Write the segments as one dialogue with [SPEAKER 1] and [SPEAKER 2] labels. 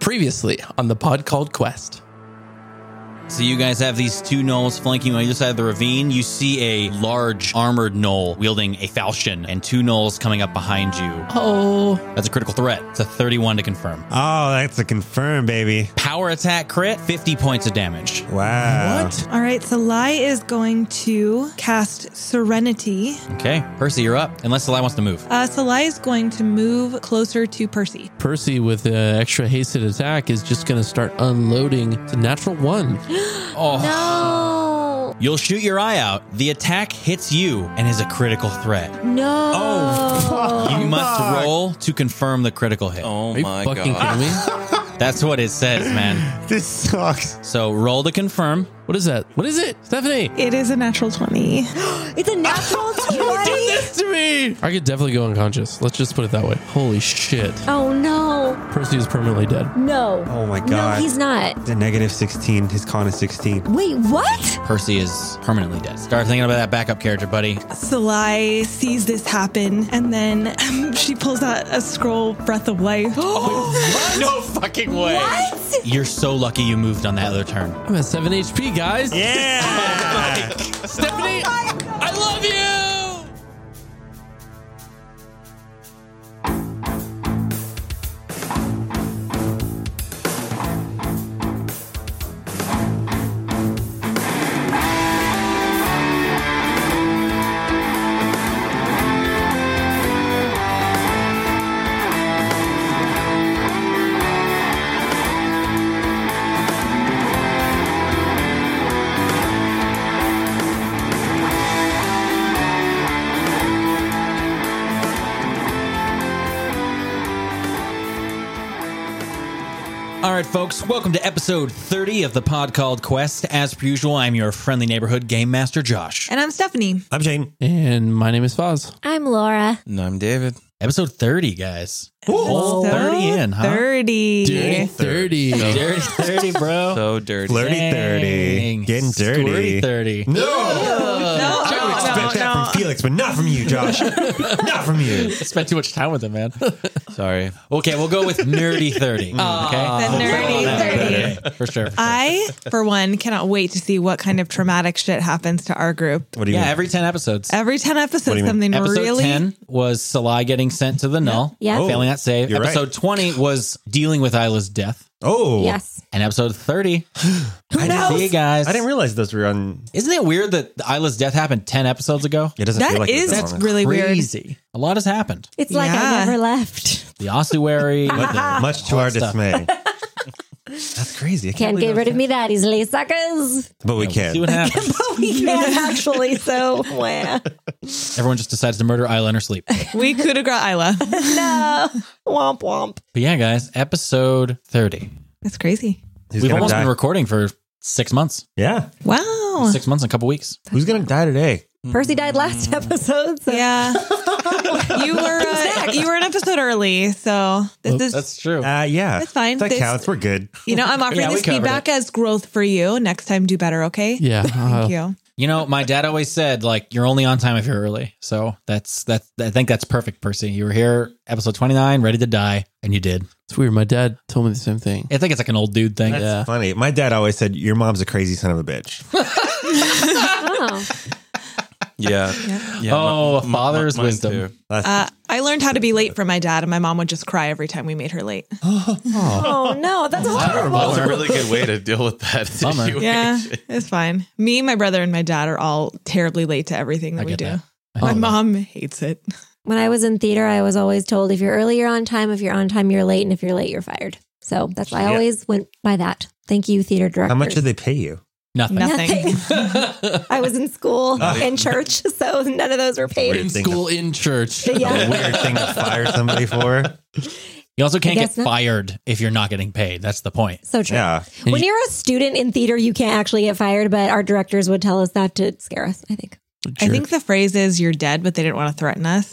[SPEAKER 1] Previously on the pod called Quest.
[SPEAKER 2] So you guys have these two gnolls flanking on either side of the ravine. You see a large armored gnoll wielding a falchion and two gnolls coming up behind you.
[SPEAKER 1] Oh,
[SPEAKER 2] That's a critical threat. It's a 31 to confirm.
[SPEAKER 3] Oh, that's a confirm, baby.
[SPEAKER 2] Power attack crit, 50 points of damage.
[SPEAKER 3] Wow.
[SPEAKER 1] what?
[SPEAKER 4] All right, so Lai is going to cast Serenity.
[SPEAKER 2] Okay. Percy, you're up. Unless the lion wants to move.
[SPEAKER 4] Uh, so Lai is going to move closer to Percy.
[SPEAKER 1] Percy with an extra hasted attack is just going to start unloading to natural one.
[SPEAKER 2] Oh.
[SPEAKER 5] No.
[SPEAKER 2] You'll shoot your eye out. The attack hits you and is a critical threat.
[SPEAKER 5] No.
[SPEAKER 3] Oh,
[SPEAKER 2] You must
[SPEAKER 3] Fuck.
[SPEAKER 2] roll to confirm the critical hit.
[SPEAKER 6] Oh
[SPEAKER 1] Are you
[SPEAKER 6] my
[SPEAKER 1] fucking
[SPEAKER 6] god.
[SPEAKER 1] kidding me?
[SPEAKER 2] That's what it says, man.
[SPEAKER 3] This sucks.
[SPEAKER 2] So roll to confirm.
[SPEAKER 1] What is that? What is it? Stephanie!
[SPEAKER 4] It is a natural 20.
[SPEAKER 5] It's a natural 20.
[SPEAKER 1] to me! I could definitely go unconscious. Let's just put it that way. Holy shit.
[SPEAKER 5] Oh, no.
[SPEAKER 1] Percy is permanently dead.
[SPEAKER 5] No.
[SPEAKER 3] Oh my
[SPEAKER 5] No,
[SPEAKER 3] god.
[SPEAKER 5] he's not.
[SPEAKER 3] The negative 16. His con is 16.
[SPEAKER 5] Wait, what?
[SPEAKER 2] Percy is permanently dead. Start thinking about that backup character, buddy.
[SPEAKER 4] So Lai sees this happen and then she pulls out a scroll, Breath of Life.
[SPEAKER 2] No fucking way.
[SPEAKER 5] What?
[SPEAKER 2] You're so lucky you moved on that other turn.
[SPEAKER 1] I'm at 7 HP, guys.
[SPEAKER 3] Yeah.
[SPEAKER 1] Stephanie,
[SPEAKER 5] Oh
[SPEAKER 1] I love you!
[SPEAKER 2] All right, folks, welcome to episode 30 of the pod called Quest. As per usual, I'm your friendly neighborhood game master, Josh.
[SPEAKER 4] And I'm Stephanie.
[SPEAKER 3] I'm Shane.
[SPEAKER 1] And my name is Foz.
[SPEAKER 5] I'm Laura.
[SPEAKER 6] No, I'm David.
[SPEAKER 2] Episode 30, guys. Whole
[SPEAKER 4] So
[SPEAKER 2] 30 in, huh?
[SPEAKER 4] 30.
[SPEAKER 1] Dirty 30.
[SPEAKER 2] Dirty 30, bro.
[SPEAKER 6] So dirty.
[SPEAKER 3] Flirty
[SPEAKER 2] Dang.
[SPEAKER 3] 30. Getting
[SPEAKER 2] Squirty
[SPEAKER 3] dirty.
[SPEAKER 2] 30.
[SPEAKER 3] No.
[SPEAKER 4] No,
[SPEAKER 3] I would expect that from Felix, but not from you, Josh. not from you.
[SPEAKER 2] I spent too much time with him, man.
[SPEAKER 6] Sorry.
[SPEAKER 2] okay, we'll go with nerdy 30. okay.
[SPEAKER 4] The nerdy
[SPEAKER 2] That's
[SPEAKER 4] 30.
[SPEAKER 2] better. For sure. for sure.
[SPEAKER 4] I, for one, cannot wait to see what kind of traumatic shit happens to our group.
[SPEAKER 3] What do you
[SPEAKER 2] yeah,
[SPEAKER 3] mean?
[SPEAKER 2] every 10 episodes.
[SPEAKER 4] Every 10 episodes,
[SPEAKER 3] you mean?
[SPEAKER 4] something
[SPEAKER 2] Episode
[SPEAKER 4] really.
[SPEAKER 2] 10 was Salai getting sent to the null,
[SPEAKER 5] Yeah. Oh.
[SPEAKER 2] failing that save.
[SPEAKER 3] You're right.
[SPEAKER 2] episode 20 was dealing with Isla's death.
[SPEAKER 3] oh.
[SPEAKER 5] Yes.
[SPEAKER 2] And episode 30,
[SPEAKER 5] Who knows?
[SPEAKER 2] see you guys.
[SPEAKER 3] I didn't realize those were on.
[SPEAKER 2] Isn't it weird that Isla's death happened 10 episodes ago?
[SPEAKER 3] It doesn't feel
[SPEAKER 4] That
[SPEAKER 3] like it
[SPEAKER 4] is
[SPEAKER 3] was on it.
[SPEAKER 4] really weird.
[SPEAKER 2] Crazy. A lot has happened.
[SPEAKER 5] It's like
[SPEAKER 4] Yeah.
[SPEAKER 5] I never left.
[SPEAKER 2] The ossuary. the-
[SPEAKER 3] Much to our
[SPEAKER 2] stuff.
[SPEAKER 3] dismay. That's crazy. I
[SPEAKER 5] Can't
[SPEAKER 3] believe
[SPEAKER 5] get
[SPEAKER 3] that
[SPEAKER 5] rid of me that easily, suckers.
[SPEAKER 3] was- But we
[SPEAKER 2] See what
[SPEAKER 3] can.
[SPEAKER 2] happens.
[SPEAKER 5] But we can't actually, so wah.
[SPEAKER 2] Everyone just decides to murder Isla in her sleep. But
[SPEAKER 4] We coup de grace Isla.
[SPEAKER 5] no. Womp womp.
[SPEAKER 2] yeah, guys, episode 30.
[SPEAKER 4] That's crazy.
[SPEAKER 3] Who's
[SPEAKER 2] We've
[SPEAKER 3] gonna
[SPEAKER 2] almost
[SPEAKER 3] die?
[SPEAKER 2] been recording for six months.
[SPEAKER 3] yeah.
[SPEAKER 4] Wow.
[SPEAKER 2] Six months and a couple weeks.
[SPEAKER 3] Who's gonna die today?
[SPEAKER 5] Percy died last
[SPEAKER 4] Mm.
[SPEAKER 5] episode, so
[SPEAKER 4] Yeah. you were uh, you were an episode early, so this is
[SPEAKER 2] true.
[SPEAKER 3] Uh, yeah.
[SPEAKER 4] That's fine.
[SPEAKER 3] That
[SPEAKER 4] This-
[SPEAKER 3] counts. We're good.
[SPEAKER 4] you know, I'm offering
[SPEAKER 2] Yeah, we
[SPEAKER 4] this
[SPEAKER 2] covered
[SPEAKER 4] feedback as growth for you. Next time do better, okay?
[SPEAKER 1] Yeah. uh,
[SPEAKER 4] Thank you.
[SPEAKER 2] You know, my dad always said, like, you're only on time if you're early. So that's, that's, I think that's perfect, Percy. You were here, episode 29, ready to die, and you did.
[SPEAKER 1] It's weird. My dad told me the same thing.
[SPEAKER 2] I think it's like an old dude thing.
[SPEAKER 3] That's funny. My dad always said, "Your mom's a crazy son of a bitch."
[SPEAKER 5] oh.
[SPEAKER 6] Yeah. yeah
[SPEAKER 2] Oh, a father's
[SPEAKER 6] mine
[SPEAKER 2] wisdom.
[SPEAKER 6] too.
[SPEAKER 4] Uh, I learned how to be late for my dad, and my mom would just cry every time we made her late.
[SPEAKER 5] oh no, that's horrible.
[SPEAKER 6] That's a really good way to deal with that
[SPEAKER 2] Bummer.
[SPEAKER 6] situation.
[SPEAKER 4] Yeah, it's fine. Me, my brother, and my dad are all terribly late to everything that
[SPEAKER 2] I
[SPEAKER 4] we
[SPEAKER 2] get
[SPEAKER 4] do.
[SPEAKER 2] that. I
[SPEAKER 4] My
[SPEAKER 2] know.
[SPEAKER 4] mom hates it.
[SPEAKER 5] When I was in theater, I was always told if you're early, you're on time. If you're on time, you're late. And if you're late, you're fired. So that's why I
[SPEAKER 3] Yeah.
[SPEAKER 5] always went by that. Thank you, theater director.
[SPEAKER 3] How much did they pay you?
[SPEAKER 2] Nothing.
[SPEAKER 4] Nothing.
[SPEAKER 5] I was in school and church, so none of those were paid.
[SPEAKER 1] In
[SPEAKER 3] thing
[SPEAKER 1] school, in church.
[SPEAKER 5] Yeah.
[SPEAKER 3] Weird thing to fire somebody for.
[SPEAKER 2] You also can't get
[SPEAKER 5] guess not.
[SPEAKER 2] fired if you're not getting paid. That's the point.
[SPEAKER 5] So true.
[SPEAKER 3] Yeah.
[SPEAKER 5] When you're a student in theater, you can't actually get fired, but our directors would tell us that to scare us, I think.
[SPEAKER 4] I think the phrase is "you're dead," but they didn't want to threaten us.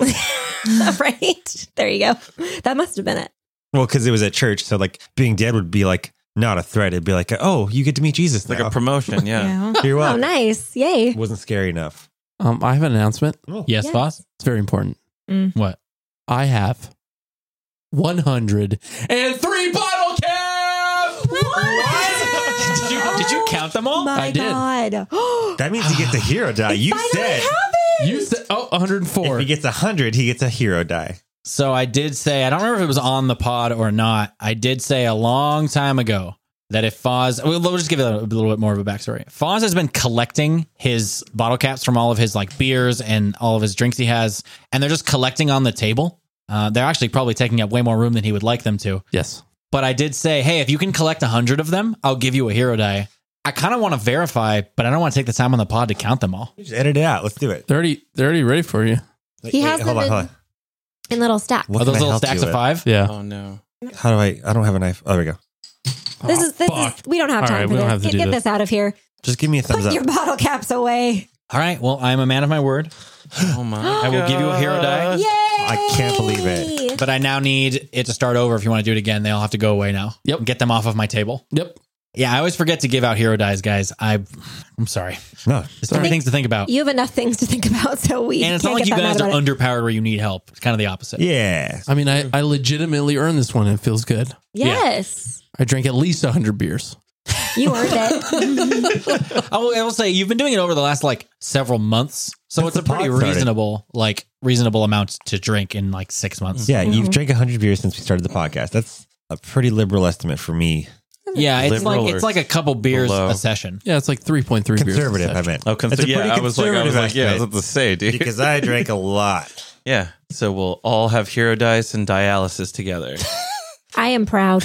[SPEAKER 5] right? There you go. That must have been it.
[SPEAKER 3] Well, because it was at church, so like being dead would be like not a threat. It'd be like, oh, you get to meet Jesus.
[SPEAKER 6] It's like
[SPEAKER 3] now.
[SPEAKER 6] a promotion. Yeah.
[SPEAKER 4] You know?
[SPEAKER 3] You're
[SPEAKER 5] Oh,
[SPEAKER 3] welcome.
[SPEAKER 5] nice. Yay.
[SPEAKER 3] It wasn't scary enough.
[SPEAKER 1] Um, I have an announcement.
[SPEAKER 3] Oh.
[SPEAKER 2] Yes,
[SPEAKER 5] Yes.
[SPEAKER 2] boss?
[SPEAKER 1] It's very important.
[SPEAKER 4] Mm.
[SPEAKER 2] What?
[SPEAKER 1] I have 103 bottle caps.
[SPEAKER 2] count them all?
[SPEAKER 5] My
[SPEAKER 1] I did.
[SPEAKER 5] God.
[SPEAKER 3] That means he gets a hero die. You said
[SPEAKER 1] You said, oh, 104.
[SPEAKER 3] if he gets a hundred, he gets a hero die.
[SPEAKER 2] So I did say, I don't remember if it was on the pod or not. I did say a long time ago that if Foz, we'll, we'll just give it a, little bit more of a backstory. Foz has been collecting his bottle caps from all of his like beers and all of his drinks he has, and they're just collecting on the table. Uh, they're actually probably taking up way more room than he would like them to.
[SPEAKER 1] Yes.
[SPEAKER 2] But I did say, hey, if you can collect 100 of them, I'll give you a hero die. I kind of want to verify, but I don't want to take the time on the pod to count them all.
[SPEAKER 3] Just edit it out. Let's do it.
[SPEAKER 1] They're already, they're already ready for you.
[SPEAKER 5] He has them in- In little stacks.
[SPEAKER 3] What
[SPEAKER 2] Are
[SPEAKER 3] can I
[SPEAKER 2] those little
[SPEAKER 3] help you
[SPEAKER 2] stacks of
[SPEAKER 3] with?
[SPEAKER 2] five?
[SPEAKER 1] Yeah.
[SPEAKER 6] Oh no.
[SPEAKER 3] How do I? I don't have a knife. Oh, there we go.
[SPEAKER 5] This is this
[SPEAKER 1] fuck.
[SPEAKER 5] is we don't have
[SPEAKER 1] All
[SPEAKER 5] time
[SPEAKER 1] right,
[SPEAKER 5] for
[SPEAKER 1] we don't
[SPEAKER 5] this.
[SPEAKER 1] have to
[SPEAKER 5] get
[SPEAKER 1] do
[SPEAKER 5] get
[SPEAKER 1] this.
[SPEAKER 5] this. out of here.
[SPEAKER 3] Just give me a thumbs
[SPEAKER 5] Put
[SPEAKER 3] up.
[SPEAKER 5] your bottle caps away.
[SPEAKER 2] All right. Well, I am a man of my word.
[SPEAKER 6] Oh my.
[SPEAKER 2] I will give you a hero die.
[SPEAKER 5] Yay! I
[SPEAKER 3] can't believe it.
[SPEAKER 2] But I now need it to start over. If you want to do it again, they all have to go away now.
[SPEAKER 1] Yep.
[SPEAKER 2] Get them off of my table.
[SPEAKER 1] Yep.
[SPEAKER 2] Yeah, I always forget to give out hero dies, guys. I, I'm sorry.
[SPEAKER 3] No,
[SPEAKER 2] There's so many things to think about.
[SPEAKER 5] You have enough things to think about, so we
[SPEAKER 2] and it's
[SPEAKER 5] can't
[SPEAKER 2] not like
[SPEAKER 5] get
[SPEAKER 2] you
[SPEAKER 5] that mad
[SPEAKER 2] guys are
[SPEAKER 5] about it.
[SPEAKER 2] underpowered where you need help. It's kind of the opposite.
[SPEAKER 3] yeah.
[SPEAKER 1] I mean, I, I legitimately earned this one. It feels good.
[SPEAKER 5] Yes,
[SPEAKER 1] I drank at least 100 beers.
[SPEAKER 5] you earned it.
[SPEAKER 2] I, will, I will say you've been doing it over the last like several months, so
[SPEAKER 3] Since
[SPEAKER 2] it's
[SPEAKER 3] the
[SPEAKER 2] a pretty
[SPEAKER 3] pod started.
[SPEAKER 2] reasonable like reasonable amount to drink in like six
[SPEAKER 6] Mm.
[SPEAKER 2] months.
[SPEAKER 3] Yeah,
[SPEAKER 5] Mm-hmm.
[SPEAKER 3] you've drank 100 beers since we started the podcast. That's a pretty liberal estimate for me.
[SPEAKER 2] Yeah, it's
[SPEAKER 6] Liberal
[SPEAKER 2] like
[SPEAKER 6] or
[SPEAKER 2] it's like a couple beers
[SPEAKER 6] below.
[SPEAKER 2] a session.
[SPEAKER 1] Yeah, it's like 3.3 beers.
[SPEAKER 3] Conservative, I meant.
[SPEAKER 6] Oh, cons-
[SPEAKER 3] That's a
[SPEAKER 6] yeah,
[SPEAKER 3] pretty
[SPEAKER 6] I was like, I was
[SPEAKER 3] conservative
[SPEAKER 6] like, yeah, I was
[SPEAKER 3] estimate.
[SPEAKER 6] about to say, dude.
[SPEAKER 3] Because I drank a lot.
[SPEAKER 6] yeah, so we'll all have hero dice and dialysis together.
[SPEAKER 5] I am proud.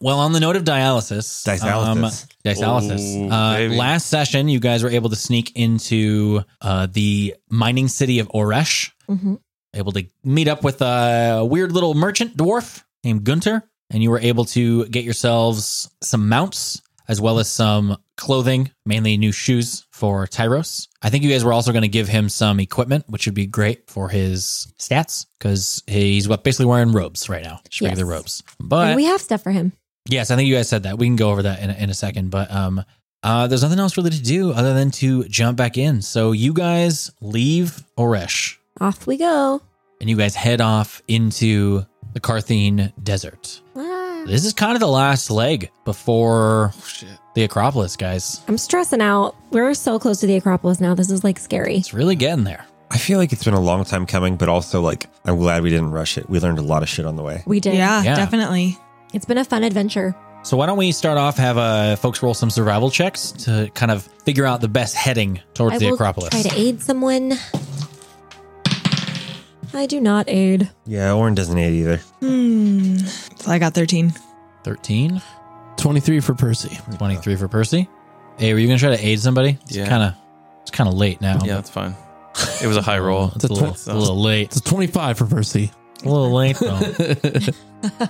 [SPEAKER 2] Well, on the note of dialysis, um,
[SPEAKER 3] Dialysis.
[SPEAKER 2] dialysis.
[SPEAKER 6] Ooh,
[SPEAKER 2] uh,
[SPEAKER 6] baby.
[SPEAKER 2] last session, you guys were able to sneak into uh, the mining city of Oresh,
[SPEAKER 5] Mhm.
[SPEAKER 2] able to meet up with a weird little merchant dwarf named Gunter, and you were able to get yourselves some mounts as well as some clothing, mainly new shoes for Tyros. I think you guys were also going to give him some equipment, which would be great for his stats because he's what basically wearing robes right now, just regular
[SPEAKER 5] Yes.
[SPEAKER 2] robes. But
[SPEAKER 5] And we have stuff for him.
[SPEAKER 2] Yes, I think you guys said that. We can go over that in a, in a second, but um, uh, there's nothing else really to do other than to jump back in. So you guys leave Oresh
[SPEAKER 5] Off we go.
[SPEAKER 2] and you guys head off into the Carthene Desert.
[SPEAKER 5] Ah,
[SPEAKER 2] This is kind of the last leg before
[SPEAKER 6] oh shit.
[SPEAKER 2] the Acropolis, guys.
[SPEAKER 5] I'm stressing out. We're so close to the Acropolis now. This is like scary.
[SPEAKER 2] It's really getting there.
[SPEAKER 3] I feel like it's been a long time coming, but also, like, I'm glad we didn't rush it. We learned a lot of shit on the way.
[SPEAKER 5] We did.
[SPEAKER 4] Yeah,
[SPEAKER 2] Yeah.
[SPEAKER 4] definitely.
[SPEAKER 5] It's been a fun adventure.
[SPEAKER 2] So why don't we start off have uh, folks roll some survival checks to kind of figure out the best heading towards
[SPEAKER 5] I
[SPEAKER 2] the
[SPEAKER 5] will
[SPEAKER 2] Acropolis.
[SPEAKER 5] try to aid someone. I do not aid.
[SPEAKER 3] Yeah, Orin doesn't hate either.
[SPEAKER 4] Hmm. So I got 13.
[SPEAKER 2] 13,
[SPEAKER 1] 23 for Percy.
[SPEAKER 2] 23 for Percy. Hey, were you going to try to aid somebody? It's
[SPEAKER 6] Yeah.
[SPEAKER 2] kind of it's kind of late now.
[SPEAKER 6] Yeah, that's fine. It was a high roll.
[SPEAKER 2] It's a, little,
[SPEAKER 1] It's
[SPEAKER 2] a little late.
[SPEAKER 1] It's a 25 for Percy.
[SPEAKER 2] A little late though. so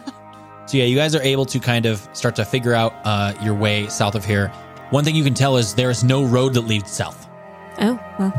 [SPEAKER 2] yeah, you guys are able to kind of start to figure out uh, your way south of here. One thing you can tell is there is no road that leads south.
[SPEAKER 5] Oh, well.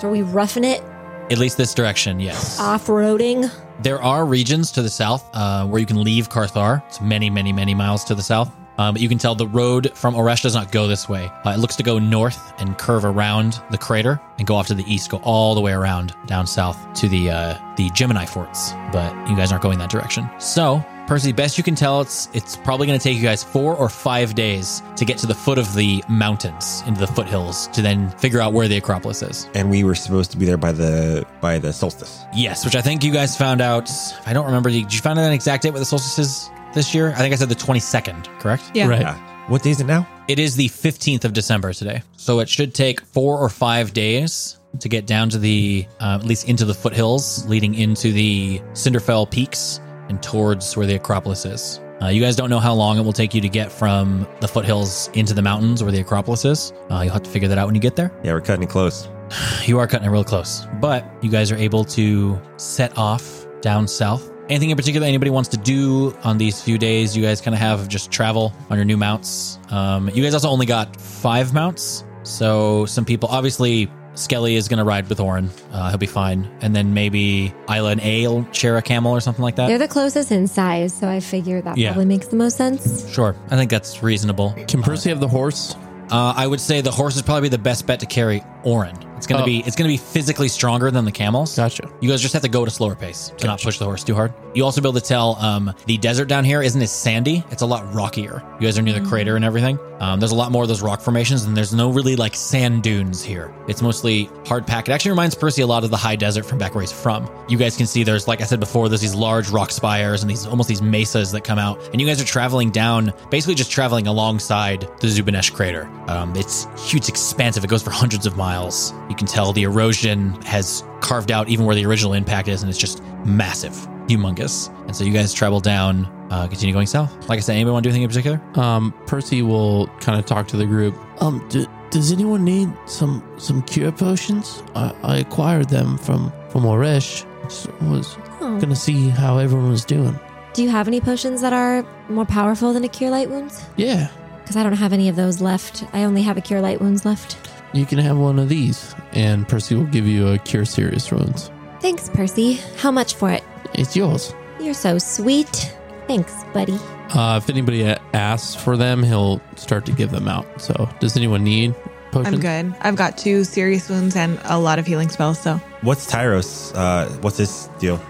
[SPEAKER 5] So are we roughing it?
[SPEAKER 2] At least this direction, yes.
[SPEAKER 5] Off roading?
[SPEAKER 2] There are regions to the south uh, where you can leave Carthar. It's many, many, many miles to the south. Um, but you can tell the road from Oresh does not go this way. Uh, it looks to go north and curve around the crater and go off to the east, go all the way around down south to the uh, the Gemini forts. But you guys aren't going that direction. So, Percy, best you can tell, it's it's probably going to take you guys four or five days to get to the foot of the mountains, into the foothills, to then figure out where the Acropolis is.
[SPEAKER 3] And we were supposed to be there by the by the solstice.
[SPEAKER 2] Yes, which I think you guys found out. I don't remember. Did you find out an exact date with the solstices this year? I think I said the 22nd, correct?
[SPEAKER 4] Yeah.
[SPEAKER 1] Right.
[SPEAKER 3] Yeah. What day is it now?
[SPEAKER 2] It is the 15th of December today. So it should take four or five days to get down to the, uh, at least into the foothills, leading into the Cinderfell peaks and towards where the Acropolis is. Uh, you guys don't know how long it will take you to get from the foothills into the mountains where the Acropolis is. Uh, you'll have to figure that out when you get there.
[SPEAKER 3] Yeah, we're cutting it close.
[SPEAKER 2] You are cutting it real close, but you guys are able to set off down south. Anything in particular anybody wants to do on these few days? You guys kind of have just travel on your new mounts. Um, you guys also only got five mounts, so some people obviously. Skelly is going to ride with Orin. Uh, he'll be fine. And then maybe Isla and A will share a camel or something like that.
[SPEAKER 5] They're the closest in size, so I figure that
[SPEAKER 2] Yeah.
[SPEAKER 5] probably makes the most sense.
[SPEAKER 2] sure. I think that's reasonable.
[SPEAKER 1] Can Percy have the horse?
[SPEAKER 2] Uh, I would say the horse is probably the best bet to carry Orin. It's gonna
[SPEAKER 1] Oh.
[SPEAKER 2] be it's gonna be physically stronger than the camels.
[SPEAKER 1] Gotcha.
[SPEAKER 2] You guys just have to go at a slower pace to not push the horse too hard. You also be able to tell um, the desert down here isn't as sandy; it's a lot rockier. You guys are near the crater and everything. Um, there's a lot more of those rock formations, and there's no really like sand dunes here. It's mostly hard pack. It actually reminds Percy a lot of the high desert from back where he's from. You guys can see there's, like I said before, there's these large rock spires and these almost these mesas that come out, and you guys are traveling down, basically just traveling alongside the Zubanesh crater. Um, it's huge, it's expansive. It goes for hundreds of miles. You can tell the erosion has carved out even where the original impact is, and it's just massive, humongous. And so you guys travel down, uh, continue going south. Like I said, anybody want to do anything in particular?
[SPEAKER 1] Um, Percy will kind of talk to the group. Um, d- does anyone need some some cure potions? I, I acquired them from from Oresh. Just was
[SPEAKER 5] Oh.
[SPEAKER 1] gonna see how everyone was doing.
[SPEAKER 5] Do you have any potions that are more powerful than a cure light wounds?
[SPEAKER 1] Yeah,
[SPEAKER 5] Because I don't have any of those left. I only have a cure light wounds left.
[SPEAKER 1] you can have one of these, and Percy will give you a cure serious wounds.
[SPEAKER 5] Thanks, Percy. How much for it?
[SPEAKER 1] It's yours.
[SPEAKER 5] You're so sweet. Thanks, buddy.
[SPEAKER 1] Uh, if anybody a- asks for them, he'll start to give them out. So, does anyone need potions?
[SPEAKER 4] I'm good. I've got two serious wounds and a lot of healing spells, so
[SPEAKER 3] What's Tyros? Uh, what's his deal?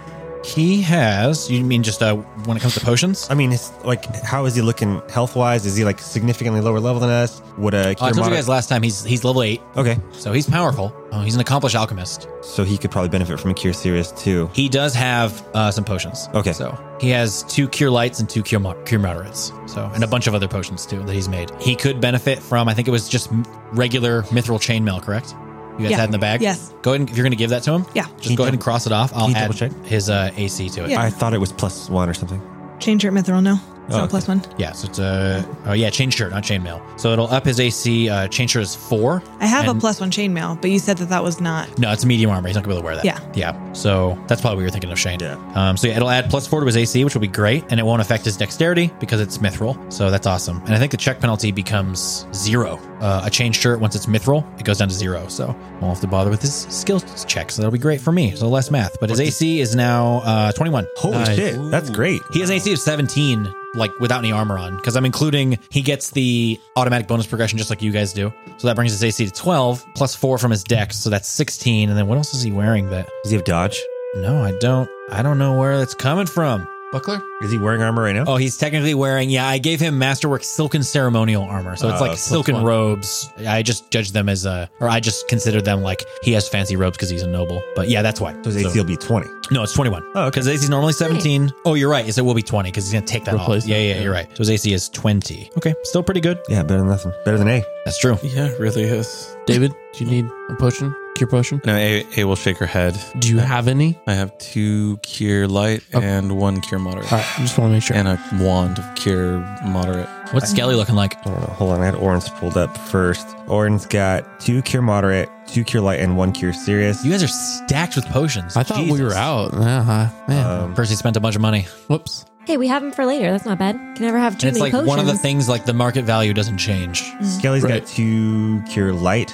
[SPEAKER 2] He has. You mean just uh, when it comes to potions?
[SPEAKER 3] I mean, it's like, how is he looking health wise? Is he like significantly lower level than us? Would
[SPEAKER 2] Uh,
[SPEAKER 3] a
[SPEAKER 2] I
[SPEAKER 3] cure
[SPEAKER 2] told you
[SPEAKER 3] moder-
[SPEAKER 2] guys last time he's he's level eight,
[SPEAKER 3] Okay,
[SPEAKER 2] so he's powerful. Oh, he's an accomplished alchemist.
[SPEAKER 3] so he could probably benefit from a cure serious too.
[SPEAKER 2] He does have uh, some potions.
[SPEAKER 3] Okay.
[SPEAKER 2] so he has two cure lights and two cure mo- cure moderates. So and a bunch of other potions too that he's made. He could benefit from. I think it was just m- regular mithril chainmail, correct? You guys
[SPEAKER 4] Yeah.
[SPEAKER 2] had in the bag.
[SPEAKER 4] Yes.
[SPEAKER 2] Go ahead. And, if you're going to give that to him,
[SPEAKER 4] Yeah.
[SPEAKER 2] Just
[SPEAKER 3] He
[SPEAKER 2] go ahead
[SPEAKER 3] double-
[SPEAKER 2] and cross it off. I'll
[SPEAKER 3] he
[SPEAKER 2] add
[SPEAKER 3] double check?
[SPEAKER 2] his uh, AC to it.
[SPEAKER 4] Yeah.
[SPEAKER 3] I thought it was plus one or something.
[SPEAKER 4] change your mithril now. It's
[SPEAKER 3] Oh,
[SPEAKER 4] not plus one.
[SPEAKER 2] Yeah, so it's a oh yeah, chain shirt, not chainmail. So it'll up his AC. Uh, chain shirt is four.
[SPEAKER 4] I have
[SPEAKER 2] And-
[SPEAKER 4] a plus one chainmail, but you said that that was not.
[SPEAKER 2] No, it's medium armor. He's not gonna be able to wear that.
[SPEAKER 4] Yeah.
[SPEAKER 2] yeah. So that's probably what you're thinking of, Shane.
[SPEAKER 3] Yeah.
[SPEAKER 2] Um, so yeah, it'll add plus four to his AC, which will be great, and it won't affect his dexterity because it's mithril. So that's awesome. And I think the check penalty becomes zero. Uh, a chain shirt once it's mithril, it goes down to zero. So I won't have to bother with his skills check. So that'll be great for me. So less math, but his AC is now uh, 21.
[SPEAKER 3] Holy
[SPEAKER 1] Nice.
[SPEAKER 3] shit, that's great.
[SPEAKER 2] He has an AC of 17, like without any armor on, because I'm including he gets the automatic bonus progression just like you guys do. So that brings his AC to 12, plus four from his dex, so that's 16. And then what else is he wearing that?
[SPEAKER 3] Does he have dodge?
[SPEAKER 2] No, I don't. I don't know where that's coming from.
[SPEAKER 1] Buckler.
[SPEAKER 3] Is he wearing armor right now?
[SPEAKER 2] Oh, he's technically wearing, yeah, I gave him Masterwork Silken Ceremonial Armor. So it's
[SPEAKER 3] Uh,
[SPEAKER 2] like
[SPEAKER 3] plus
[SPEAKER 2] silken
[SPEAKER 3] one.
[SPEAKER 2] robes. I just judged them as a, or I just considered them like he has fancy robes because he's a noble. But yeah, that's why.
[SPEAKER 3] so his AC will be 20.
[SPEAKER 2] No, it's 21.
[SPEAKER 3] Oh, okay.
[SPEAKER 2] Because AC's normally 17. Oh, you're right. So it will be 20 because he's going to take that
[SPEAKER 1] Replace
[SPEAKER 2] off. Yeah,
[SPEAKER 1] it,
[SPEAKER 2] yeah,
[SPEAKER 1] yeah.
[SPEAKER 2] you're right. So his AC is 20. Okay. Still pretty good.
[SPEAKER 3] Yeah, better than nothing. Better than A.
[SPEAKER 2] That's true.
[SPEAKER 6] Yeah, it really is.
[SPEAKER 1] David, do you need a potion? Cure potion?
[SPEAKER 6] No, A, A will shake her head.
[SPEAKER 1] Do you have any?
[SPEAKER 6] I have two cure light
[SPEAKER 1] Okay.
[SPEAKER 6] and one cure moderate.
[SPEAKER 1] All right, I just want to make sure.
[SPEAKER 6] And a wand of cure moderate.
[SPEAKER 2] What's Skelly looking like?
[SPEAKER 3] I don't know. Hold on, I had Orin's pulled up first. Orin's got two cure moderate, two cure light, and one cure serious.
[SPEAKER 2] You guys are stacked with potions.
[SPEAKER 1] I thought we were
[SPEAKER 2] Jesus.
[SPEAKER 1] out. Uh-huh. Man,
[SPEAKER 3] Um,
[SPEAKER 2] Percy spent a bunch of money.
[SPEAKER 1] whoops.
[SPEAKER 5] Hey, we have them for later. That's not bad. Can never have too
[SPEAKER 2] And it's like
[SPEAKER 5] many potions.
[SPEAKER 2] one of the things like the market value doesn't change.
[SPEAKER 3] Skelly's
[SPEAKER 1] Right.
[SPEAKER 3] got two cure light,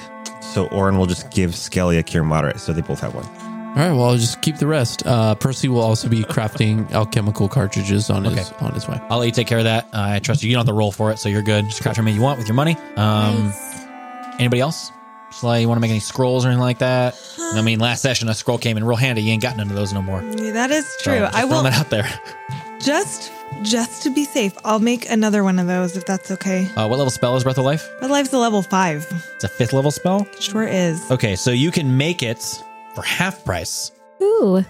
[SPEAKER 3] so Orin will just give Skelly a cure moderate, so they both have one.
[SPEAKER 1] All right, well, I'll just keep the rest. Uh, Percy will also be crafting alchemical cartridges on his on his way.
[SPEAKER 2] I'll let you take care of that. Uh, I trust you. You don't have to roll for it, so you're good. Just craft how many you want with your money. Um,
[SPEAKER 5] Nice.
[SPEAKER 2] Anybody else? Sly, you want to make any scrolls or anything like that? I mean, last session a scroll came in real handy. You ain't got none of those no more.
[SPEAKER 4] Yeah, That is
[SPEAKER 5] Oh,
[SPEAKER 2] So
[SPEAKER 4] true.
[SPEAKER 2] just
[SPEAKER 4] I
[SPEAKER 2] throwing
[SPEAKER 4] will
[SPEAKER 2] that out there.
[SPEAKER 4] just just to be safe. I'll make another one of those if that's okay.
[SPEAKER 2] Uh, what level spell is Breath of Life?
[SPEAKER 4] My life's a level five.
[SPEAKER 2] It's a fifth level spell.
[SPEAKER 4] Sure is.
[SPEAKER 2] Okay, so you can make it for half price.
[SPEAKER 5] Ooh.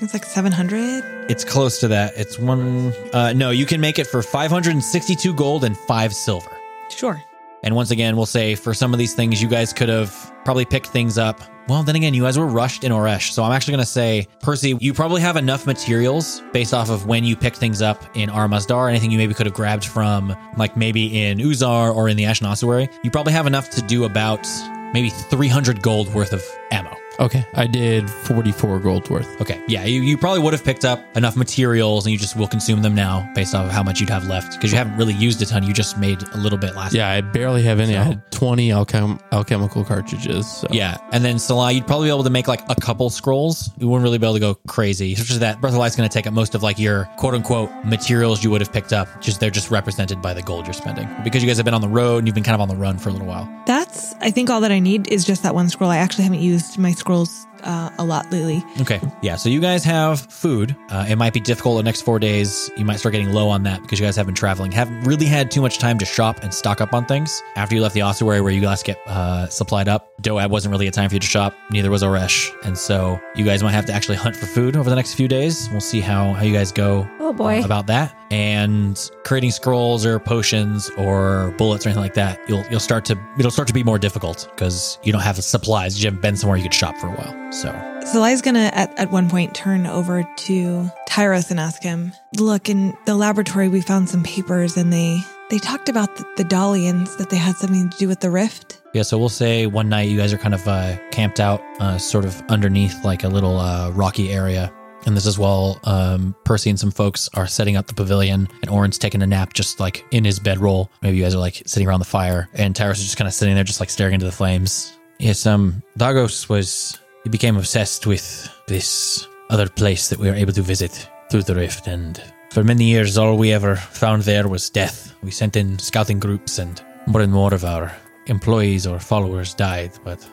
[SPEAKER 4] It's like seven hundred.
[SPEAKER 2] It's close to that. It's one. Uh, no, you can make it for 562 gold and five silver.
[SPEAKER 4] Sure.
[SPEAKER 2] And once again, we'll say for some of these things, you guys could have probably picked things up. Well, then again, you guys were rushed in Oresh. So I'm actually going to say, Percy, you probably have enough materials based off of when you picked things up in Armazdar, anything you maybe could have grabbed from, like maybe in Uzar or in the Ashen Ossuary. You probably have enough to do about maybe 300 gold worth of ammo.
[SPEAKER 1] Okay, I did 44 gold worth.
[SPEAKER 7] Okay, yeah, you, you probably would have picked up enough materials and you just will consume them now based off of how much you'd have left because you haven't really used a ton. You just made a little bit last
[SPEAKER 1] Yeah, I barely have any. I had 20 alchem- alchemical cartridges. So.
[SPEAKER 7] Yeah, and then Salah, you'd probably be able to make like a couple scrolls. You wouldn't really be able to go crazy. Such as that Breath of Light's going to take up most of like your quote unquote materials you would have picked up. Just they're just represented by the gold you're spending because you guys have been on the road and you've been kind of on the run for a little while.
[SPEAKER 4] That's, I think, all that I need is just that one scroll. I actually haven't used my scrolls uh, a lot lately.
[SPEAKER 7] Okay, yeah. So you guys have food. Uh, it might be difficult the next four days. You might start getting low on that because you guys have been traveling, haven't really had too much time to shop and stock up on things. After you left the ossuary where you last get uh, supplied up, Doab wasn't really a time for you to shop. Neither was Oresh, and so you guys might have to actually hunt for food over the next few days. We'll see how how you guys go
[SPEAKER 5] Oh boy.
[SPEAKER 7] uh, about that and creating scrolls or potions or bullets or anything like that you'll you'll start to it'll start to be more difficult because you don't have the supplies you haven't been somewhere you could shop for a while so
[SPEAKER 4] Zalai's gonna at, at one point turn over to Tyros and ask him, Look, in the laboratory we found some papers and they they talked about the, the Dalians, that they had something to do with the rift.
[SPEAKER 7] Yeah, so we'll say one night you guys are kind of uh, camped out, uh, sort of underneath like a little uh, rocky area. And this is while um, Percy and some folks are setting up the pavilion, and Oren's taking a nap just like in his bedroll. Maybe you guys are like sitting around the fire, and Tyrus is just kind of sitting there, just like staring into the flames. Yes, um, Dagos was, he became obsessed with this other place that we were able to visit through the rift, and for many years, all we ever found there was death. We sent in scouting groups, and more and more of our employees or followers died. But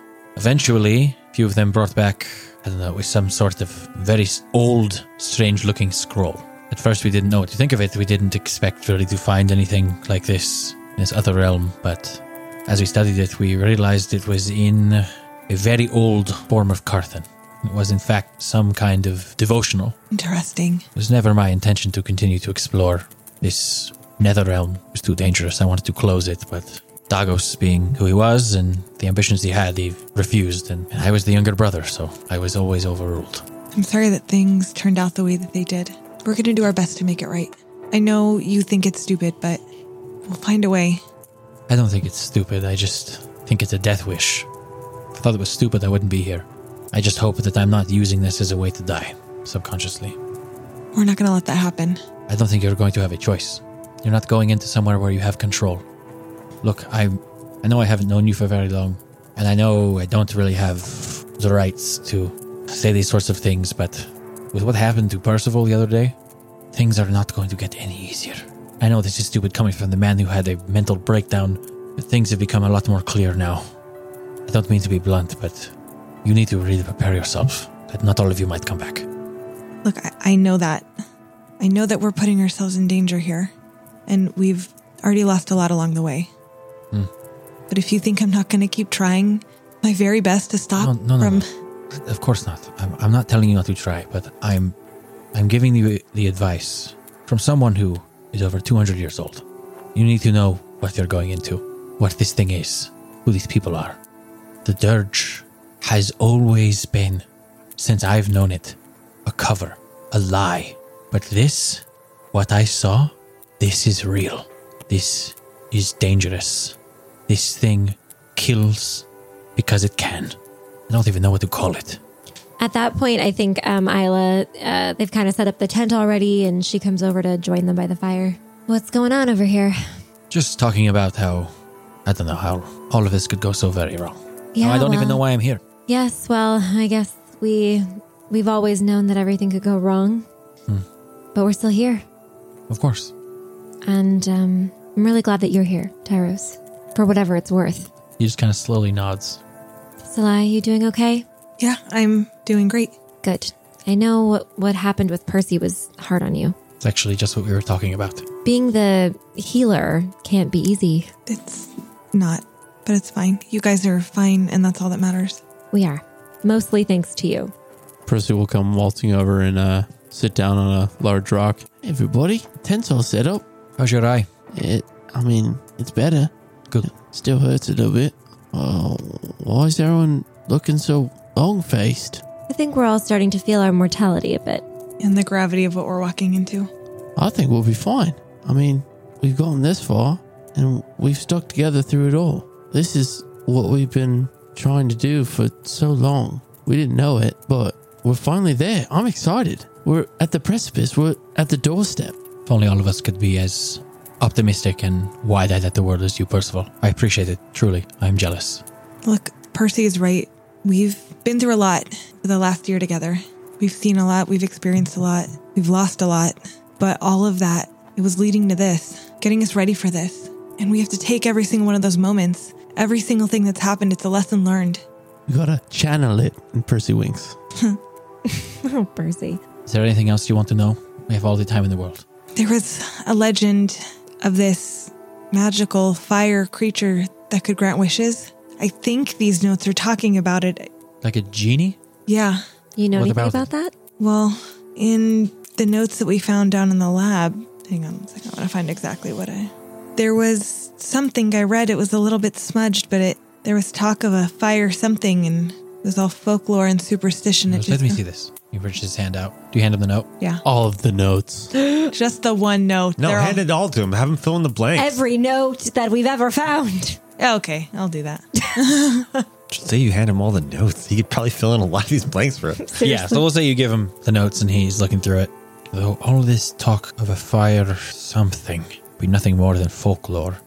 [SPEAKER 7] eventually, a few of them brought back, I don't know, with some sort of very s- old, strange looking scroll. At first, we didn't know what to think of it. We didn't expect really to find anything like this in this other realm. But as we studied it, we realized it was in a very old form of Carthan. It was, in fact, some kind of devotional.
[SPEAKER 4] Interesting.
[SPEAKER 7] It was never my intention to continue to explore this nether realm. It was too dangerous. I wanted to close it, but Dagos, being who he was and the ambitions he had, he refused. And I was the younger brother, so I was always overruled.
[SPEAKER 4] I'm sorry that things turned out the way that they did. We're gonna do our best to make it right. I know you think it's stupid, but we'll find a way.
[SPEAKER 7] I don't think it's stupid. I just think it's a death wish. If I thought it was stupid, I wouldn't be here. I just hope that I'm not using this as a way to die, subconsciously.
[SPEAKER 4] We're not gonna let that happen.
[SPEAKER 7] I don't think you're going to have a choice. You're not going into somewhere where you have control. Look, I I know I haven't known you for very long, and I know I don't really have the rights to say these sorts of things, but with what happened to Percival the other day, things are not going to get any easier. I know this is stupid coming from the man who had a mental breakdown, but things have become a lot more clear now. I don't mean to be blunt, but you need to really prepare yourself that not all of you might come back.
[SPEAKER 4] Look, I, I know that. I know that we're putting ourselves in danger here, and we've already lost a lot along the way.
[SPEAKER 7] Hmm.
[SPEAKER 4] But if you think I'm not going to keep trying my very best to stop
[SPEAKER 7] No, no, no,
[SPEAKER 4] from.
[SPEAKER 7] no. Of course not. I'm, I'm not telling you not to try, but I'm, I'm giving you the advice from someone who is over 200 years old. You need to know what you're going into, what this thing is, who these people are. The dirge has always been, since I've known it, a cover, a lie. But this, what I saw, this is real. This is dangerous. This thing kills because it can. I don't even know what to call it.
[SPEAKER 5] At that point, I think um, Isla, uh, they've kind of set up the tent already, and she comes over to join them by the fire. What's going on over here?
[SPEAKER 7] Just talking about how, I don't know, how all of this could go so very wrong.
[SPEAKER 5] Yeah,
[SPEAKER 7] Now, I don't even know
[SPEAKER 5] well-
[SPEAKER 7] why I'm here.
[SPEAKER 5] Yes, well, I guess we we've always known that everything could go wrong,
[SPEAKER 7] Hmm.
[SPEAKER 5] but we're still here,
[SPEAKER 7] Of course.
[SPEAKER 5] and um, I'm really glad that you're here, Tyros, for whatever it's worth.
[SPEAKER 7] He just kind of slowly nods.
[SPEAKER 5] Salai, you doing okay?
[SPEAKER 4] Yeah, I'm doing great.
[SPEAKER 5] Good. I know what what happened with Percy was hard on you.
[SPEAKER 7] It's actually just what we were talking about.
[SPEAKER 5] Being the healer can't be easy.
[SPEAKER 4] It's not, but it's fine. You guys are fine, and that's all that matters.
[SPEAKER 5] We are mostly thanks to you.
[SPEAKER 1] Percy will come waltzing over and uh, sit down on a large rock. Everybody, tent's all set up.
[SPEAKER 7] How's your eye?
[SPEAKER 1] It, I mean, it's better.
[SPEAKER 7] Good.
[SPEAKER 1] Still hurts a little bit. Oh, why is everyone looking so long faced?
[SPEAKER 5] I think we're all starting to feel our mortality a bit.
[SPEAKER 4] And the gravity of what we're walking into.
[SPEAKER 1] I think we'll be fine. I mean, we've gotten this far and we've stuck together through it all. This is what we've been trying to do for so long. We didn't know it, but we're finally there. I'm excited. We're at the precipice. We're at the doorstep.
[SPEAKER 7] If only all of us could be as optimistic and wide eyed at the world as you, Percival. I appreciate it, truly. I'm jealous.
[SPEAKER 4] Look, Percy is right. We've been through a lot the last year together. We've seen a lot, we've experienced a lot, we've lost a lot. But all of that, it was leading to this, getting us ready for this. And we have to take every single one of those moments, every single thing that's happened, it's a lesson learned.
[SPEAKER 1] We gotta channel it. And Percy winks.
[SPEAKER 5] Oh, Percy.
[SPEAKER 7] Is there anything else you want to know? We have all the time in the world.
[SPEAKER 4] There was a legend of this magical fire creature that could grant wishes. I think these notes are talking about it.
[SPEAKER 7] Like a genie?
[SPEAKER 4] Yeah.
[SPEAKER 5] You know
[SPEAKER 7] What
[SPEAKER 5] anything
[SPEAKER 7] about
[SPEAKER 5] about that?
[SPEAKER 4] Well, in the notes that we found down in the lab, hang on a second, I want to find exactly what I. There was something I read. It was a little bit smudged, but it there was talk of a fire something, and it was all folklore and superstition. It
[SPEAKER 7] Let me see this. He reaches his hand out. Do you hand him the note?
[SPEAKER 4] Yeah,
[SPEAKER 1] All of the notes.
[SPEAKER 4] just the one note.
[SPEAKER 8] No,
[SPEAKER 4] They're all-
[SPEAKER 8] hand it all to him. Have him fill in the blanks.
[SPEAKER 5] Every note that we've ever found.
[SPEAKER 4] Oh, okay, I'll do that.
[SPEAKER 8] Just say you hand him all the notes. He could probably fill in a lot of these blanks for us.
[SPEAKER 7] Yeah, so we'll say you give him the notes and he's looking through it. Though all this talk of a fire or something be nothing more than folklore.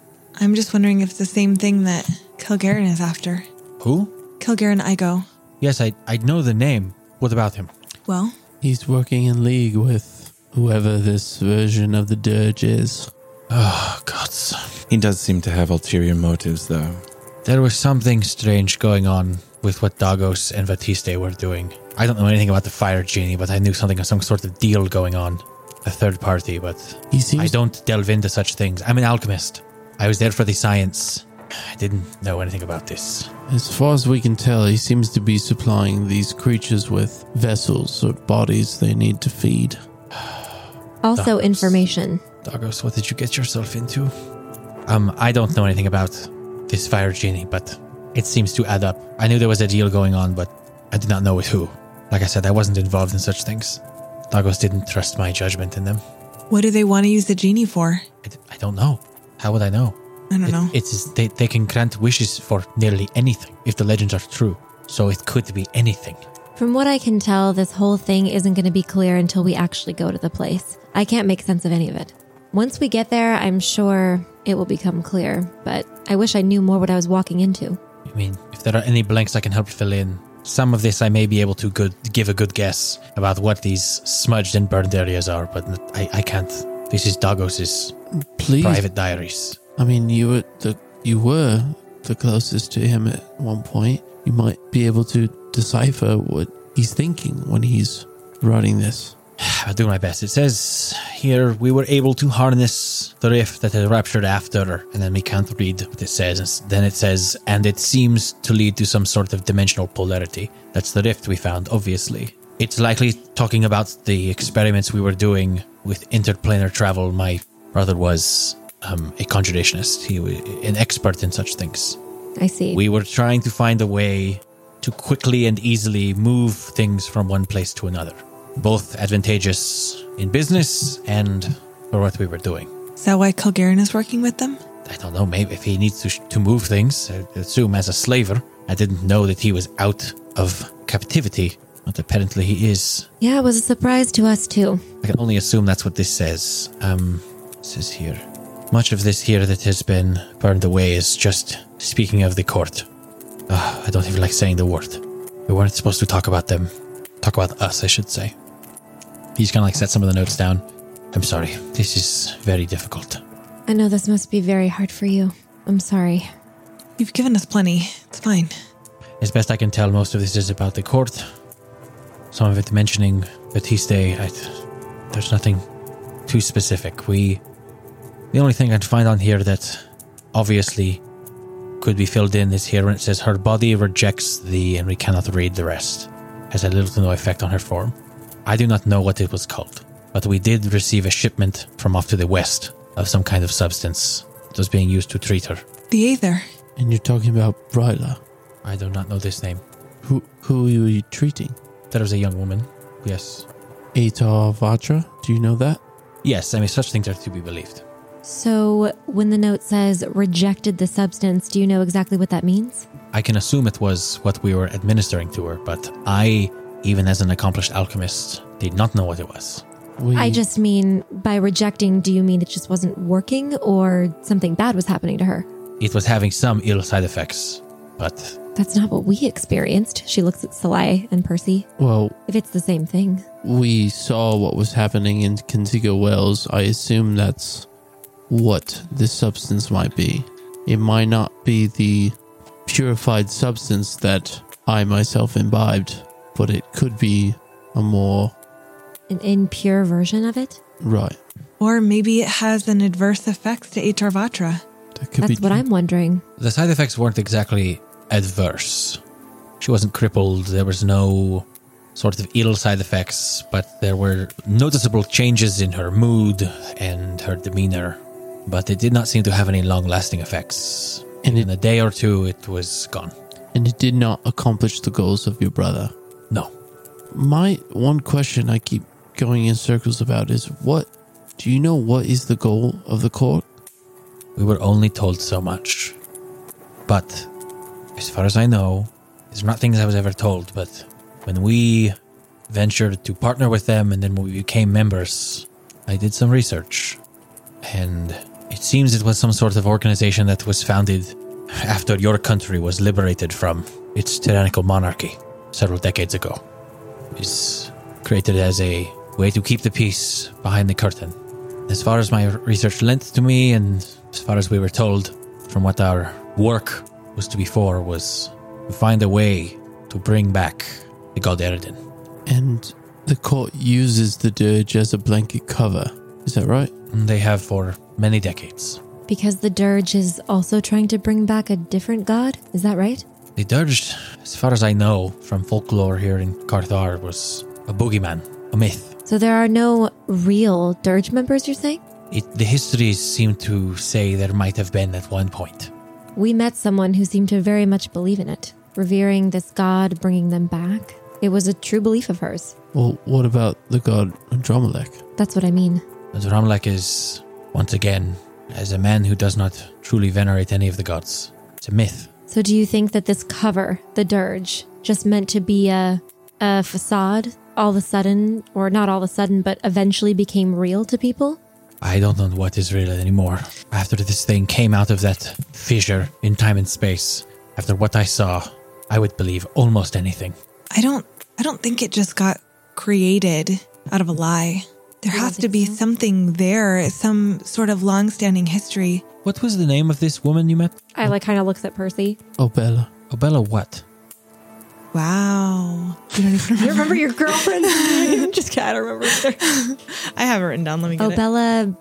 [SPEAKER 4] I'm just wondering if it's the same thing that Kilgarren is after.
[SPEAKER 7] Who?
[SPEAKER 4] Kilgarren Igo.
[SPEAKER 7] Yes, I, I know the name. What about him?
[SPEAKER 4] Well,
[SPEAKER 1] He's working in league with whoever this version of the dirge is.
[SPEAKER 7] Oh, gods.
[SPEAKER 6] He does seem to have ulterior motives, though.
[SPEAKER 7] There was something strange going on with what Dagos and Batiste were doing. I don't know anything about the fire genie, but I knew something of some sort of deal going on. A third party, but
[SPEAKER 1] He
[SPEAKER 7] I
[SPEAKER 1] seems
[SPEAKER 7] don't delve into such things. I'm an alchemist. I was there for the science. I didn't know anything about this.
[SPEAKER 1] As far as we can tell, he seems to be supplying these creatures with vessels or bodies they need to feed.
[SPEAKER 5] Also,
[SPEAKER 7] Dogs.
[SPEAKER 5] information.
[SPEAKER 7] Dagos, what did you get yourself into? Um, I don't know anything about this fire genie, but it seems to add up. I knew there was a deal going on, but I did not know with who. Like I said, I wasn't involved in such things. Dagos didn't trust my judgment in them.
[SPEAKER 4] what do they want to use the genie for?
[SPEAKER 7] I, d- I don't know. How would I know?
[SPEAKER 4] I don't know.
[SPEAKER 7] It, it is, they, they can grant wishes for nearly anything if the legends are true. So it could be anything.
[SPEAKER 5] From what I can tell, this whole thing isn't going to be clear until we actually go to the place. I can't make sense of any of it. Once we get there, I'm sure it will become clear, but I wish I knew more what I was walking into.
[SPEAKER 7] I mean, if there are any blanks I can help fill in, some of this I may be able to good, give a good guess about what these smudged and burned areas are, but I, I can't. This is Dagos'
[SPEAKER 1] Please,
[SPEAKER 7] private diaries.
[SPEAKER 1] I mean, you were the you were the closest to him at one point. You might be able to decipher what he's thinking when he's writing this.
[SPEAKER 7] I'll do my best. It says here we were able to harness the rift that had ruptured after, and then we can't read what it says. And s- Then it says, and it seems to lead to some sort of dimensional polarity. That's the rift we found, obviously. It's likely talking about the experiments we were doing with interplanar travel. My brother was um, a conjurationist, he was an expert in such things.
[SPEAKER 5] I see.
[SPEAKER 7] We were trying to find a way to quickly and easily move things from one place to another, both advantageous in business and for what we were doing.
[SPEAKER 4] Is that why Kilgarren is working with them?
[SPEAKER 7] I don't know, maybe if he needs to, sh- to move things, I assume as a slaver. I didn't know that he was out of captivity, but apparently he is.
[SPEAKER 5] yeah, it was a surprise to us, too.
[SPEAKER 7] I can only assume that's what this says. Um, it says here. Much of this here that has been burned away is just speaking of the court. Ah, I don't even like saying the word. We weren't supposed to talk about them. Talk about us, I should say. He's kind of like set some of the notes down. I'm sorry. This is very difficult.
[SPEAKER 5] I know this must be very hard for you. I'm sorry.
[SPEAKER 4] You've given us plenty. It's fine.
[SPEAKER 7] As best I can tell, most of this is about the court. Some of it mentioning Batiste. I, there's nothing too specific. We. The only thing I can find on here that obviously could be filled in is here when it says her body rejects the and we cannot read the rest. Has a little to no effect on her form. I do not know what it was called, but we did receive a shipment from off to the west of some kind of substance that was being used to treat her.
[SPEAKER 4] The Aether.
[SPEAKER 1] And you're talking about Bryla.
[SPEAKER 7] I do not know this name.
[SPEAKER 1] Who who are you treating?
[SPEAKER 7] There was a young woman. Yes.
[SPEAKER 1] Atar Vatra? Do you know that?
[SPEAKER 7] Yes, I mean, such things are to be believed.
[SPEAKER 5] So, when the note says rejected the substance, do you know exactly what that means?
[SPEAKER 7] I can assume it was what we were administering to her, but I, even as an accomplished alchemist, did not know what it was.
[SPEAKER 1] We,
[SPEAKER 7] Mm.
[SPEAKER 5] I just mean by rejecting, do you mean it just wasn't working or something bad was happening to her?
[SPEAKER 7] It was having some ill side effects, but
[SPEAKER 5] That's not what we experienced. She looks at Salai and Percy.
[SPEAKER 1] well,
[SPEAKER 5] If it's the same thing,
[SPEAKER 1] we saw what was happening in Contigo Wells. I assume that's what this substance might be. It might not be the purified substance that I myself imbibed, but it could be a more
[SPEAKER 5] an impure version of it?
[SPEAKER 1] right.
[SPEAKER 4] Or maybe it has an adverse effect to Atarvatra.
[SPEAKER 1] That could
[SPEAKER 5] That's
[SPEAKER 1] be
[SPEAKER 5] what I'm wondering.
[SPEAKER 7] the side effects weren't exactly adverse. She wasn't crippled. There was no sort of ill side effects, but there were noticeable changes in her mood and her demeanor. But it did not seem to have any long lasting effects.
[SPEAKER 1] And
[SPEAKER 7] And
[SPEAKER 1] it-
[SPEAKER 7] in a day or two, it was gone.
[SPEAKER 1] and it did not accomplish the goals of your brother.
[SPEAKER 7] No.
[SPEAKER 1] My one question I keep going in circles about is what do you know what is the goal of the court?
[SPEAKER 7] We were only told so much. But as far as I know, there's not things I was ever told, but when we ventured to partner with them and then when we became members, I did some research. And it seems it was some sort of organization that was founded after your country was liberated from its tyrannical monarchy several decades ago. It was created as a way to keep the peace behind the curtain. As far as my research lent to me, and as far as we were told from what our work was to be for, was to find a way to bring back the god Eridan.
[SPEAKER 1] And the court uses the dirge as a blanket cover. Is that right?
[SPEAKER 7] And Mm, They have for many decades.
[SPEAKER 5] Because the dirge is also trying to bring back a different god? Is that right?
[SPEAKER 7] The Dirge, as far as I know from folklore here in Karthar, was a boogeyman, a myth.
[SPEAKER 5] So there are no real dirge members, you're saying?
[SPEAKER 7] It, the histories seem to say there might have been at one point.
[SPEAKER 5] We met someone who seemed to very much believe in it, revering this god, bringing them back. It was a true belief of hers.
[SPEAKER 1] Well, what about the god Andromelech?
[SPEAKER 5] That's what I mean.
[SPEAKER 7] But Ramlak is, once again, as a man who does not truly venerate any of the gods. It's a myth.
[SPEAKER 5] So do you think that this cover, the dirge, just meant to be a, a facade all of a sudden, or not all of a sudden, but eventually became real to people?
[SPEAKER 7] I don't know what is real anymore. After this thing came out of that fissure in time and space, after what I saw, I would believe almost anything.
[SPEAKER 4] I don't I don't think it just got created out of a lie. There
[SPEAKER 5] don't
[SPEAKER 4] has to
[SPEAKER 5] think
[SPEAKER 4] be
[SPEAKER 5] so?
[SPEAKER 4] something there, some sort of long-standing history.
[SPEAKER 7] What was the name of this woman you met?
[SPEAKER 5] I like kind of looks at Percy.
[SPEAKER 1] Oh, Bella.
[SPEAKER 7] Obella what?
[SPEAKER 4] Wow.
[SPEAKER 5] You remember your girlfriend's name? Just kidding, I don't remember either.
[SPEAKER 4] I have it written down. Let me get
[SPEAKER 5] Oh,
[SPEAKER 4] it.
[SPEAKER 5] Bella.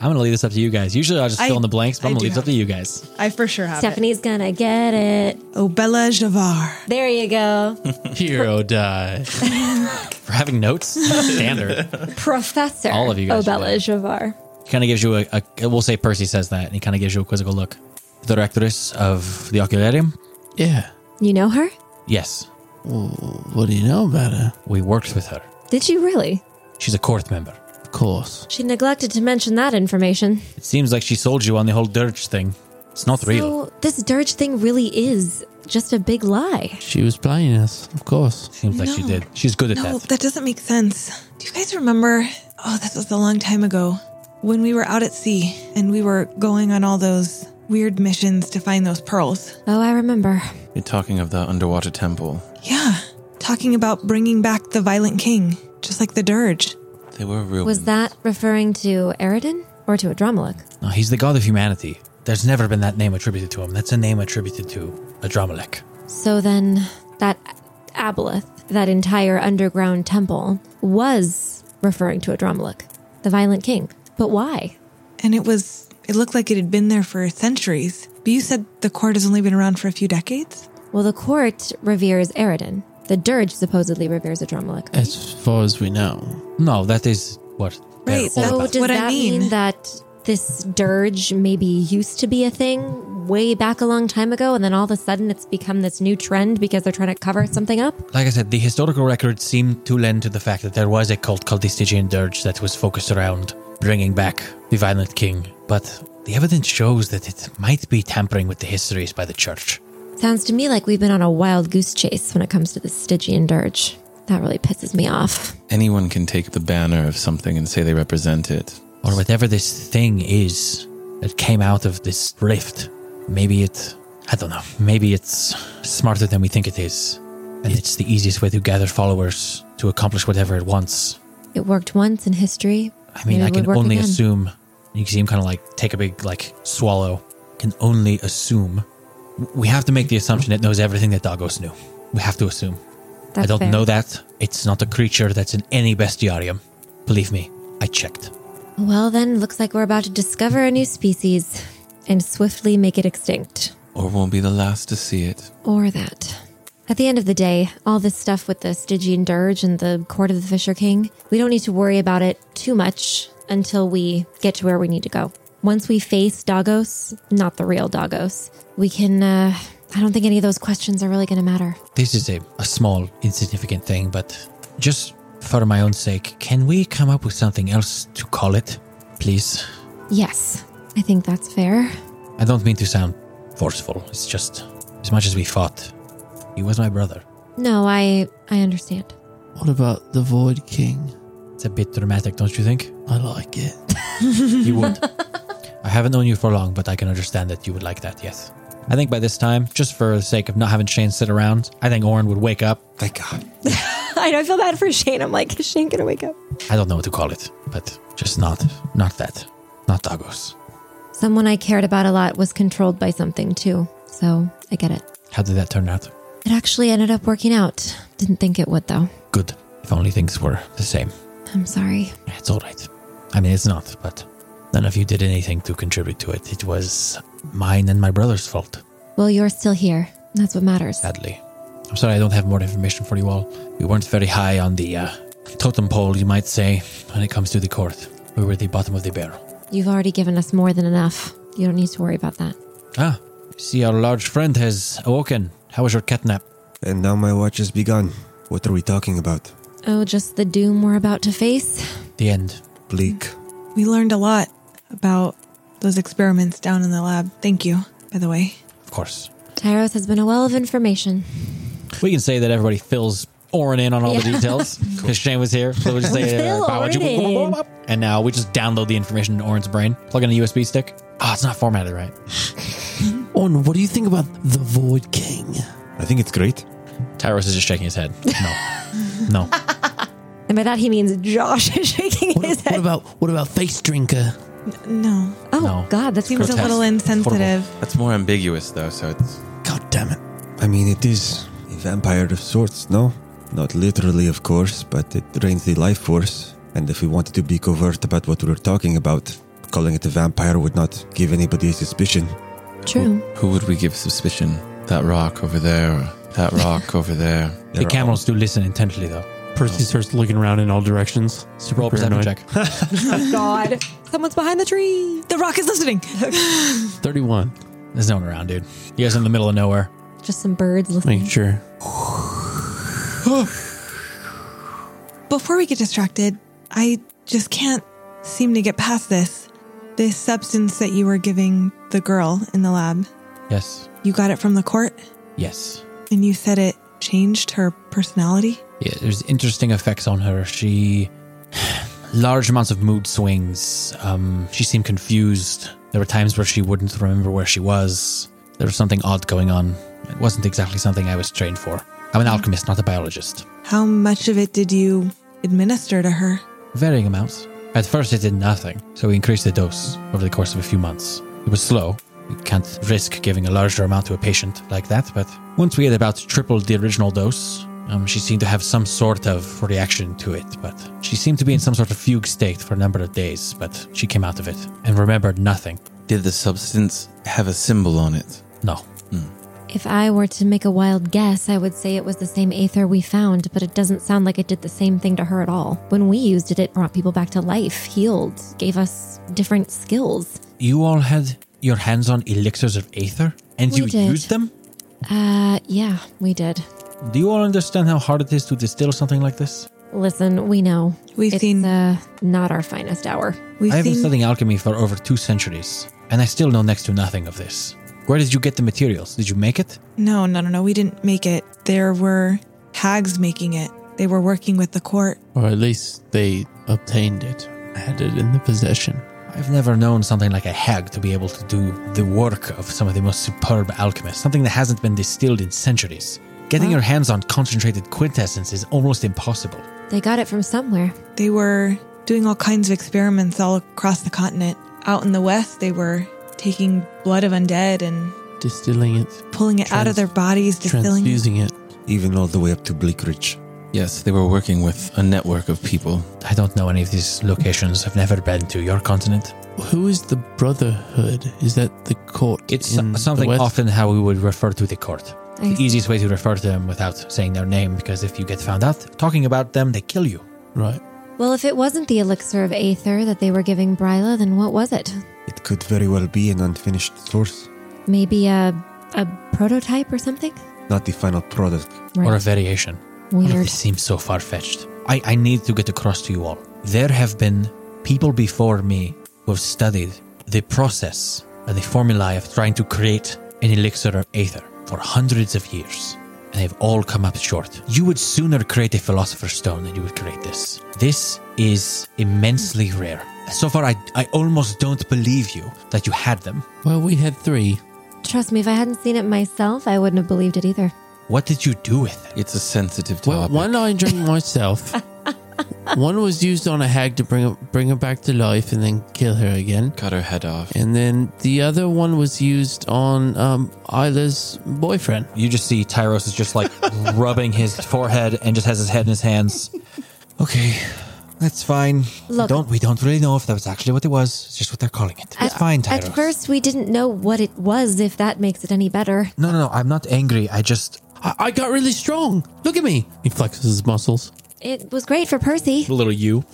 [SPEAKER 7] I'm gonna leave this up to you guys. Usually I'll just
[SPEAKER 4] I-
[SPEAKER 7] fill in the blanks, but I'm
[SPEAKER 4] I
[SPEAKER 7] gonna
[SPEAKER 4] do
[SPEAKER 7] leave this up
[SPEAKER 4] have
[SPEAKER 7] to you guys.
[SPEAKER 4] I for sure have
[SPEAKER 5] Stephanie's gonna get it.
[SPEAKER 4] it. Oh, Bella Javar.
[SPEAKER 5] There you go.
[SPEAKER 1] Hero die.
[SPEAKER 7] For having notes? Standard.
[SPEAKER 5] Professor Oh,
[SPEAKER 7] All of you guys
[SPEAKER 5] Obella
[SPEAKER 7] should
[SPEAKER 5] Javar.
[SPEAKER 7] kind of gives you a, a we'll say Percy says that, and he kind of gives you a quizzical look. The directress of the Ocularium?
[SPEAKER 1] yeah.
[SPEAKER 5] You know her?
[SPEAKER 7] Yes.
[SPEAKER 1] Well, what do you know about her?
[SPEAKER 7] We worked with her.
[SPEAKER 5] Did you really?
[SPEAKER 7] She's a court member.
[SPEAKER 1] Of course.
[SPEAKER 5] She neglected to mention that information.
[SPEAKER 7] It seems like she sold you on the whole dirge thing. It's not real.
[SPEAKER 5] So this dirge thing really is just a big lie.
[SPEAKER 1] She was playing us. Of course.
[SPEAKER 7] Seems like she
[SPEAKER 4] No.
[SPEAKER 7] did. She's good at
[SPEAKER 4] No,
[SPEAKER 7] that.
[SPEAKER 4] that doesn't make sense. Do you guys remember? Oh, this was a long time ago when we were out at sea and we were going on all those weird missions to find those pearls.
[SPEAKER 5] Oh, I remember.
[SPEAKER 6] You're talking of the underwater temple.
[SPEAKER 4] Yeah, talking about bringing back the violent king, just like the dirge.
[SPEAKER 6] They were ruined.
[SPEAKER 5] Was that referring to Eridan or to Adramalik?
[SPEAKER 7] No, he's the god of humanity. There's never been that name attributed to him. That's a name attributed to Adramelech.
[SPEAKER 5] So then that Aboleth, that entire underground temple, was referring to Adramalik, the violent king. But why?
[SPEAKER 4] And it was it looked like it had been there for centuries. But you said the court has only been around for a few decades?
[SPEAKER 5] Well, the court reveres Eridan. The dirge supposedly reveres Adramalik.
[SPEAKER 1] As far as we know.
[SPEAKER 7] No, that is what. they're
[SPEAKER 4] Right,
[SPEAKER 7] all
[SPEAKER 4] that-
[SPEAKER 5] So
[SPEAKER 7] about.
[SPEAKER 5] does
[SPEAKER 4] what I
[SPEAKER 5] that
[SPEAKER 4] mean.
[SPEAKER 5] mean that this dirge maybe used to be a thing way back a long time ago, and then all of a sudden it's become this new trend because they're trying to cover something up?
[SPEAKER 7] Like I said, the historical records seem to lend to the fact that there was a cult called the Stygian Dirge that was focused around bringing back the violent king, but the evidence shows that it might be tampering with the histories by the church.
[SPEAKER 5] Sounds to me like we've been on a wild goose chase when it comes to the Stygian dirge. That really pisses me off.
[SPEAKER 6] Anyone can take the banner of something and say they represent it.
[SPEAKER 7] Or whatever this thing is that came out of this rift. Maybe it. I don't know. Maybe it's smarter than we think it is. And it's the easiest way to gather followers to accomplish whatever it wants.
[SPEAKER 5] It worked once in history.
[SPEAKER 7] I mean,
[SPEAKER 5] Maybe it
[SPEAKER 7] I
[SPEAKER 5] would
[SPEAKER 7] can
[SPEAKER 5] work
[SPEAKER 7] only
[SPEAKER 5] again.
[SPEAKER 7] assume. You can see him kind of like take a big like swallow. Can only assume. We have to make the assumption it knows everything that Dagos knew. We have to assume. I
[SPEAKER 5] That's
[SPEAKER 7] don't
[SPEAKER 5] fair.
[SPEAKER 7] know that. It's not a creature that's in any bestiarium. Believe me, I checked.
[SPEAKER 5] Well, then, looks like we're about to discover a new species and swiftly make it extinct.
[SPEAKER 6] Or won't be the last to see it.
[SPEAKER 5] Or that. At the end of the day, all this stuff with the Stygian Dirge and the Court of the Fisher King, we don't need to worry about it too much until we get to where we need to go. Once we face Dagos, not the real Dagos, we can. Uh, I don't think any of those questions are really going to matter.
[SPEAKER 7] This is a, a small, insignificant thing, but just for my own sake, can we come up with something else to call it, please?
[SPEAKER 5] Yes, I think that's fair.
[SPEAKER 7] I don't mean to sound forceful. It's just as much as we fought, he was my brother.
[SPEAKER 5] No, I I understand.
[SPEAKER 1] What about the Void King?
[SPEAKER 7] It's a bit dramatic, don't you think?
[SPEAKER 1] I like it.
[SPEAKER 7] You would. I haven't known you for long, but I can understand that you would like that, yes. I think by this time, just for the sake of not having Shane sit around, I think Oren would wake up.
[SPEAKER 3] Thank God.
[SPEAKER 5] I know I feel bad for Shane. I'm like, is Shane gonna wake up?
[SPEAKER 7] I don't know what to call it, but just not, not that, not Dagos.
[SPEAKER 5] Someone I cared about a lot was controlled by something too, so I get it.
[SPEAKER 7] How did that turn out?
[SPEAKER 5] It actually ended up working out. Didn't think it would though.
[SPEAKER 7] Good. If only things were the same.
[SPEAKER 5] I'm sorry.
[SPEAKER 7] It's all right. I mean, it's not, but none of you did anything to contribute to it. It was mine and my brother's fault,
[SPEAKER 5] Well, you're still here. That's what matters.
[SPEAKER 7] sadly. I'm sorry I don't have more information for you all. We weren't very high on the uh, totem pole, you might say, when it comes to the court. We were at the bottom of the barrel.
[SPEAKER 5] You've already given us more than enough. You don't need to worry about that.
[SPEAKER 7] Ah, see, our large friend has awoken. How was your catnap?
[SPEAKER 3] And now my watch has begun. What are we talking about?
[SPEAKER 5] Oh, just the doom we're about to face.
[SPEAKER 7] The end.
[SPEAKER 3] Bleak.
[SPEAKER 4] We learned a lot about those experiments down in the lab. Thank you, by the way.
[SPEAKER 7] Of course.
[SPEAKER 5] Tyros has been a well of information.
[SPEAKER 7] We can say that everybody fills Orin in on all the
[SPEAKER 5] Yeah.
[SPEAKER 7] details because Shane was here. So we'll just say,
[SPEAKER 5] Fill
[SPEAKER 7] uh,
[SPEAKER 5] Orin in.
[SPEAKER 7] and now we just download the information in Orin's brain, plug in a USB stick. Ah, it's not formatted right.
[SPEAKER 1] On, what do you think about the Void King?
[SPEAKER 3] I think it's great.
[SPEAKER 7] Tyros is just shaking his head. No, no.
[SPEAKER 5] And by that he means Josh is shaking
[SPEAKER 1] What,
[SPEAKER 5] his
[SPEAKER 1] what
[SPEAKER 5] head.
[SPEAKER 1] about what about Face Drinker?
[SPEAKER 4] No,
[SPEAKER 5] Oh
[SPEAKER 7] No.
[SPEAKER 5] God, that
[SPEAKER 4] seems
[SPEAKER 5] seems
[SPEAKER 4] a
[SPEAKER 7] Grotesque.
[SPEAKER 4] little insensitive.
[SPEAKER 6] That's more ambiguous, though, so it's.
[SPEAKER 1] God damn it!
[SPEAKER 3] I mean, it is a vampire of sorts, no? Not literally, of course, but it drains the life force. And if we wanted to be covert about what we were talking about, calling it a vampire would not give anybody a suspicion.
[SPEAKER 5] true.
[SPEAKER 6] Who would we give suspicion? That rock over there, or that rock over there.
[SPEAKER 7] The
[SPEAKER 3] They're
[SPEAKER 7] camels do listen intently though.
[SPEAKER 1] Percy starts looking around in all directions. Super
[SPEAKER 7] Roll a perception check.
[SPEAKER 4] Oh,
[SPEAKER 5] God, someone's behind the tree.
[SPEAKER 4] The rock is listening.
[SPEAKER 1] Thirty-one.
[SPEAKER 7] There's no one around, dude. You guys are in the middle of nowhere.
[SPEAKER 5] Just some birds listening.
[SPEAKER 1] Making sure.
[SPEAKER 4] Before we get distracted, I just can't seem to get past this. This substance that you were giving the girl in the lab,
[SPEAKER 7] Yes,
[SPEAKER 4] you got it from the court
[SPEAKER 7] yes.
[SPEAKER 4] and you said it changed her personality.
[SPEAKER 7] Yeah, there's interesting effects on her. She large amounts of mood swings. Um, she seemed confused. There were times where she wouldn't remember where she was. There was something odd going on. It wasn't exactly something I was trained for. I'm an alchemist, not a biologist.
[SPEAKER 4] How much of it did you administer to her?
[SPEAKER 7] Varying amounts. At first, it did nothing, so we increased the dose over the course of a few months. It was slow. We can't risk giving a larger amount to a patient like that, but once we had about triple the original dose, um, she seemed to have some sort of reaction to it, but she seemed to be in some sort of fugue state for a number of days, but she came out of it and remembered nothing.
[SPEAKER 6] Did the substance have a symbol on it?
[SPEAKER 7] No.
[SPEAKER 5] If I were to make a wild guess, I would say it was the same aether we found, but it doesn't sound like it did the same thing to her at all. When we used it, it brought people back to life, healed, gave us different skills.
[SPEAKER 7] You all had your hands on elixirs of aether, and
[SPEAKER 5] We
[SPEAKER 7] you
[SPEAKER 5] did.
[SPEAKER 7] used them?
[SPEAKER 5] Uh, yeah, we did.
[SPEAKER 7] Do you all understand how hard it is to distill something like this?
[SPEAKER 5] Listen, we know.
[SPEAKER 4] We've
[SPEAKER 5] it's,
[SPEAKER 4] seen-
[SPEAKER 5] uh, not our finest hour.
[SPEAKER 4] We've
[SPEAKER 7] I have been
[SPEAKER 4] seen
[SPEAKER 7] studying alchemy for over two centuries, and I still know next to nothing of this. Where did you get the materials? Did you make it?
[SPEAKER 4] No, no, no, no. We didn't make it. There were hags making it. They were working with the court.
[SPEAKER 1] Or at least they obtained it, had it in the possession.
[SPEAKER 7] I've never known something like a hag to be able to do the work of some of the most superb alchemists, something that hasn't been distilled in centuries. Getting your hands on concentrated quintessence is almost impossible.
[SPEAKER 5] They got it from somewhere.
[SPEAKER 4] They were doing all kinds of experiments all across the continent. Out in the west, they were taking blood of undead and
[SPEAKER 1] Distilling it,
[SPEAKER 4] pulling it out of
[SPEAKER 1] Trans-
[SPEAKER 4] their bodies, distilling it.
[SPEAKER 1] transfusing it.
[SPEAKER 3] even all the way up to Bleakridge.
[SPEAKER 9] Yes, they were working with a network of people.
[SPEAKER 7] I don't know any of these locations. I've never been to your continent.
[SPEAKER 1] Who is the Brotherhood? Is that the court?
[SPEAKER 7] It's
[SPEAKER 1] in
[SPEAKER 7] so-
[SPEAKER 1] the
[SPEAKER 7] something
[SPEAKER 1] West?
[SPEAKER 7] often how we would refer to the court.
[SPEAKER 5] I
[SPEAKER 7] The easiest way to refer to them without saying their name, because if you get found out talking about them, they kill you.
[SPEAKER 1] Right.
[SPEAKER 5] Well, if it wasn't the elixir of aether that they were giving Bryla, then what was it?
[SPEAKER 3] It could very well be an unfinished source,
[SPEAKER 5] Maybe a a prototype or something?
[SPEAKER 3] not the final product.
[SPEAKER 5] Right.
[SPEAKER 7] Or a variation. None of
[SPEAKER 5] Weird.
[SPEAKER 7] this seems so far fetched. I, I need to get across to you all. There have been people before me who have studied the process and the formulae of trying to create an elixir of aether for hundreds of years, and they've all come up short. You would sooner create a philosopher's stone than you would create this. This is immensely rare. So far, I, I almost don't believe you that you had them.
[SPEAKER 1] Well, we had three.
[SPEAKER 5] Trust me, if I hadn't seen it myself, I wouldn't have believed it either.
[SPEAKER 7] What did you do with them?
[SPEAKER 9] It's a sensitive
[SPEAKER 1] Well,
[SPEAKER 9] topic.
[SPEAKER 1] one I drank myself. one was used on a hag to bring her, bring her back to life and then kill her again.
[SPEAKER 9] Cut her head off.
[SPEAKER 1] And then the other one was used on um, Isla's boyfriend.
[SPEAKER 7] You just see Tyros is just like rubbing his forehead and just has his head in his hands. Okay, that's fine.
[SPEAKER 5] Look-
[SPEAKER 7] don't we don't really know if that was actually what it was. It's just what they're calling it. It's fine, Tyros.
[SPEAKER 5] At first, we didn't know what it was, if that makes it any better.
[SPEAKER 7] no, no, no. I'm not angry. I just
[SPEAKER 1] I, I got really strong. Look at me. He flexes his muscles.
[SPEAKER 5] It was great for Percy. Oh,
[SPEAKER 7] little you.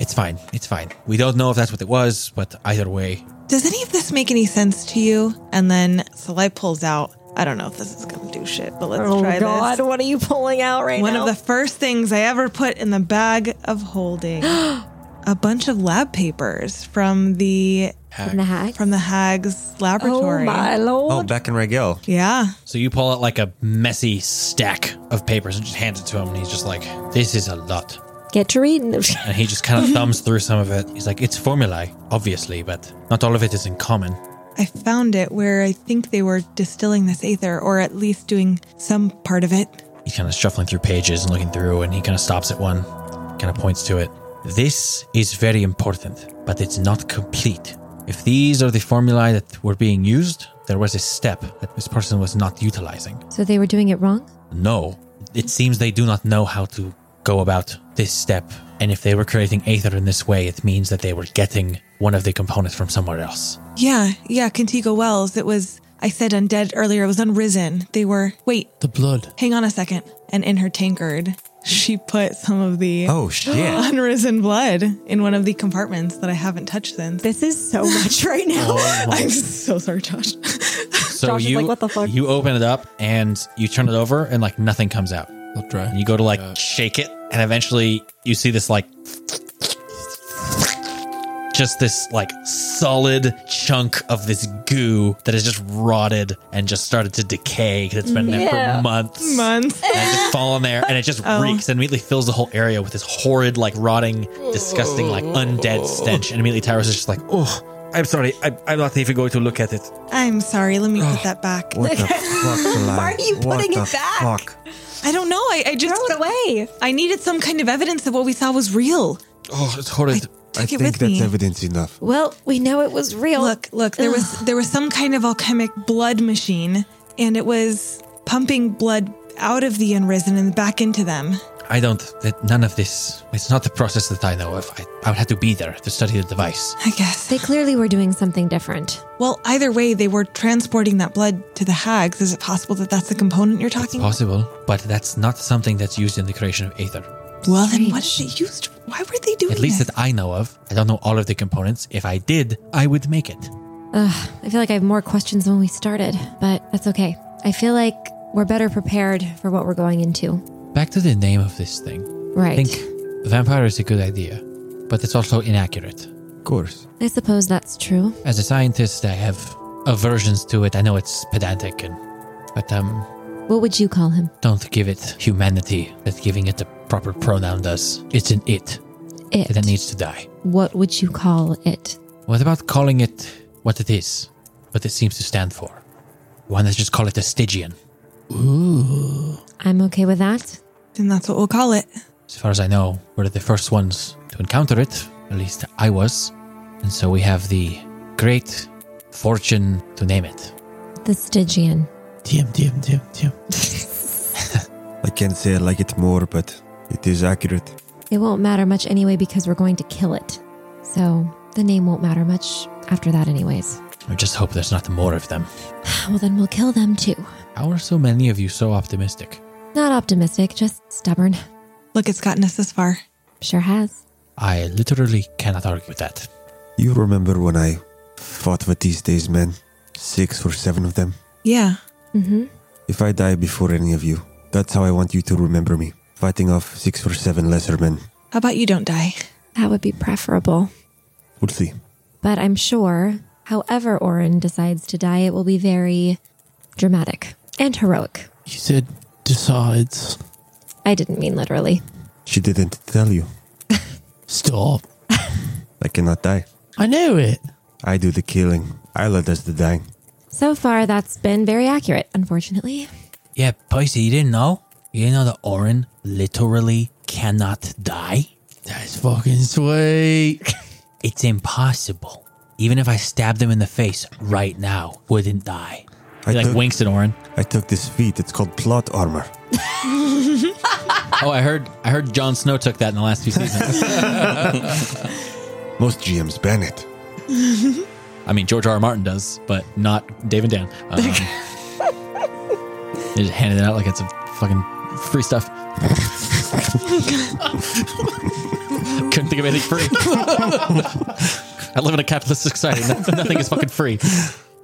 [SPEAKER 7] it's fine. It's fine. We don't know if that's what it was, but either way,
[SPEAKER 4] Does any of this make any sense to you? And then Salai pulls out. I don't know if this is going to do shit, but let's
[SPEAKER 5] Oh,
[SPEAKER 4] try this.
[SPEAKER 5] what are you pulling out right
[SPEAKER 4] One of the first things I ever put in the bag of holding. A bunch of lab papers from the
[SPEAKER 5] From the hack.
[SPEAKER 4] from the Hags laboratory.
[SPEAKER 5] lord.
[SPEAKER 3] Oh, back in Regel.
[SPEAKER 4] Yeah.
[SPEAKER 7] so you pull out like a messy stack of papers and just hand it to him, and he's just like, "This is a lot."
[SPEAKER 5] Get to reading.
[SPEAKER 7] And he just kind of thumbs through some of it. He's like, it's formulae, obviously, but not all of it is in common.
[SPEAKER 4] I found it where I think they were distilling this aether or at least doing some part of it.
[SPEAKER 7] He's kind of shuffling through pages and looking through, and he kind of stops at one, kind of points to it. This is very important, but it's not complete. If these are the formulae that were being used, there was a step that this person was not utilizing.
[SPEAKER 5] so they were doing it wrong?
[SPEAKER 7] No, it seems they do not know how to go about this step. And if they were creating Aether in this way, it means that they were getting one of the components from somewhere else.
[SPEAKER 4] Yeah, yeah, Contigo Wells. It was I said undead earlier, it was unrisen. They were wait,
[SPEAKER 1] The blood.
[SPEAKER 4] hang on a second. And in her tankard, she put some of the
[SPEAKER 3] Oh, shit.
[SPEAKER 4] unrisen blood in one of the compartments that I haven't touched since.
[SPEAKER 2] This is so much right now.
[SPEAKER 4] I'm so sorry, Josh.
[SPEAKER 7] So
[SPEAKER 2] Josh is
[SPEAKER 7] you
[SPEAKER 2] like, "What the fuck?"
[SPEAKER 7] you open it up and you turn it over and like nothing comes out.
[SPEAKER 1] I'll dry.
[SPEAKER 7] And you go to like shake it and eventually you see this like just this like solid chunk of this goo that has just rotted and just started to decay because it's been there for months.
[SPEAKER 4] Months.
[SPEAKER 7] And it's just fallen there and it just reeks and immediately fills the whole area with this horrid, like rotting, disgusting, like undead stench. And immediately Tyrus is just like, oh, I'm sorry. I, I'm not even going to look at it.
[SPEAKER 4] I'm sorry, let me put that back.
[SPEAKER 3] What the fuck, Why
[SPEAKER 2] are you putting it back?
[SPEAKER 3] Fuck?
[SPEAKER 4] I don't know. I, I just
[SPEAKER 2] Throw it away.
[SPEAKER 4] I needed some kind of evidence that what we saw was real.
[SPEAKER 7] Oh, it's horrid.
[SPEAKER 3] I
[SPEAKER 4] Take it
[SPEAKER 3] think
[SPEAKER 4] with
[SPEAKER 3] that's
[SPEAKER 4] me.
[SPEAKER 3] evidence enough.
[SPEAKER 5] Well, we know it was real.
[SPEAKER 4] Look, look, there was there was some kind of alchemic blood machine and it was pumping blood out of the unrisen and back into them.
[SPEAKER 7] I don't. That none of this. It's not the process that I know of. I, I would have to be there to study the device.
[SPEAKER 4] I guess.
[SPEAKER 5] They clearly were doing something different.
[SPEAKER 4] Well, either way, they were transporting that blood to the hags. Is it possible that that's the component you're talking?
[SPEAKER 7] Possible, but that's not something that's used in the creation of aether.
[SPEAKER 4] well, then what did they used? Why were they doing
[SPEAKER 7] At least
[SPEAKER 4] this?
[SPEAKER 7] that I know of. I don't know all of the components. If I did, I would make it.
[SPEAKER 5] Ugh, I feel like I have more questions than when we started, but that's okay. I feel like we're better prepared for what we're going into.
[SPEAKER 7] Back to the name of this thing. I
[SPEAKER 5] Right.
[SPEAKER 7] think vampire is a good idea, but it's also inaccurate.
[SPEAKER 3] Of course.
[SPEAKER 5] I suppose that's true.
[SPEAKER 7] As a scientist, I have aversions to it. I know it's pedantic, and but um,
[SPEAKER 5] What would you call him?
[SPEAKER 7] don't give it humanity that giving it the proper pronoun does. It's an it,
[SPEAKER 5] It.
[SPEAKER 7] that needs to die.
[SPEAKER 5] what would you call it?
[SPEAKER 7] What about calling it what it is, what it seems to stand for? Why not just call it a Stygian?
[SPEAKER 5] I'm okay with that.
[SPEAKER 4] Then that's what we'll call it.
[SPEAKER 7] As far as I know, we're the first ones to encounter it, at least I was. And so we have the great fortune to name it.
[SPEAKER 5] The Stygian.
[SPEAKER 1] Damn, damn, damn, damn.
[SPEAKER 3] I can't say I like it more, but it is accurate.
[SPEAKER 5] It won't matter much anyway because we're going to kill it. So the name won't matter much after that, anyways.
[SPEAKER 7] I just hope there's not more of them.
[SPEAKER 5] Well, then we'll kill them too.
[SPEAKER 7] How are so many of you so optimistic?
[SPEAKER 5] Not optimistic, just stubborn.
[SPEAKER 4] Look, it's gotten us this far.
[SPEAKER 5] Sure has.
[SPEAKER 7] I literally cannot argue with that.
[SPEAKER 3] You remember when I fought with these days, men? Six or seven of them.
[SPEAKER 4] Yeah.
[SPEAKER 5] Mm-hmm.
[SPEAKER 3] If I die before any of you, that's how I want you to remember me. Fighting off six or seven lesser men.
[SPEAKER 4] How about you don't die?
[SPEAKER 5] That would be preferable.
[SPEAKER 3] We'll see.
[SPEAKER 5] But I'm sure, however Orin decides to die, it will be very dramatic and heroic.
[SPEAKER 1] You said decides.
[SPEAKER 5] I didn't mean literally.
[SPEAKER 3] She didn't tell you.
[SPEAKER 1] Stop.
[SPEAKER 3] I cannot die.
[SPEAKER 1] I know it.
[SPEAKER 3] I do the killing. Isla does the dying.
[SPEAKER 5] So far, that's been very accurate, unfortunately.
[SPEAKER 7] Yeah, Pisces, you didn't know? You didn't know that Orin literally cannot die?
[SPEAKER 1] That's fucking sweet.
[SPEAKER 7] It's impossible. Even if I stabbed him in the face right now, wouldn't die.
[SPEAKER 3] I
[SPEAKER 7] He like
[SPEAKER 3] took-
[SPEAKER 7] winks at Orin.
[SPEAKER 3] I took this feat. It's called plot armor.
[SPEAKER 7] Oh, I heard I heard Jon Snow took that in the last two seasons.
[SPEAKER 3] Most GMs ban it.
[SPEAKER 7] I mean, George R. R. Martin does, but not Dave and Dan. Um, they just handed it out like it's a fucking free stuff. Couldn't think of anything free. I live in a capitalist society. Nothing nothing is fucking free.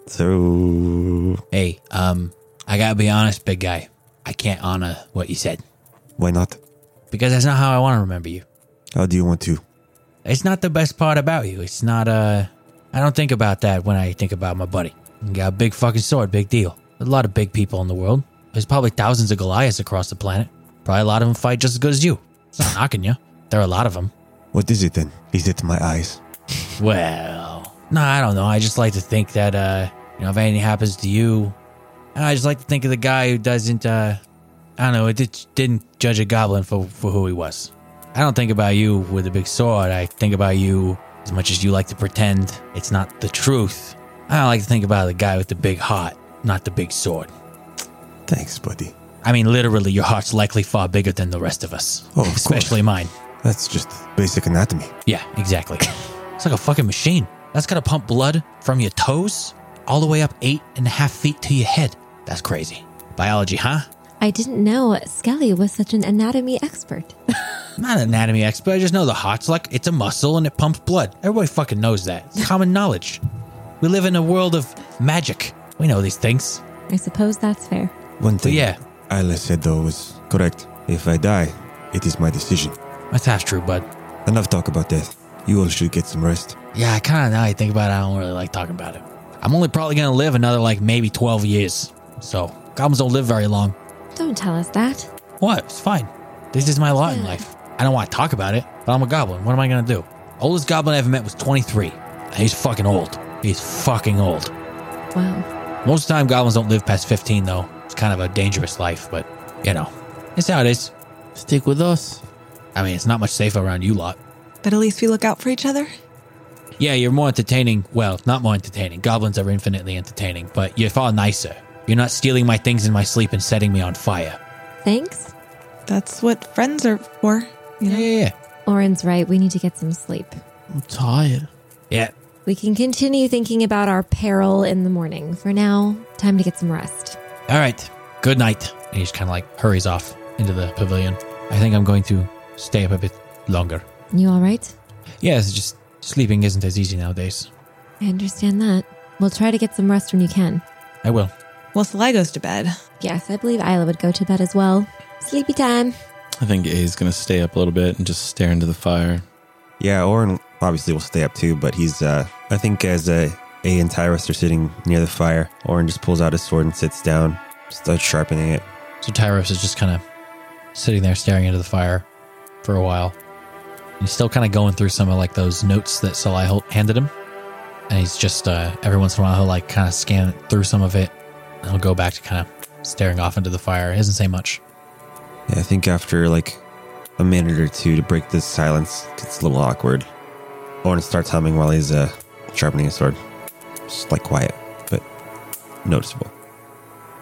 [SPEAKER 3] So
[SPEAKER 7] Hey, um, I gotta be honest, big guy. I can't honor what you said
[SPEAKER 3] why not?
[SPEAKER 7] because that's not how I want to remember you.
[SPEAKER 3] How do you want to?
[SPEAKER 7] It's not the best part about you. It's not, uh, I don't think about that when I think about my buddy. He got a big fucking sword, big deal. A lot of big people in the world. There's probably thousands of Goliaths across the planet. Probably a lot of them fight just as good as you. It's not knocking you. There are a lot of them.
[SPEAKER 3] What is it then? Is it my eyes?
[SPEAKER 7] Well, no, I don't know. I just like to think that, uh, you know, if anything happens to you, I just like to think of the guy who doesn't, uh, I don't know, it did, didn't judge a goblin for, for who he was. I don't think about you with a big sword. I think about you as much as you like to pretend it's not the truth. I don't like to think about the guy with the big heart, not the big sword.
[SPEAKER 3] Thanks, buddy.
[SPEAKER 7] I mean, literally, your heart's likely far bigger than the rest of us,
[SPEAKER 3] Oh, of course.
[SPEAKER 7] especially mine.
[SPEAKER 3] That's just basic anatomy.
[SPEAKER 7] Yeah, exactly. it's like a fucking machine. That's gotta pump blood from your toes all the way up eight and a half feet to your head. That's crazy. Biology, huh?
[SPEAKER 5] I didn't know Skelly was such an anatomy expert.
[SPEAKER 7] I'm not an anatomy expert. I just know the heart's like it's a muscle and it pumps blood. Everybody fucking knows that. It's common knowledge. We live in a world of magic. We know these things.
[SPEAKER 5] I suppose that's fair.
[SPEAKER 3] One thing
[SPEAKER 7] yeah.
[SPEAKER 3] Isla said though was correct. If I die, it is my decision.
[SPEAKER 7] That's half true, bud.
[SPEAKER 3] Enough talk about death. You all should get some rest.
[SPEAKER 7] Yeah, I kind of now I think about it, I don't really like talking about it. I'm only probably gonna live another like maybe 12 years. So goblins don't live very long.
[SPEAKER 5] Don't tell us that.
[SPEAKER 7] What? It's fine. This is my lot in
[SPEAKER 5] Yeah.
[SPEAKER 7] life. I don't want to talk about it, but I'm a goblin. What am I going to do? Oldest goblin I ever met was 23. And He's fucking old. He's fucking old.
[SPEAKER 5] Wow.
[SPEAKER 7] Most of the time, goblins don't live past 15, though. It's kind of a dangerous life, but you know, it's how it is.
[SPEAKER 1] Stick with us.
[SPEAKER 7] I mean, it's not much safer around you lot.
[SPEAKER 4] But at least we look out for each other.
[SPEAKER 7] Yeah, you're more entertaining. Well, not more entertaining. Goblins are infinitely entertaining, but you're far nicer. You're not stealing my things in my sleep and setting me on fire.
[SPEAKER 5] Thanks.
[SPEAKER 4] That's what friends are for. You
[SPEAKER 7] Yeah,
[SPEAKER 4] know?
[SPEAKER 7] yeah, yeah.
[SPEAKER 5] Orin's right. We need to get some sleep.
[SPEAKER 1] I'm tired.
[SPEAKER 7] Yeah,
[SPEAKER 5] We can continue thinking about our peril in the morning. For now, time to get some rest.
[SPEAKER 7] All right, good night. And he just kind of like hurries off into the pavilion. I think I'm going to stay up a bit longer.
[SPEAKER 5] You all right?
[SPEAKER 7] Yeah, it's just sleeping isn't as easy nowadays.
[SPEAKER 5] I understand that. We'll try to get some rest when you can.
[SPEAKER 7] I will.
[SPEAKER 4] Well, Sly goes to bed.
[SPEAKER 5] Yes, I believe Isla would go to bed as well. Sleepy time.
[SPEAKER 6] I think A's gonna stay up a little bit and just stare into the fire.
[SPEAKER 3] Yeah, Orin obviously will stay up too, but he's, uh, I think as uh, A and Tyrus are sitting near the fire, Orin just pulls out his sword and sits down, starts sharpening it.
[SPEAKER 2] So Tyros is just kind of sitting there staring into the fire for a while. And he's still kind of going through some of like those notes that Salai handed him. And he's just, uh, every once in a while, he'll like kind of scan through some of it. And he'll go back to kind of staring off into the fire. He doesn't say much.
[SPEAKER 3] Yeah, I think after like a minute or two to break this silence, it gets a little awkward. Orin starts humming while he's uh, sharpening his sword. Just like quiet, but noticeable.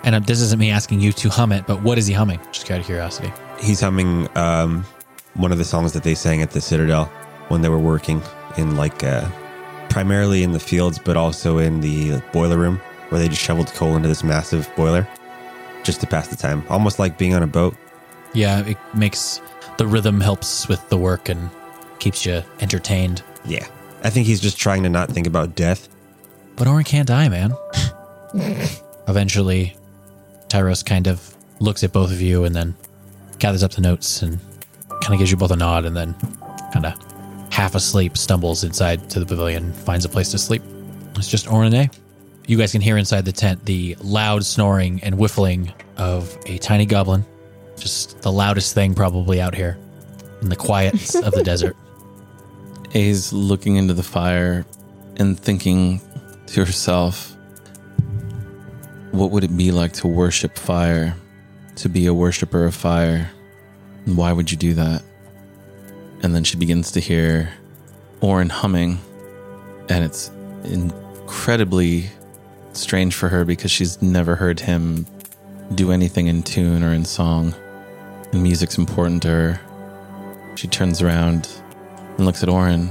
[SPEAKER 2] And uh, this isn't me asking you to hum it, but what is he humming? Just out of curiosity.
[SPEAKER 3] He's humming um, one of the songs that they sang at the Citadel when they were working in like uh, primarily in the fields, but also in the boiler room where they just shoveled coal into this massive boiler just to pass the time, almost like being on a boat.
[SPEAKER 2] Yeah, it makes the rhythm helps with the work and keeps you entertained.
[SPEAKER 3] Yeah, I think he's just trying to not think about death.
[SPEAKER 2] But Orin can't die, man. Eventually, Tyros kind of looks at both of you and then gathers up the notes and kind of gives you both a nod and then kind of half asleep stumbles inside to the pavilion, finds a place to sleep. It's just Orin and A. You guys can hear inside the tent the loud snoring and whiffling of a tiny goblin. Just the loudest thing probably out here in the quiet of the desert.
[SPEAKER 6] A's looking into the fire and thinking to herself, what would it be like to worship fire? To be a worshiper of fire? And Why would you do that? And then she begins to hear Orin humming, and it's incredibly strange for her because she's never heard him do anything in tune or in song. And music's important to her. She turns around and looks at Orin,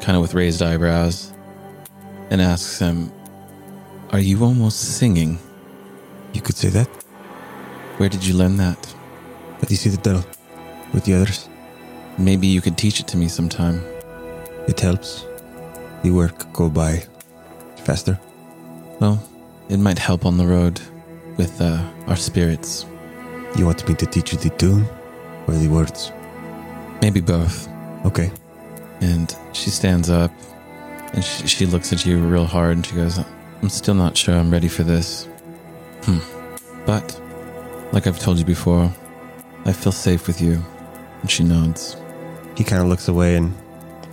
[SPEAKER 6] kind of with raised eyebrows, and asks him, Are you almost singing?
[SPEAKER 3] You could say that,
[SPEAKER 6] Where did you learn that?
[SPEAKER 3] but you see the devil with the others.
[SPEAKER 6] Maybe you could teach it to me sometime.
[SPEAKER 3] It helps. The work go by faster.
[SPEAKER 6] Well, it might help on the road with uh, our spirits.
[SPEAKER 3] You want me to teach you the tune or the words?
[SPEAKER 6] Maybe both.
[SPEAKER 3] Okay.
[SPEAKER 6] And she stands up and she, she looks at you real hard and she goes, I'm still not sure I'm ready for this. Hmm. But, like I've told you before, I feel safe with you. And she nods.
[SPEAKER 3] He kind of looks away and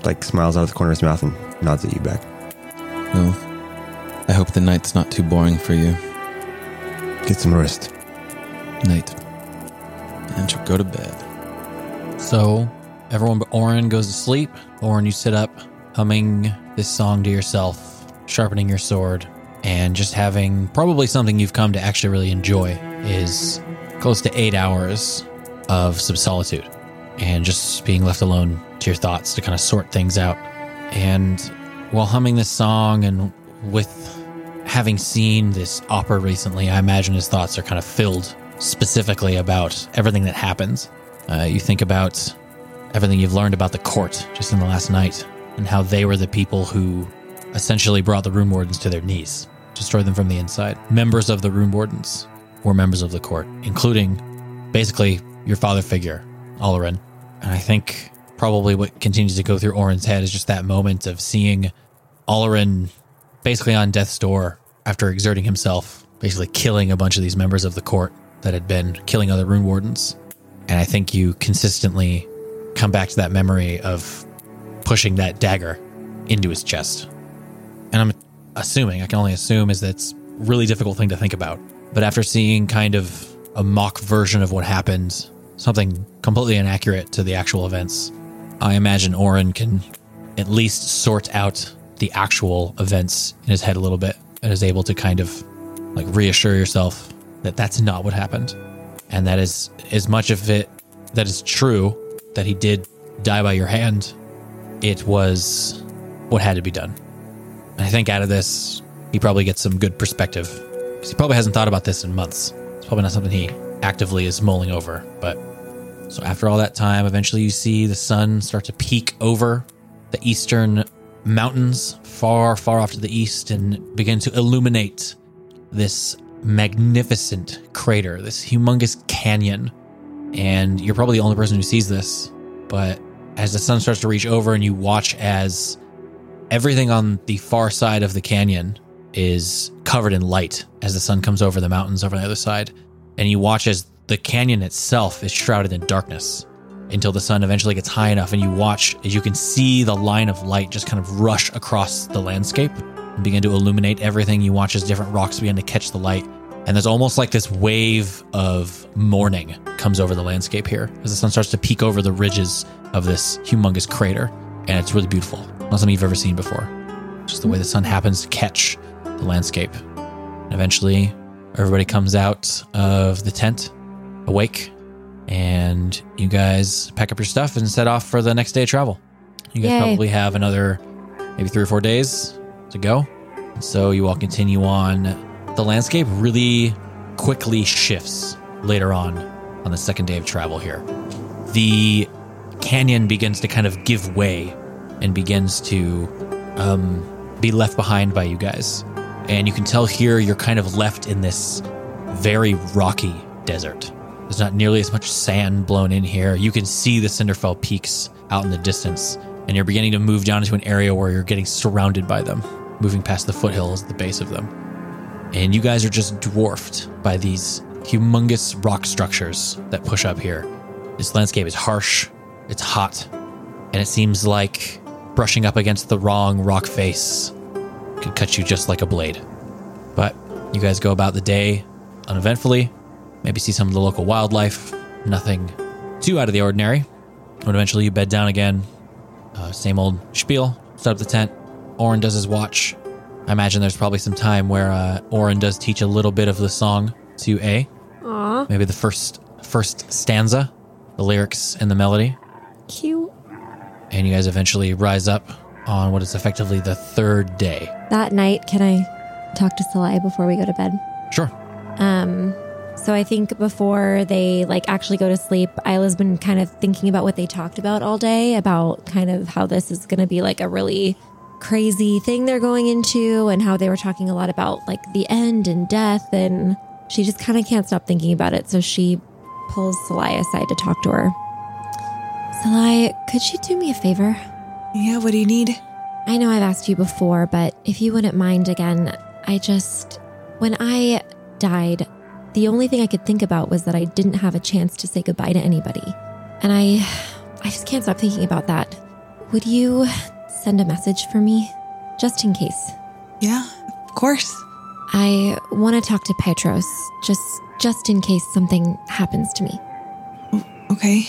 [SPEAKER 3] like smiles out of the corner of his mouth and nods at you back.
[SPEAKER 6] Well, I hope the night's not too boring for you.
[SPEAKER 3] Get some rest.
[SPEAKER 6] Night. And she'll go to bed.
[SPEAKER 2] So everyone but Orin goes to sleep. Orin, you sit up, humming this song to yourself, sharpening your sword, and just having probably something you've come to actually really enjoy is close to eight hours of some solitude and just being left alone to your thoughts to kind of sort things out. And while humming this song and with having seen this opera recently, I imagine his thoughts are kind of filled specifically about everything that happens. Uh, you think about everything you've learned about the court just in the last night and how they were the people who essentially brought the room wardens to their knees, destroyed them from the inside. Members of the room wardens were members of the court, including basically your father figure, Olorin. And I think probably what continues to go through Orin's head is just that moment of seeing Olorin basically on death's door after exerting himself, basically killing a bunch of these members of the court that had been killing other rune wardens. And I think you consistently come back to that memory of pushing that dagger into his chest. And I'm assuming, I can only assume, is that's a really difficult thing to think about. But after seeing kind of a mock version of what happened, something completely inaccurate to the actual events, I imagine Orin can at least sort out the actual events in his head a little bit and is able to kind of like reassure yourself that that's not what happened and that is as much of it that is true that he did die by your hand it was what had to be done and i think out of this he probably gets some good perspective 'Cause he probably hasn't thought about this in months it's probably not something he actively is mulling over but so after all that time eventually you see the sun start to peak over the eastern mountains far far off to the east and begin to illuminate this magnificent crater, this humongous canyon and you're probably the only person who sees this. But as the sun starts to reach over, and you watch as everything on the far side of the canyon is covered in light as the sun comes over the mountains over the other side, and you watch as the canyon itself is shrouded in darkness until the sun eventually gets high enough, and you watch as you can see the line of light just kind of rush across the landscape and begin to illuminate everything. You watch as different rocks begin to catch the light. And there's almost like this wave of morning comes over the landscape here as the sun starts to peek over the ridges of this humongous crater. And it's really beautiful. Not something you've ever seen before. Just the way the sun happens to catch the landscape. And eventually, everybody comes out of the tent awake. And you guys pack up your stuff and set off for the next day of travel. You guys
[SPEAKER 5] Yay.
[SPEAKER 2] probably have another maybe three or four days to go. So you all continue on. The landscape really quickly shifts later on on the second day of travel here. The canyon begins to kind of give way and begins to um, be left behind by you guys. And you can tell here you're kind of left in this very rocky desert. There's not nearly as much sand blown in here. You can see the Cinderfell peaks out in the distance, and you're beginning to move down into an area where you're getting surrounded by them, moving past the foothills at the base of them. And you guys are just dwarfed by these humongous rock structures that push up here. This landscape is harsh, it's hot, and it seems like brushing up against the wrong rock face could cut you just like a blade. But you guys go about the day uneventfully, maybe see some of the local wildlife, nothing too out of the ordinary. But eventually you bed down again. Uh, same old spiel, set up the tent. Orin does his watch. I imagine there's probably some time where uh, Orin does teach a little bit of the song to A.
[SPEAKER 7] Aw,
[SPEAKER 2] Maybe the first first stanza, the lyrics and the melody.
[SPEAKER 7] cute.
[SPEAKER 2] And you guys eventually rise up on what is effectively the third day.
[SPEAKER 5] That night, can I talk to Salai before we go to bed?
[SPEAKER 2] Sure.
[SPEAKER 5] Um, so I think before they like actually go to sleep, Isla's been kind of thinking about what they talked about all day about kind of how this is going to be like a really crazy thing they're going into and how they were talking a lot about like the end and death and she just kind of can't stop thinking about it. So she pulls Salai aside to talk to her. Salai, could you do me a favor?
[SPEAKER 4] Yeah, what do you need?
[SPEAKER 5] I know I've asked you before, but if you wouldn't mind again, I just. When I died, the only thing I could think about was that I didn't have a chance to say goodbye to anybody. And I. I just can't stop thinking about that. Would you send a message for me? Just in case.
[SPEAKER 4] Yeah, of course.
[SPEAKER 5] I want to talk to Petros, just just in case something happens to me.
[SPEAKER 4] Okay.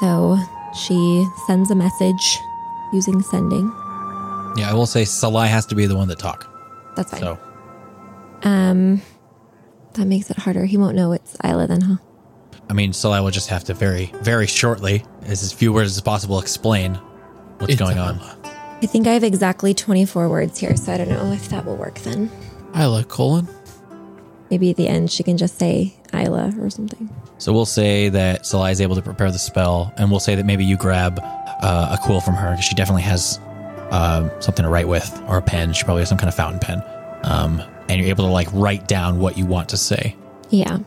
[SPEAKER 5] So she sends a message using sending.
[SPEAKER 2] Yeah, I will say Salai has to be the one that talk.
[SPEAKER 5] That's fine.
[SPEAKER 2] So
[SPEAKER 5] Um, that makes it harder. He won't know it's Isla then, huh?
[SPEAKER 2] I mean, Salai will just have to very, very shortly, as as few words as possible, explain what's going on.
[SPEAKER 5] I think I have exactly 24 words here, so I don't know if that will work then.
[SPEAKER 1] Isla colon.
[SPEAKER 5] Maybe at the end she can just say Isla or something.
[SPEAKER 2] So we'll say that Salai is able to prepare the spell, and we'll say that maybe you grab uh, a quill from her because she definitely has um something to write with, or a pen. She probably has some kind of fountain pen, um, and you're able to like write down what you want to say,
[SPEAKER 5] Yeah.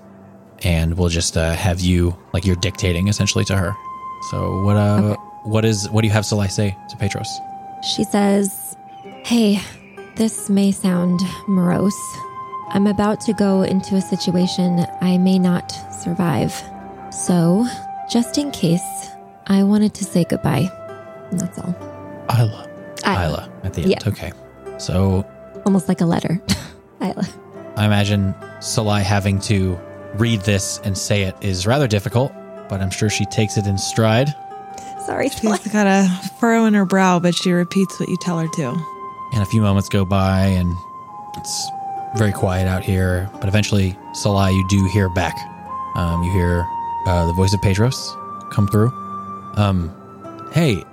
[SPEAKER 2] and we'll just uh, have you like you're dictating essentially to her. So what uh, what is what do you have Salai say to Petros?
[SPEAKER 5] She says, Hey, this may sound morose. I'm about to go into a situation I may not survive. So, just in case, I wanted to say goodbye. And that's all.
[SPEAKER 1] Isla.
[SPEAKER 2] Isla at the end.
[SPEAKER 5] Yeah.
[SPEAKER 2] Okay. So
[SPEAKER 5] Almost like a letter. Isla.
[SPEAKER 2] I imagine Salai having to read this and say it is rather difficult, but I'm sure she takes it in stride.
[SPEAKER 7] Sorry,
[SPEAKER 4] She's got a furrow in her brow, but she repeats what you tell her to.
[SPEAKER 2] And a few moments go by, and it's very quiet out here. But eventually, Salai, you do hear back. Um, you hear uh, the voice of Pedros come through. Um, hey,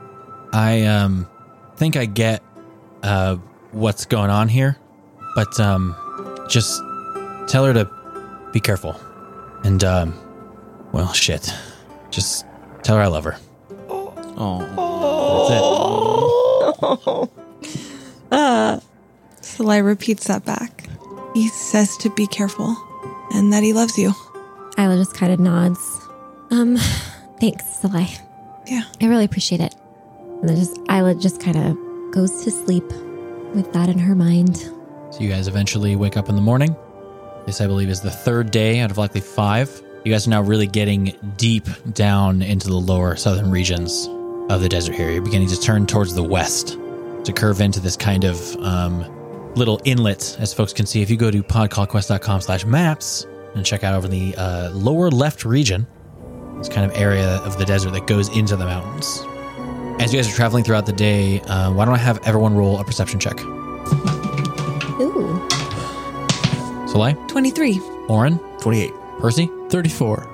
[SPEAKER 2] I um, think I get uh, what's going on here, but um, just tell her to be careful. And, um, well, shit. Just tell her I love her.
[SPEAKER 6] Oh,
[SPEAKER 2] That's it.
[SPEAKER 4] Uh, Salai repeats that back. He says to be careful and that he loves you.
[SPEAKER 5] Isla just kind of nods. Um, thanks, Salai.
[SPEAKER 4] Yeah.
[SPEAKER 5] I really appreciate it. And then just Isla just kind of goes to sleep with that in her mind.
[SPEAKER 2] So you guys eventually wake up in the morning. This, I believe, is the third day out of likely five. You guys are now really getting deep down into the lower southern regions of the desert here. You're beginning to turn towards the west to curve into this kind of um, little inlet, as folks can see. If you go to podcallquest.com slash maps and check out over the uh, lower left region, this kind of area of the desert that goes into the mountains. As you guys are traveling throughout the day, uh, why don't I have everyone roll a perception check?
[SPEAKER 5] Ooh.
[SPEAKER 2] Soleil,
[SPEAKER 4] 23.
[SPEAKER 2] Oren,
[SPEAKER 3] 28.
[SPEAKER 2] Percy,
[SPEAKER 1] 34.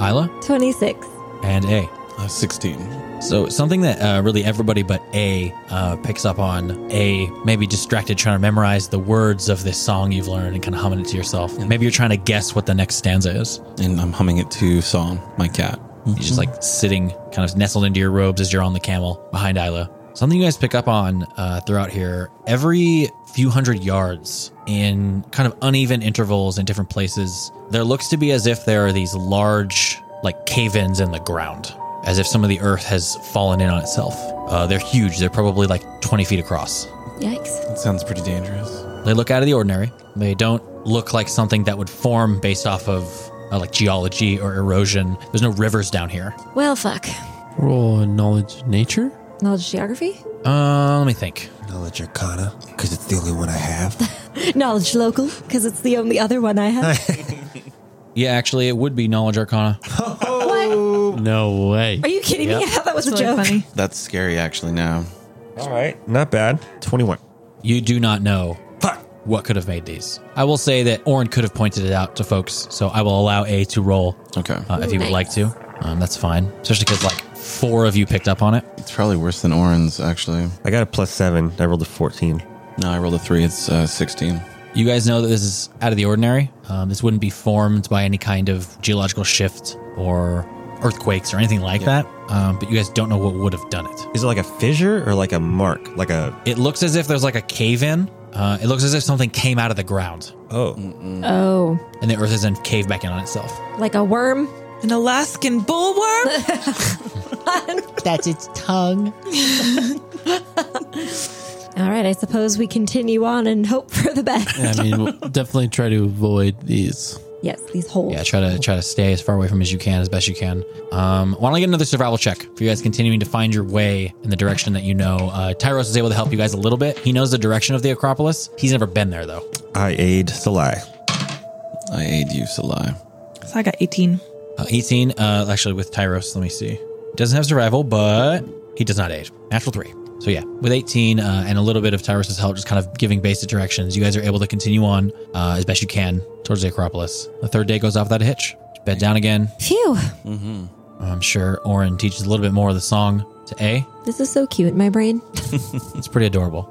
[SPEAKER 2] Isla,
[SPEAKER 5] 26.
[SPEAKER 2] and A.
[SPEAKER 6] Uh, 16.
[SPEAKER 2] So something that uh, really everybody but A uh, picks up on. A maybe distracted trying to memorize the words of this song you've learned and kind of humming it to yourself. And maybe you're trying to guess what the next stanza is.
[SPEAKER 6] And I'm humming it to Song, my cat.
[SPEAKER 2] You're just like sitting, kind of nestled into your robes as you're on the camel behind Isla. Something you guys pick up on uh, throughout here every few hundred yards in kind of uneven intervals in different places, there looks to be as if there are these large, like cave ins in the ground, as if some of the earth has fallen in on itself. Uh, they're huge, they're probably like 20 feet across.
[SPEAKER 5] Yikes.
[SPEAKER 6] That sounds pretty dangerous.
[SPEAKER 2] They look out of the ordinary. They don't look like something that would form based off of uh, like geology or erosion. There's no rivers down here.
[SPEAKER 5] Well, fuck.
[SPEAKER 1] Roll a knowledge nature.
[SPEAKER 5] Knowledge geography?
[SPEAKER 2] Uh, let me think.
[SPEAKER 3] Knowledge Arcana, because it's the only one I have.
[SPEAKER 5] Knowledge local, because it's the only other one I have.
[SPEAKER 2] Yeah, actually, it would be knowledge arcana.
[SPEAKER 3] Oh.
[SPEAKER 5] what?
[SPEAKER 1] No way.
[SPEAKER 5] Are you kidding me? I thought that was a joke.
[SPEAKER 4] funny.
[SPEAKER 6] That's scary, actually, now.
[SPEAKER 3] All right, not bad. 21.
[SPEAKER 2] You do not know
[SPEAKER 3] Fuck.
[SPEAKER 2] what could have made these. I will say that Orin could have pointed it out to folks, so I will allow A to roll
[SPEAKER 6] Okay.
[SPEAKER 2] uh, if you would like to. Um, that's fine, especially because like four of you picked up on it.
[SPEAKER 6] it's probably worse than Oren's, actually.
[SPEAKER 3] I got a plus seven. I rolled a 14.
[SPEAKER 6] No, I rolled a three. It's uh, 16.
[SPEAKER 2] You guys know that this is out of the ordinary. Um, this wouldn't be formed by any kind of geological shift or earthquakes or anything like that. Um, but you guys don't know what would have done it.
[SPEAKER 3] Is it like a fissure or like a mark? Like a.
[SPEAKER 2] It looks as if there's like a cave in. Uh, it looks as if something came out of the ground,
[SPEAKER 3] Oh.
[SPEAKER 5] Oh,
[SPEAKER 2] and the earth is then caved back in on itself.
[SPEAKER 5] like a worm?
[SPEAKER 4] An Alaskan bullworm?
[SPEAKER 2] That's its tongue.
[SPEAKER 5] All right, I suppose we continue on and hope for the best.
[SPEAKER 1] I mean, we'll definitely try to avoid these.
[SPEAKER 5] Yes, these holes.
[SPEAKER 2] Yeah, try to try to stay as far away from as you can, as best you can. Um, why don't I get another survival check for you guys continuing to find your way in the direction that you know? Uh, Tyros is able to help you guys a little bit. He knows the direction of the Acropolis. He's never been there though.
[SPEAKER 3] I aid Salai.
[SPEAKER 6] I aid you, Salai.
[SPEAKER 4] So I got 18.
[SPEAKER 2] Uh, 18, uh, actually with Tyros, let me see. Doesn't have survival, but he does not aid. Natural three. So yeah, with 18 uh, and a little bit of Tyros's help, just kind of giving basic directions, you guys are able to continue on uh, as best you can towards the Acropolis. The third day goes off without a hitch. Bed down again.
[SPEAKER 5] Phew.
[SPEAKER 2] I'm sure Oren teaches a little bit more of the song to A.
[SPEAKER 5] This is so cute, my brain.
[SPEAKER 2] It's pretty adorable.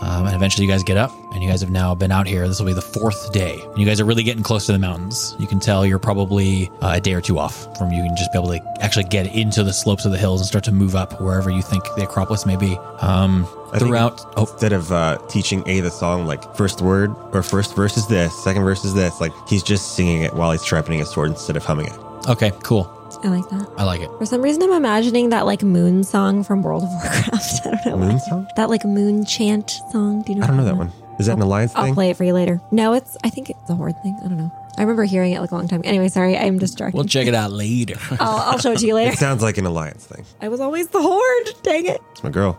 [SPEAKER 2] um, and eventually, you guys get up, and you guys have now been out here. This will be the fourth day. And you guys are really getting close to the mountains. You can tell you're probably uh, a day or two off from you can just be able to actually get into the slopes of the hills and start to move up wherever you think the Acropolis may be. Um,
[SPEAKER 3] think-
[SPEAKER 2] throughout, oh,
[SPEAKER 3] Instead of uh, teaching A the song, like first word or first verse is this, second verse is this, like he's just singing it while he's sharpening his sword instead of humming it.
[SPEAKER 2] okay, cool.
[SPEAKER 5] I like that.
[SPEAKER 2] I like it.
[SPEAKER 5] For some reason, I'm imagining that like moon song from World of Warcraft. I don't know. why.
[SPEAKER 3] Moon song?
[SPEAKER 5] That like moon chant song. Do you know?
[SPEAKER 3] I don't know
[SPEAKER 5] what
[SPEAKER 3] that
[SPEAKER 5] I'm-
[SPEAKER 3] one. Is that an alliance
[SPEAKER 5] I'll
[SPEAKER 3] thing?
[SPEAKER 5] play it for you later. No, it's. I think it's a horde thing. I don't know. I remember hearing it like a long time. Anyway, sorry, I'm distracted.
[SPEAKER 2] We'll check it out later.
[SPEAKER 5] I'll, I'll show it to you
[SPEAKER 3] It
[SPEAKER 5] later.
[SPEAKER 3] sounds like an alliance thing.
[SPEAKER 5] I was always the horde. Dang it,
[SPEAKER 3] It's my girl.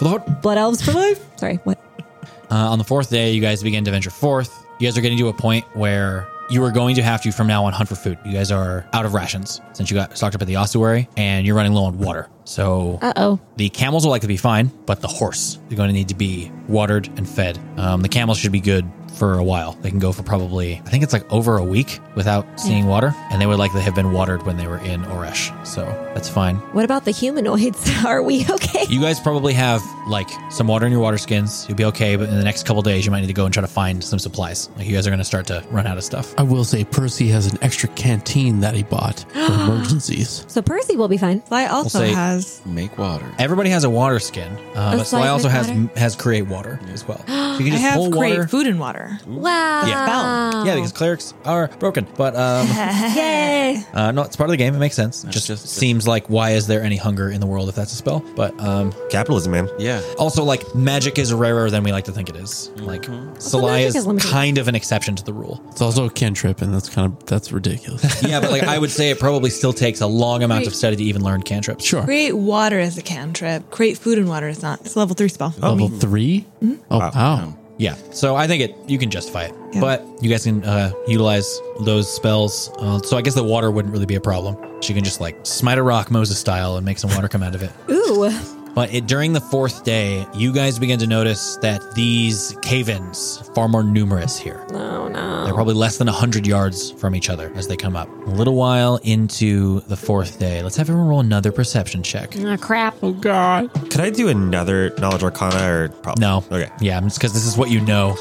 [SPEAKER 2] Lord.
[SPEAKER 5] blood elves for life. Sorry, what?
[SPEAKER 2] Uh, on the fourth day, you guys begin to venture forth. You guys are getting to a point where you are going to have to, from now on, hunt for food. You guys are out of rations since you got stocked up at the ossuary, and you're running low on water. So
[SPEAKER 5] Uh oh.
[SPEAKER 2] the camels will likely be fine, but the horse is going to need to be watered and fed. Um, the camels should be good for a while. They can go for probably, I think it's like over a week without seeing water, and they would likely have been watered when they were in Oresh. So that's fine.
[SPEAKER 5] What about the humanoids? Are we okay?
[SPEAKER 2] You guys probably have like some water in your water skins. You'll be okay, but in the next couple days, you might need to go and try to find some supplies. Like you guys are going to start to run out of stuff.
[SPEAKER 1] I will say Percy has an extra canteen that he bought for emergencies.
[SPEAKER 5] So Percy will be fine.
[SPEAKER 4] Sly also
[SPEAKER 2] say-
[SPEAKER 4] has.
[SPEAKER 6] Make water.
[SPEAKER 2] Everybody has a water skin, uh, but
[SPEAKER 5] slice
[SPEAKER 2] Sly also
[SPEAKER 5] with
[SPEAKER 2] has
[SPEAKER 5] water?
[SPEAKER 2] has create water as well. So you can
[SPEAKER 4] I
[SPEAKER 2] just
[SPEAKER 4] have
[SPEAKER 2] pull
[SPEAKER 4] great
[SPEAKER 2] water.
[SPEAKER 4] food and water. fire.
[SPEAKER 5] Wow.
[SPEAKER 2] Yeah. Yeah, because clerics are broken. But um,
[SPEAKER 5] Yay.
[SPEAKER 2] uh, no, it's part of the game. It makes sense. It just,
[SPEAKER 6] just-
[SPEAKER 2] seems like why is there any hunger in the world if that's a spell? But um,
[SPEAKER 3] Capitalism, man.
[SPEAKER 6] Yeah.
[SPEAKER 2] also, like magic is rarer than we like to think it is. Like
[SPEAKER 6] Mm-hmm.
[SPEAKER 2] Celaya
[SPEAKER 5] magic
[SPEAKER 2] is,
[SPEAKER 5] is limited.
[SPEAKER 2] kind of an exception to the rule.
[SPEAKER 1] It's also a cantrip, and that's kind of that's ridiculous.
[SPEAKER 2] Yeah, but like I would say, it probably still takes a long amount of
[SPEAKER 4] Wait.
[SPEAKER 2] study to even learn cantrips.
[SPEAKER 1] sure.
[SPEAKER 4] Create water is a cantrip. Create food and water is not. It's a level three spell.
[SPEAKER 1] Level 3 Oh wow.
[SPEAKER 2] Yeah. So I think it you can justify it,
[SPEAKER 4] Yeah.
[SPEAKER 2] but you guys can uh, utilize those spells. Uh, so I guess the water wouldn't really be a problem. She can just like smite a rock Moses style and make some water come out of it.
[SPEAKER 7] Ooh.
[SPEAKER 2] But it, during the fourth day, you guys begin to notice that these cave-ins are far more numerous here.
[SPEAKER 7] No, no.
[SPEAKER 2] They're probably less than 100 yards from each other as they come up. A little while into the fourth day, let's have everyone roll another perception check.
[SPEAKER 5] Oh, crap.
[SPEAKER 3] Could I do another knowledge arcana or probably?
[SPEAKER 2] No.
[SPEAKER 3] Okay.
[SPEAKER 2] Yeah, because this is what you know.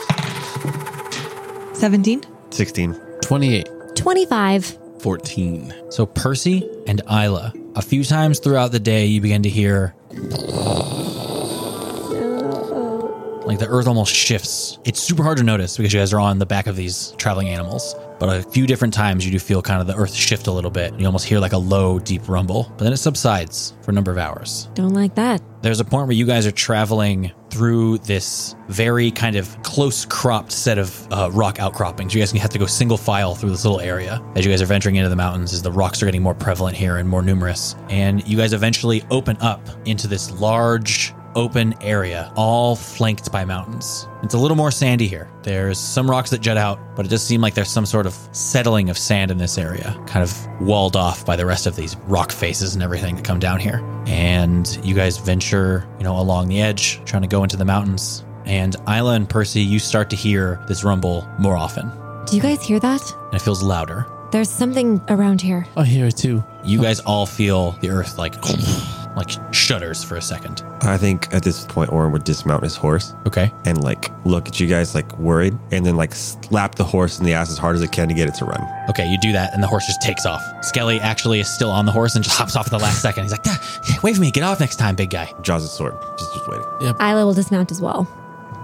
[SPEAKER 4] 17?
[SPEAKER 3] 16.
[SPEAKER 1] Twenty-eight.
[SPEAKER 5] 25.
[SPEAKER 6] 14.
[SPEAKER 2] So Percy and Isla, a few times throughout the day, you begin to hear like the earth almost shifts. It's super hard to notice because you guys are on the back of these traveling animals. But a few different times, you do feel kind of the earth shift a little bit. You almost hear like a low, deep rumble, but then it subsides for a number of hours
[SPEAKER 5] Don't like that.
[SPEAKER 2] there's a point where you guys are traveling through this very kind of close cropped set of uh, rock outcroppings. You guys have to go single file through this little area as you guys are venturing into the mountains as the rocks are getting more prevalent here and more numerous. And you guys eventually open up into this large open area, all flanked by mountains. It's a little more sandy here. There's some rocks that jut out, but it does seem like there's some sort of settling of sand in this area, kind of walled off by the rest of these rock faces and everything that come down here. And you guys venture, you know, along the edge, trying to go into the mountains. And Isla and Percy, you start to hear this rumble more often,
[SPEAKER 5] Do you guys hear that?
[SPEAKER 2] and it feels louder.
[SPEAKER 5] There's something around here.
[SPEAKER 1] Oh, I hear it too.
[SPEAKER 2] You guys all feel the earth like like shudders for a second.
[SPEAKER 3] I think at this point, Orin would dismount his horse
[SPEAKER 2] Okay.
[SPEAKER 3] and like look at you guys like worried and then like slap the horse in the ass as hard as it can to get it to run.
[SPEAKER 2] Okay, you do that, and the horse just takes off. Skelly actually is still on the horse and just hops off at the last second. He's like, "Ah, "Wave me, get off next time, big guy."
[SPEAKER 3] Draws his sword. Just, just waiting.
[SPEAKER 5] Isla will dismount as well.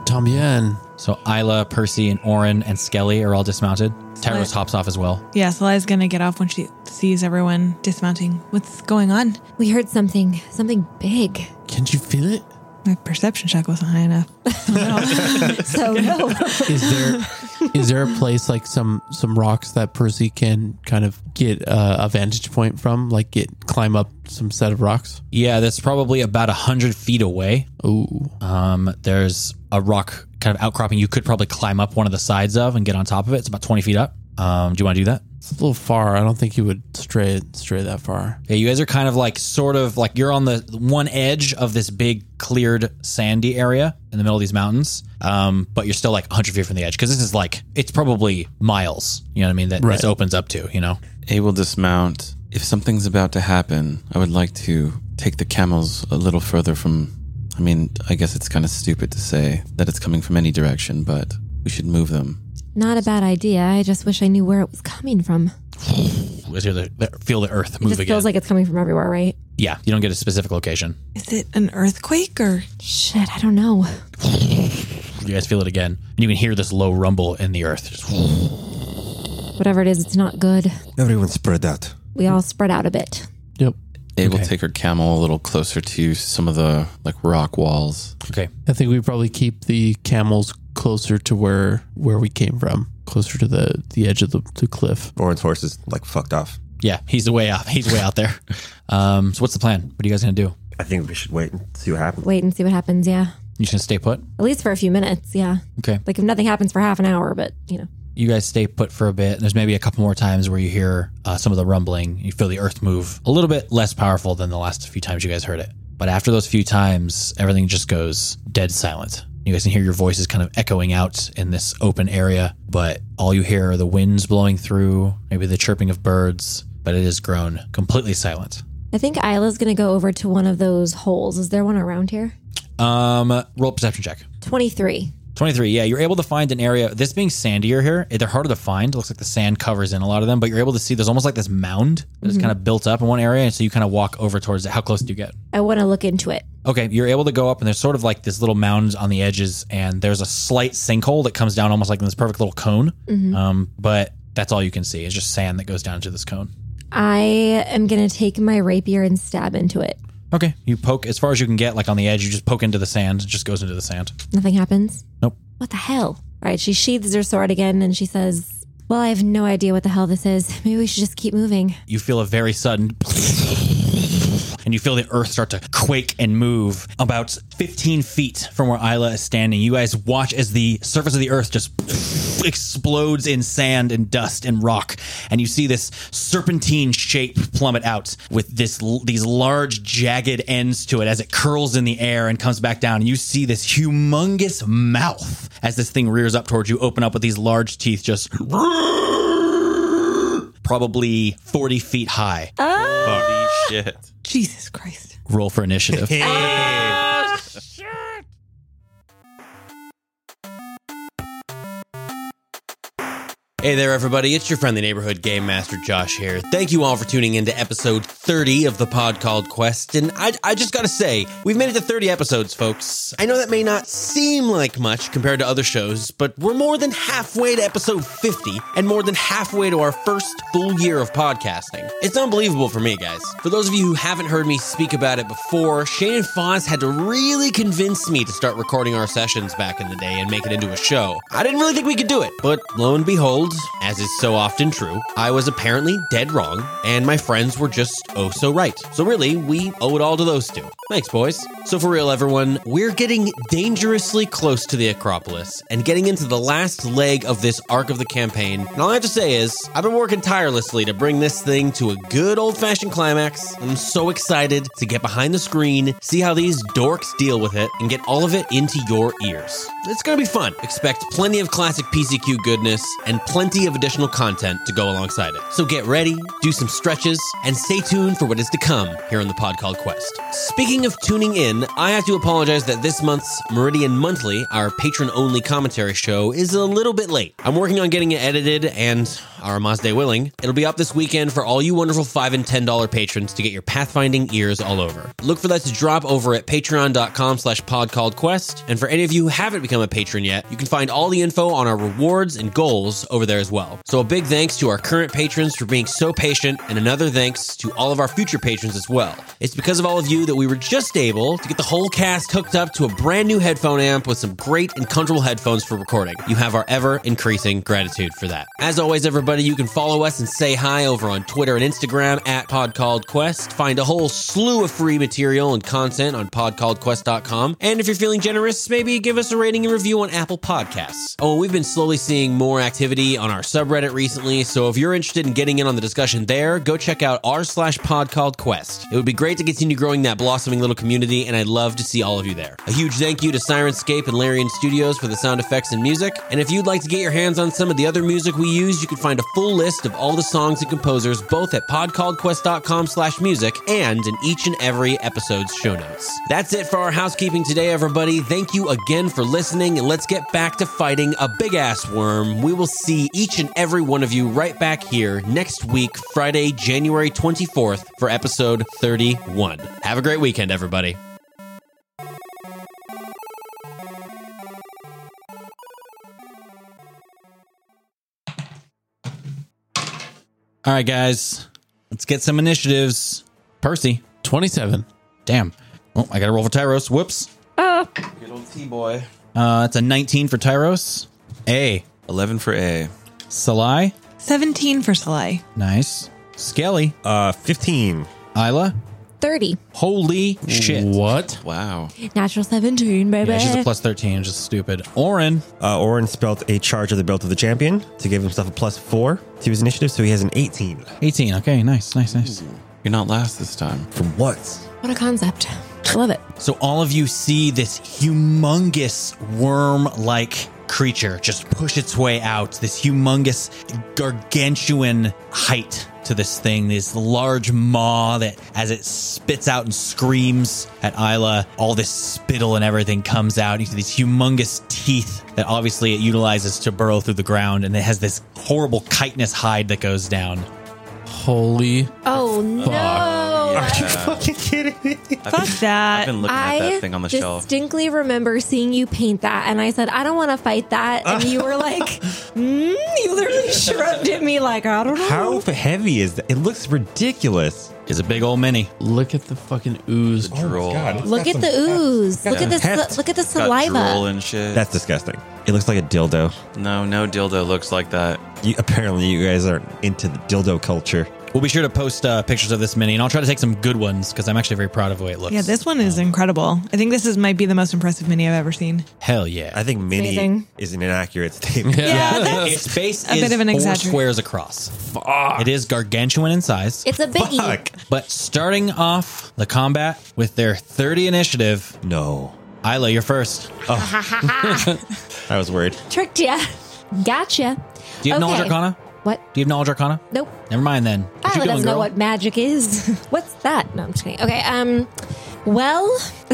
[SPEAKER 1] Tom Yan.
[SPEAKER 2] So Isla, Percy, and Orin and Skelly are all dismounted. Tyros hops off as well.
[SPEAKER 4] Yeah, Selaya's gonna get off when she sees everyone dismounting. What's going on?
[SPEAKER 5] We heard something, something big.
[SPEAKER 1] Can't you feel it?
[SPEAKER 4] My perception check wasn't high enough. Oh.
[SPEAKER 5] So, no.
[SPEAKER 1] Is there is there a place like some some rocks that Percy can kind of get uh, a vantage point from, like get climb up some set of rocks?
[SPEAKER 2] Yeah, that's probably about a hundred feet away.
[SPEAKER 1] Ooh,
[SPEAKER 2] Um, there's a rock kind of outcropping. You could probably climb up one of the sides of and get on top of it. It's about twenty feet up. Um, do you want to do that?
[SPEAKER 1] it's a little far. I don't think you would stray stray that far.
[SPEAKER 2] Yeah, you guys are kind of like sort of like you're on the one edge of this big cleared sandy area in the middle of these mountains. Um, but you're still like 100 feet from the edge because this is like it's probably miles. You know what I mean? That
[SPEAKER 1] Right.
[SPEAKER 2] this opens up to. You know.
[SPEAKER 6] A will dismount. If something's about to happen, I would like to take the camels a little further from. I mean, I guess it's kind of stupid to say that it's coming from any direction, but we should move them.
[SPEAKER 5] not a bad idea. I just wish I knew where it was coming from.
[SPEAKER 2] Is here the, the- feel the earth
[SPEAKER 5] It
[SPEAKER 2] move
[SPEAKER 5] just
[SPEAKER 2] again.
[SPEAKER 5] feels like it's coming from everywhere, right?
[SPEAKER 2] yeah, you don't get a specific location.
[SPEAKER 4] Is it an earthquake or
[SPEAKER 5] Shit, I don't know.
[SPEAKER 2] You guys feel it again, and you can hear this low rumble in the earth. Just-
[SPEAKER 5] Whatever it is, it's not good.
[SPEAKER 3] Everyone spread out.
[SPEAKER 5] We all spread out a bit.
[SPEAKER 1] Yep.
[SPEAKER 6] A will take her camel a little closer to some of the like rock walls.
[SPEAKER 2] okay.
[SPEAKER 1] I think we probably keep the camels closer to where where we came from, closer to the the edge of the, the cliff.
[SPEAKER 3] Orin's horse is like fucked off.
[SPEAKER 2] Yeah, he's way out. He's way out there. Um, so what's the plan? What are you guys gonna do?
[SPEAKER 3] I think we should wait and see what happens.
[SPEAKER 5] Wait and see what happens, yeah.
[SPEAKER 2] You just gonna stay put?
[SPEAKER 5] At least for a few minutes, yeah.
[SPEAKER 2] Okay.
[SPEAKER 5] Like if nothing happens for half an hour, but you know.
[SPEAKER 2] you guys stay put for a bit. There's maybe a couple more times where you hear uh, some of the rumbling. You feel the earth move a little bit less powerful than the last few times you guys heard it. But after those few times, everything just goes dead silent. You guys can hear your voices kind of echoing out in this open area, but all you hear are the winds blowing through, maybe the chirping of birds, but it has grown completely silent.
[SPEAKER 5] I think Isla's gonna go over to one of those holes. Is there one around here?
[SPEAKER 2] Um, roll a perception check.
[SPEAKER 5] 23.
[SPEAKER 2] 23 yeah you're able to find an area this being sandier here they're harder to find it looks like the sand covers in a lot of them but you're able to see there's almost like this mound that's kind of built up in one area and so you kind of walk over towards it how close do you get
[SPEAKER 5] I wanna look into it.
[SPEAKER 2] Okay, you're able to go up, and there's sort of like this little mound on the edges, and there's a slight sinkhole that comes down almost like in this perfect little cone. Um, but that's all you can see. It's just sand that goes down into this cone.
[SPEAKER 5] I am going to take my rapier and stab into it.
[SPEAKER 2] Okay, you poke as far as you can get, like on the edge. You just poke into the sand. It just goes into the sand.
[SPEAKER 5] Nothing happens.
[SPEAKER 2] Nope.
[SPEAKER 5] What the hell? All right, she sheathes her sword again and she says, Well, I have no idea what the hell this is. Maybe we should just keep moving.
[SPEAKER 2] You feel a very sudden. And you feel the earth start to quake and move about 15 feet from where Isla is standing. You guys watch as the surface of the earth just explodes in sand and dust and rock. And you see this serpentine shape plummet out with this these large jagged ends to it as it curls in the air and comes back down. And you see this humongous mouth as this thing rears up towards you, open up with these large teeth just probably 40 feet high.
[SPEAKER 6] Holy shit.
[SPEAKER 4] Jesus Christ.
[SPEAKER 2] Roll for initiative.
[SPEAKER 4] Ah.
[SPEAKER 5] Oh,
[SPEAKER 10] Hey there, everybody. It's your friendly neighborhood game master, Josh here. Thank you all for tuning in to episode 30 of the pod called Quest. And I, I just gotta say, we've made it to 30 episodes, folks. I know that may not seem like much compared to other shows, but we're more than halfway to episode 50 and more than halfway to our first full year of podcasting. It's unbelievable for me, guys. For those of you who haven't heard me speak about it before, Shane and Foz had to really convince me to start recording our sessions back in the day and make it into a show. I didn't really think we could do it, but lo and behold, as is so often true, I was apparently dead wrong, and my friends were just oh so right. So really, we owe it all to those two. Thanks, boys. So for real, everyone, we're getting dangerously close to the Acropolis and getting into the last leg of this arc of the campaign. And all I have to say is, I've been working tirelessly to bring this thing to a good old fashioned climax. I'm so excited to get behind the screen, see how these dorks deal with it, and get all of it into your ears. It's gonna be fun. Expect plenty of classic PCQ goodness and plenty of additional content to go alongside it. So get ready, do some stretches, and stay tuned for what is to come here on the Pod Called Quest. Speaking of tuning in, I have to apologize that this month's Meridian Monthly, our patron only commentary show, is a little bit late. I'm working on getting it edited and our Mazda willing. It'll be up this weekend for all you wonderful $5 and $10 patrons to get your pathfinding ears all over. Look for that to drop over at patreon.com slash podcalledquest. And for any of you who haven't become a patron yet, you can find all the info on our rewards and goals over there as well. So a big thanks to our current patrons for being so patient, and another thanks to all of our future patrons as well. It's because of all of you that we were just able to get the whole cast hooked up to a brand new headphone amp with some great and comfortable headphones for recording. You have our ever increasing gratitude for that. As always, everybody, you can follow us and say hi over on Twitter and Instagram at PodCalledQuest. Find a whole slew of free material and content on PodCalledQuest.com. And if you're feeling generous, maybe give us a rating and review on Apple Podcasts. Oh, and we've been slowly seeing more activity on our subreddit recently, so if you're interested in getting in on the discussion there, go check out r slash PodCalledQuest. It would be great to continue growing that blossoming little community, and I'd love to see all of you there. A huge thank you to Sirenscape and Larian Studios for the sound effects and music. And if you'd like to get your hands on some of the other music we use, you can find a full list of all the songs and composers both at podcalledquest.com slash music and in each and every episode's show notes. That's it for our housekeeping today, everybody. Thank you again for listening, and let's get back to fighting a big ass worm. We will see each and every one of you right back here next week, Friday, January 24th, for episode 31. Have a great weekend, everybody.
[SPEAKER 2] All right, guys, let's get some initiatives. Percy,
[SPEAKER 1] 27.
[SPEAKER 2] damn. Oh, I got to roll for Tyros. Whoops.
[SPEAKER 5] Oh.
[SPEAKER 6] Good old T boy.
[SPEAKER 2] Uh, it's a 19 for Tyros. A.
[SPEAKER 6] 11 for A.
[SPEAKER 2] Salai.
[SPEAKER 4] 17 for Salai.
[SPEAKER 2] Nice. Skelly.
[SPEAKER 3] Uh, 15.
[SPEAKER 2] Isla.
[SPEAKER 5] 30.
[SPEAKER 2] Holy shit.
[SPEAKER 1] What?
[SPEAKER 6] Wow.
[SPEAKER 5] Natural 17, baby.
[SPEAKER 2] Yeah, she's a plus 13. Just stupid. Oren.
[SPEAKER 3] Uh, Oren spelt a charge of the belt of the champion to give himself a plus four to his initiative, so he has an 18.
[SPEAKER 2] 18. Okay, nice, nice, nice.
[SPEAKER 6] You're not last this time.
[SPEAKER 3] For what?
[SPEAKER 5] What a concept. I love it.
[SPEAKER 2] So all of you see this humongous worm-like creature just push its way out. This humongous, gargantuan height to this thing. This large maw that, as it spits out and screams at Isla, all this spittle and everything comes out. You see these humongous teeth that obviously it utilizes to burrow through the ground, and it has this horrible chitinous hide that goes down.
[SPEAKER 1] Holy
[SPEAKER 5] Oh, no.
[SPEAKER 3] Are you fucking kidding
[SPEAKER 4] Fuck
[SPEAKER 6] I've
[SPEAKER 4] that.
[SPEAKER 6] been looking
[SPEAKER 5] I
[SPEAKER 6] at that thing on the shelf.
[SPEAKER 5] distinctly remember seeing you paint that, and I said, I don't want to fight that. And you were like, mm, you literally shrugged at me like, I don't know.
[SPEAKER 8] How heavy is that? It looks ridiculous. Oh,
[SPEAKER 2] Is a big old mini.
[SPEAKER 1] Look at the fucking ooze.
[SPEAKER 6] Drool.
[SPEAKER 5] Look at the ooze. Look at the
[SPEAKER 8] heft.
[SPEAKER 5] sli- look at the
[SPEAKER 6] Got drool
[SPEAKER 5] saliva.
[SPEAKER 6] and shit.
[SPEAKER 8] That's disgusting. It looks like a dildo.
[SPEAKER 6] no, no dildo looks like that.
[SPEAKER 8] You, apparently, you guys aren't into the dildo culture.
[SPEAKER 2] We'll be sure to post uh, pictures of this mini, and I'll try to take some good ones because I'm actually very proud of the way it looks.
[SPEAKER 4] Yeah, this one is incredible. I think this is might be the most impressive mini I've ever seen.
[SPEAKER 2] Hell yeah.
[SPEAKER 8] I think mini
[SPEAKER 5] amazing.
[SPEAKER 8] is an inaccurate statement.
[SPEAKER 4] Yeah, that's
[SPEAKER 2] its base
[SPEAKER 4] a
[SPEAKER 2] is
[SPEAKER 4] bit of an
[SPEAKER 2] four
[SPEAKER 4] exaggeration.
[SPEAKER 2] squares across. It is gargantuan in size.
[SPEAKER 5] It's a biggie.
[SPEAKER 8] Fuck.
[SPEAKER 2] but starting off the combat with their 30 initiative,
[SPEAKER 8] No. Oh.
[SPEAKER 2] Isla, you're first.
[SPEAKER 8] I was worried.
[SPEAKER 5] Tricked ya. Gotcha.
[SPEAKER 2] Do you have knowledge
[SPEAKER 5] Okay.
[SPEAKER 2] arcana?
[SPEAKER 5] What?
[SPEAKER 2] Do you have knowledge arcana?
[SPEAKER 5] Nope.
[SPEAKER 2] Never mind then. What you
[SPEAKER 5] Isla
[SPEAKER 2] doing,
[SPEAKER 5] doesn't know
[SPEAKER 2] girl?
[SPEAKER 5] what magic is. What's that? No, I'm just kidding. Okay. Um. Well,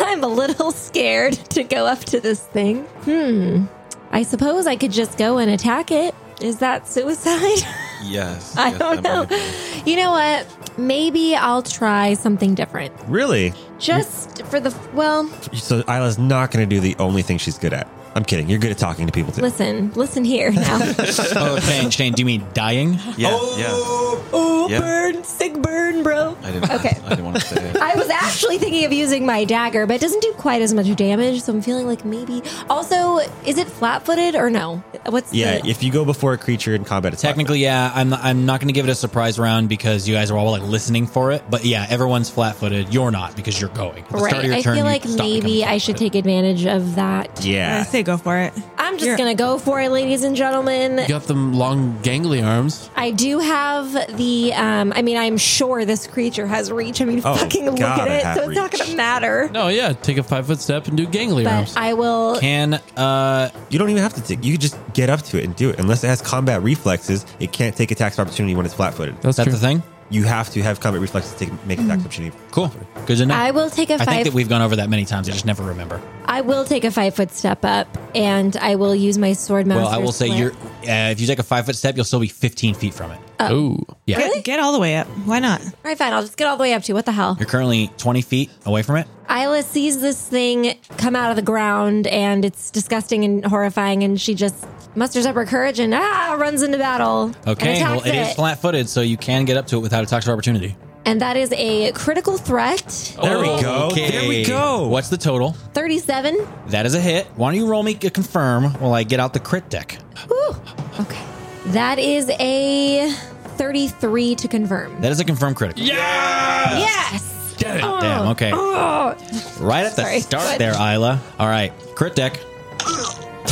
[SPEAKER 5] I'm a little scared to go up to this thing. Hmm. I suppose I could just go and attack it. Is that suicide?
[SPEAKER 6] Yes.
[SPEAKER 5] I
[SPEAKER 6] yes,
[SPEAKER 5] don't
[SPEAKER 6] that
[SPEAKER 5] know.
[SPEAKER 6] might be.
[SPEAKER 5] You know what? Maybe I'll try something different.
[SPEAKER 8] Really?
[SPEAKER 5] Just for the well,
[SPEAKER 8] So Isla's not going to do the only thing she's good at. I'm kidding. You're good at talking to people too.
[SPEAKER 5] listen, listen here now.
[SPEAKER 2] Oh, Shane, Shane, do you mean dying?
[SPEAKER 6] Yeah,
[SPEAKER 1] Oh,
[SPEAKER 5] Ooh,
[SPEAKER 6] Yeah.
[SPEAKER 5] Oh, burn, sick burn, bro.
[SPEAKER 6] yeah. I didn't.
[SPEAKER 5] Okay.
[SPEAKER 6] I didn't want to say it.
[SPEAKER 5] I was actually thinking of using my dagger, but it doesn't do quite as much damage, so I'm feeling like maybe. Also, is it flat-footed or no? What's
[SPEAKER 8] Yeah,
[SPEAKER 5] the-
[SPEAKER 8] if you go before a creature in combat, it's
[SPEAKER 2] Technically, yeah. I'm not, I'm not going to give it a surprise round because you guys are all like listening for it. But yeah, everyone's flat-footed. You're not because you're going. At the
[SPEAKER 5] right?
[SPEAKER 2] start of your
[SPEAKER 5] I
[SPEAKER 2] turn,
[SPEAKER 5] feel
[SPEAKER 2] you
[SPEAKER 5] like
[SPEAKER 2] stop becoming
[SPEAKER 5] maybe I should
[SPEAKER 2] flat-footed.
[SPEAKER 5] take advantage of that.
[SPEAKER 4] I
[SPEAKER 8] Yeah.
[SPEAKER 4] say go for it.
[SPEAKER 5] I'm just
[SPEAKER 4] You're-
[SPEAKER 5] gonna go for it, ladies and gentlemen.
[SPEAKER 1] You got them long, gangly arms.
[SPEAKER 5] I do have the. Um, I mean, I'm sure this creature has reach. I mean,
[SPEAKER 8] Oh,
[SPEAKER 5] fucking look
[SPEAKER 8] God,
[SPEAKER 5] at
[SPEAKER 8] I
[SPEAKER 5] it.
[SPEAKER 8] have
[SPEAKER 5] So it's not
[SPEAKER 8] reach.
[SPEAKER 5] going to matter.
[SPEAKER 1] No, yeah, take a five foot step and do gangly arms.
[SPEAKER 5] But I will.
[SPEAKER 2] Can uh,
[SPEAKER 8] You don't even have to take. You can just get up to it and do it. Unless it has combat reflexes, it can't take attacks of opportunity when it's flat-footed.
[SPEAKER 1] That's
[SPEAKER 2] that
[SPEAKER 1] true.
[SPEAKER 2] the thing?
[SPEAKER 8] You have to have combat reflexes to take, make
[SPEAKER 5] Mm.
[SPEAKER 8] attacks of opportunity.
[SPEAKER 2] Cool. Good to know.
[SPEAKER 5] I will take a
[SPEAKER 2] I think
[SPEAKER 5] five.
[SPEAKER 2] that we've gone over that many times. I just never remember.
[SPEAKER 5] I will take a five foot step up, and I will use my sword master.
[SPEAKER 2] Well, I will say
[SPEAKER 5] slam.
[SPEAKER 2] you're. Uh, if you take a five foot step, you'll still be 15 feet from it.
[SPEAKER 5] Oh.
[SPEAKER 1] Ooh.
[SPEAKER 2] Yeah,
[SPEAKER 4] Get, get all the way up. Why not?
[SPEAKER 5] All right, fine. I'll just get all the way up to you. what the hell.
[SPEAKER 2] you're currently 20 feet away from it.
[SPEAKER 5] Isla sees this thing come out of the ground, and it's disgusting and horrifying, and she just musters up her courage and ah runs into battle.
[SPEAKER 2] Okay,
[SPEAKER 5] and
[SPEAKER 2] well,
[SPEAKER 5] attacks
[SPEAKER 2] it is
[SPEAKER 5] it.
[SPEAKER 2] flat footed, so you can get up to it without a tax of opportunity.
[SPEAKER 5] and that is a critical threat.
[SPEAKER 8] There we go.
[SPEAKER 2] Okay.
[SPEAKER 8] There we go.
[SPEAKER 2] What's the total?
[SPEAKER 5] Thirty seven.
[SPEAKER 2] That is a hit. Why don't you roll me a confirm while I get out the crit deck?
[SPEAKER 5] Whew. Okay. That is a 33 to confirm.
[SPEAKER 2] That is a confirmed critical. Yeah.
[SPEAKER 5] yes. Oh,
[SPEAKER 2] Damn, okay.
[SPEAKER 5] oh.
[SPEAKER 2] Right at the
[SPEAKER 5] Sorry.
[SPEAKER 2] start there, Isla. All right, crit deck.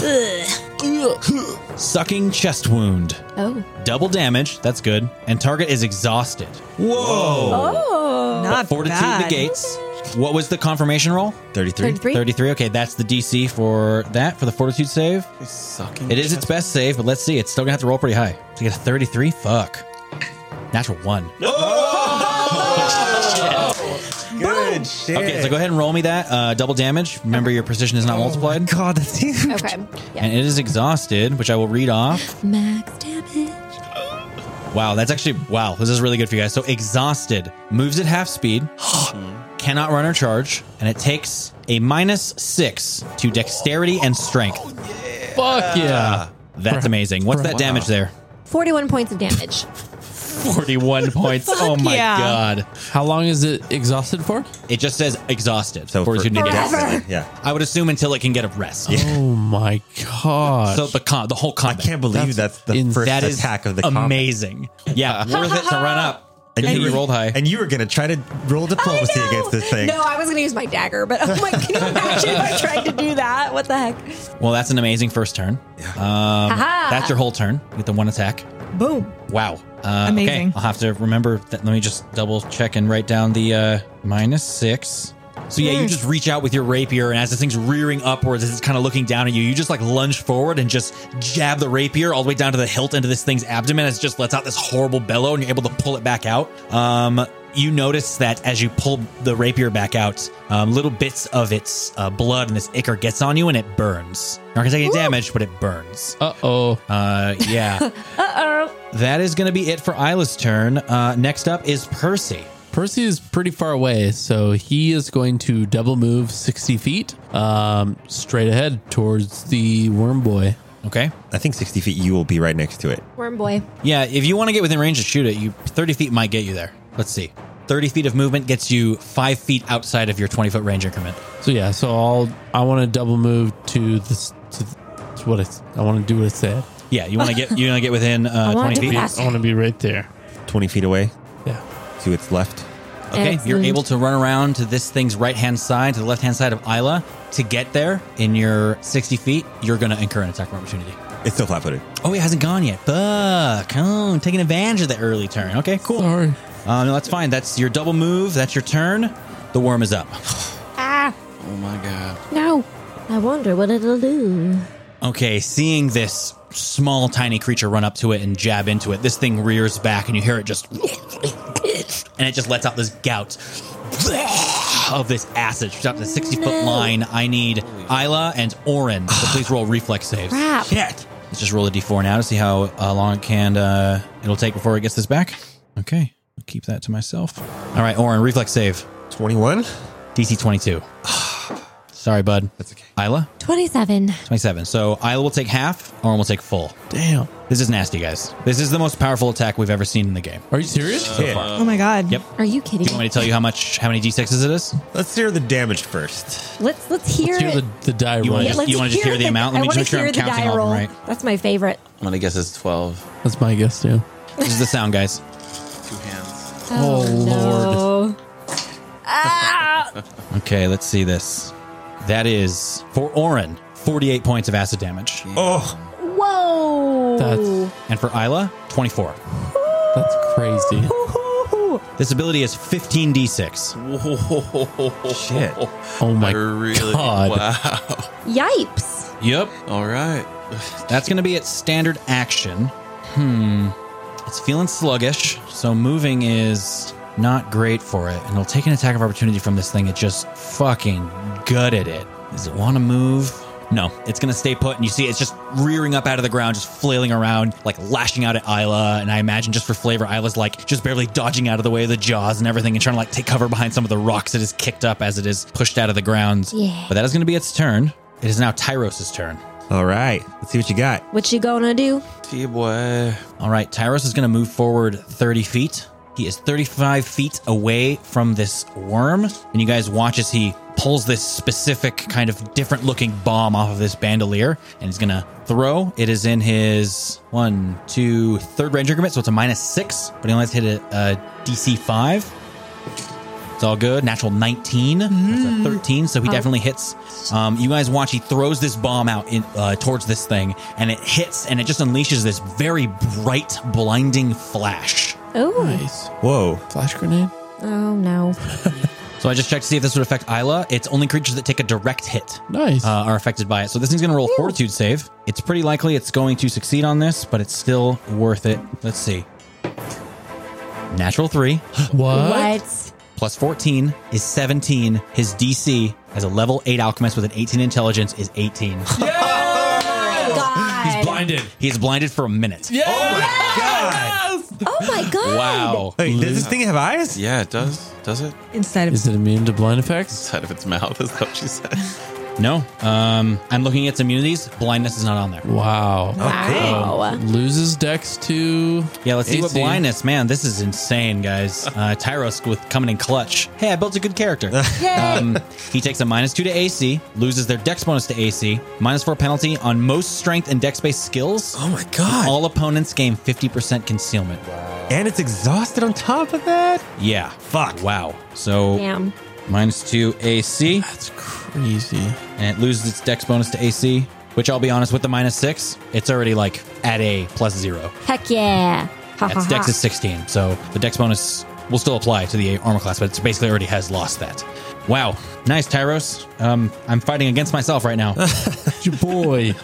[SPEAKER 2] Sucking chest wound.
[SPEAKER 5] Oh.
[SPEAKER 2] Double damage. That's good. And target is exhausted. Whoa.
[SPEAKER 5] Oh.
[SPEAKER 4] Not
[SPEAKER 2] Fortitude
[SPEAKER 4] bad.
[SPEAKER 2] negates. What was the confirmation roll?
[SPEAKER 8] 33.
[SPEAKER 5] 33?
[SPEAKER 2] 33. Okay, that's the DC for that, for the fortitude save.
[SPEAKER 6] It's sucking.
[SPEAKER 2] It is its best save, but let's see. It's still gonna have to roll pretty high. To get a 33? Fuck. Natural one. Oh!
[SPEAKER 8] Good shit.
[SPEAKER 2] Okay, so go ahead and roll me that. Uh, double damage. Remember, your precision
[SPEAKER 6] Oh
[SPEAKER 2] is not multiplied.
[SPEAKER 8] God, that's huge.
[SPEAKER 5] Okay. Yeah.
[SPEAKER 2] And it is exhausted, which I will read off.
[SPEAKER 5] Max damage.
[SPEAKER 2] Wow, that's actually, wow, this is really good for you guys. So, exhausted moves at half speed, cannot run or charge, and it takes a minus six to dexterity and
[SPEAKER 8] Oh,
[SPEAKER 2] strength.
[SPEAKER 1] Fuck yeah.
[SPEAKER 2] That's amazing. What's that damage there?
[SPEAKER 5] 41 points of damage.
[SPEAKER 2] 41 points. oh my
[SPEAKER 4] yeah.
[SPEAKER 2] God.
[SPEAKER 1] How long is it exhausted for?
[SPEAKER 2] It just says exhausted.
[SPEAKER 8] So for-
[SPEAKER 2] Fortitude negates.
[SPEAKER 5] Forever.
[SPEAKER 8] Yeah.
[SPEAKER 2] I would assume until it can get a rest.
[SPEAKER 1] Oh my god.
[SPEAKER 2] So the con- the whole
[SPEAKER 8] I
[SPEAKER 2] combat.
[SPEAKER 8] can't believe that's, the
[SPEAKER 1] in-
[SPEAKER 8] first
[SPEAKER 2] That is
[SPEAKER 8] attack of the combat.
[SPEAKER 2] amazing. Yeah, worth it to run up.
[SPEAKER 8] And
[SPEAKER 2] Good
[SPEAKER 8] you
[SPEAKER 2] thing
[SPEAKER 8] were-
[SPEAKER 2] you rolled high.
[SPEAKER 8] And you were going to try to roll diplomacy
[SPEAKER 5] I know.
[SPEAKER 8] against this thing.
[SPEAKER 5] No, I was going to use my dagger, but oh my, can you imagine if I tried to do that? What the heck?
[SPEAKER 2] Well, that's an amazing first turn. Um,
[SPEAKER 5] Haha.
[SPEAKER 2] that's your whole turn with the one attack.
[SPEAKER 4] Boom.
[SPEAKER 2] Wow. Uh,
[SPEAKER 4] Amazing.
[SPEAKER 2] Okay. I'll have to remember that. Let me just double check and write down the uh, minus six. So yeah, you just reach out with your rapier, and as this thing's rearing upwards, as it's kind of looking down at you, you just like lunge forward and just jab the rapier all the way down to the hilt into this thing's abdomen. As it just lets out this horrible bellow, and you're able to pull it back out. Um, you notice that as you pull the rapier back out, um, little bits of its uh, blood and this ichor gets on you, and it burns. You're not gonna take any damage, but it burns.
[SPEAKER 1] uh oh.
[SPEAKER 2] Uh, yeah.
[SPEAKER 5] Uh oh.
[SPEAKER 2] That is going to be it for Isla's turn. Uh, next up is Percy.
[SPEAKER 1] Percy is pretty far away, so he is going to double move 60 feet um, straight ahead towards the worm boy.
[SPEAKER 2] Okay.
[SPEAKER 8] I think 60 feet, you will be right next to it.
[SPEAKER 5] Worm boy.
[SPEAKER 2] Yeah, if you want to get within range to shoot it, you 30 feet might get you there. Let's see. 30 feet of movement gets you five feet outside of your 20 foot range increment.
[SPEAKER 1] So yeah, so I'll I want to double move to this to, to what it's, I want to do what it said.
[SPEAKER 2] Yeah, you want to get you want to get within uh,
[SPEAKER 5] I
[SPEAKER 2] 20
[SPEAKER 5] wanna do
[SPEAKER 2] feet.
[SPEAKER 5] that.
[SPEAKER 1] I want to be right there.
[SPEAKER 8] 20 feet away
[SPEAKER 1] Yeah.
[SPEAKER 8] to its left.
[SPEAKER 2] Okay, you're
[SPEAKER 5] Excellent.
[SPEAKER 2] able to run around to this thing's right hand side, to the left hand side of Isla. To get there in your 60 feet, you're going to incur an attack of opportunity.
[SPEAKER 8] It's still flat footed.
[SPEAKER 2] Oh, it hasn't gone yet. Fuck. Oh, taking advantage of the early turn. Okay, cool.
[SPEAKER 1] Sorry.
[SPEAKER 2] Uh, no, that's fine. That's your double move. That's your turn. The worm is up.
[SPEAKER 5] Ah,
[SPEAKER 6] Oh my god.
[SPEAKER 5] no. I wonder what it'll do.
[SPEAKER 2] Okay, seeing this small, tiny creature run up to it and jab into it, this thing rears back, and you hear it just, and it just lets out this gout of this acid. She's up to sixty foot
[SPEAKER 5] No.
[SPEAKER 2] line. I need Isla and Orin to please roll reflex saves.
[SPEAKER 5] Crap.
[SPEAKER 2] Shit. Let's just roll a d4 now to see how uh, long it can uh, it'll take before it gets this back. Okay, I'll keep that to myself. All right, Orin, reflex save
[SPEAKER 8] 21?
[SPEAKER 2] DC twenty two. Sorry, bud. That's okay. Isla.
[SPEAKER 5] 27.
[SPEAKER 2] 27. So Isla will take half, Orin will take full.
[SPEAKER 1] Damn.
[SPEAKER 2] This is nasty, guys. This is the most powerful attack we've ever seen in the game.
[SPEAKER 1] Are you serious?
[SPEAKER 4] oh my god.
[SPEAKER 2] Yep.
[SPEAKER 5] Are you kidding
[SPEAKER 2] You want
[SPEAKER 5] me?
[SPEAKER 2] me to tell you how much, how many d6s it is?
[SPEAKER 8] Let's hear the damage first.
[SPEAKER 5] Let's let's hear
[SPEAKER 1] Let's hear
[SPEAKER 5] it.
[SPEAKER 1] the, the die
[SPEAKER 2] You
[SPEAKER 1] roll.
[SPEAKER 2] wanna just-
[SPEAKER 5] let's
[SPEAKER 2] wanna just hear the amount? Let
[SPEAKER 5] I
[SPEAKER 2] me just
[SPEAKER 5] wanna
[SPEAKER 2] make sure I'm
[SPEAKER 5] hear the
[SPEAKER 2] counting all
[SPEAKER 5] die
[SPEAKER 2] of them
[SPEAKER 5] roll.
[SPEAKER 2] right.
[SPEAKER 5] That's my favorite.
[SPEAKER 6] I'm gonna guess it's 12.
[SPEAKER 1] That's my guess too.
[SPEAKER 2] This is the sound, guys.
[SPEAKER 6] Two hands.
[SPEAKER 5] Oh,
[SPEAKER 1] Lord.
[SPEAKER 5] Ah.
[SPEAKER 2] Okay, let's see this. That is for Orin, 48 points of acid damage.
[SPEAKER 8] Oh,
[SPEAKER 5] no. Whoa.
[SPEAKER 1] That's
[SPEAKER 2] And for Isla, 24.
[SPEAKER 1] that's crazy.
[SPEAKER 2] This ability is 15d6.
[SPEAKER 6] Whoa.
[SPEAKER 8] Shit.
[SPEAKER 1] Oh my
[SPEAKER 6] really?
[SPEAKER 1] God.
[SPEAKER 6] Wow.
[SPEAKER 5] Yipes.
[SPEAKER 2] Yep.
[SPEAKER 6] All right.
[SPEAKER 2] That's going to be its standard action. Hmm. It's feeling sluggish, so moving is not great for it, and it'll take an attack of opportunity from this thing. It just fucking gutted it. Does it want to move? No, it's going to stay put, and you see it's just rearing up out of the ground, just flailing around, like lashing out at Isla. And I imagine just for flavor, Isla's like just barely dodging out of the way of the jaws and everything and trying to like take cover behind some of the rocks it is kicked up as it is pushed out of the ground.
[SPEAKER 5] Yeah.
[SPEAKER 2] But that is going to be its turn. It is now Tyros' turn.
[SPEAKER 8] All right. Let's see what you got.
[SPEAKER 5] What you gonna do?
[SPEAKER 6] See, boy.
[SPEAKER 2] All right, Tyros is going to move forward 30 feet. He is 35 feet away from this worm. And you guys watch as he pulls this specific, kind of different looking bomb off of this bandolier. And he's going to throw. It is in his one, two, third range increment. So it's a minus six, but he only has to hit a, a DC five. It's all good. Natural 19. That's a 13. So he definitely hits. Um, you guys watch. He throws this bomb out in, uh, towards this thing, and it hits, and it just unleashes this very bright, blinding flash.
[SPEAKER 5] Oh.
[SPEAKER 1] nice.
[SPEAKER 8] Whoa.
[SPEAKER 1] Flash grenade?
[SPEAKER 5] Oh no.
[SPEAKER 2] So I just checked to see if this would affect Isla. It's only creatures that take a direct hit
[SPEAKER 1] Nice.
[SPEAKER 2] uh, are affected by it. So this thing's going to roll a fortitude save. It's pretty likely it's going to succeed on this, but it's still worth it. Let's see. Natural three.
[SPEAKER 1] what?
[SPEAKER 5] What?
[SPEAKER 2] plus 14 is 17. His DC as a level 8 alchemist with an 18 intelligence is 18.
[SPEAKER 5] God.
[SPEAKER 1] Blinded.
[SPEAKER 2] He's blinded for a minute.
[SPEAKER 1] Yeah.
[SPEAKER 5] Oh my god.
[SPEAKER 2] Wow.
[SPEAKER 8] Wait, does this thing have eyes?
[SPEAKER 6] Yeah, it does. Does it?
[SPEAKER 4] Inside of
[SPEAKER 1] Is it immune to blind effects?
[SPEAKER 6] Inside of its mouth is what she said.
[SPEAKER 2] No. Um, I'm looking at its immunities. Blindness is not on there.
[SPEAKER 1] Wow.
[SPEAKER 8] Oh,
[SPEAKER 5] Wow.
[SPEAKER 1] Loses dex to
[SPEAKER 2] Yeah, let's see what
[SPEAKER 1] AC.
[SPEAKER 2] blindness. Man, this is insane, guys. Uh, Tyros with coming in clutch. Hey, I built a good character. um, he takes a minus two to AC, loses their dex bonus to AC, minus four penalty on most strength and dex based skills.
[SPEAKER 8] Oh my god.
[SPEAKER 2] All opponents gain 50% concealment.
[SPEAKER 8] And it's exhausted on top of that?
[SPEAKER 2] Yeah.
[SPEAKER 8] Fuck.
[SPEAKER 2] Wow. So
[SPEAKER 5] Damn.
[SPEAKER 2] minus two AC,
[SPEAKER 1] That's crazy.
[SPEAKER 2] and it loses its dex bonus to AC, which I'll be honest, with the minus six, it's already like at a plus zero.
[SPEAKER 5] Heck yeah. Ha, ha,
[SPEAKER 2] Its dex
[SPEAKER 5] ha.
[SPEAKER 2] is 16, so the dex bonus will still apply to the armor class, but it's basically already has lost that. Wow. Nice, Tyros. Um, I'm fighting against myself right now.
[SPEAKER 1] Your boy.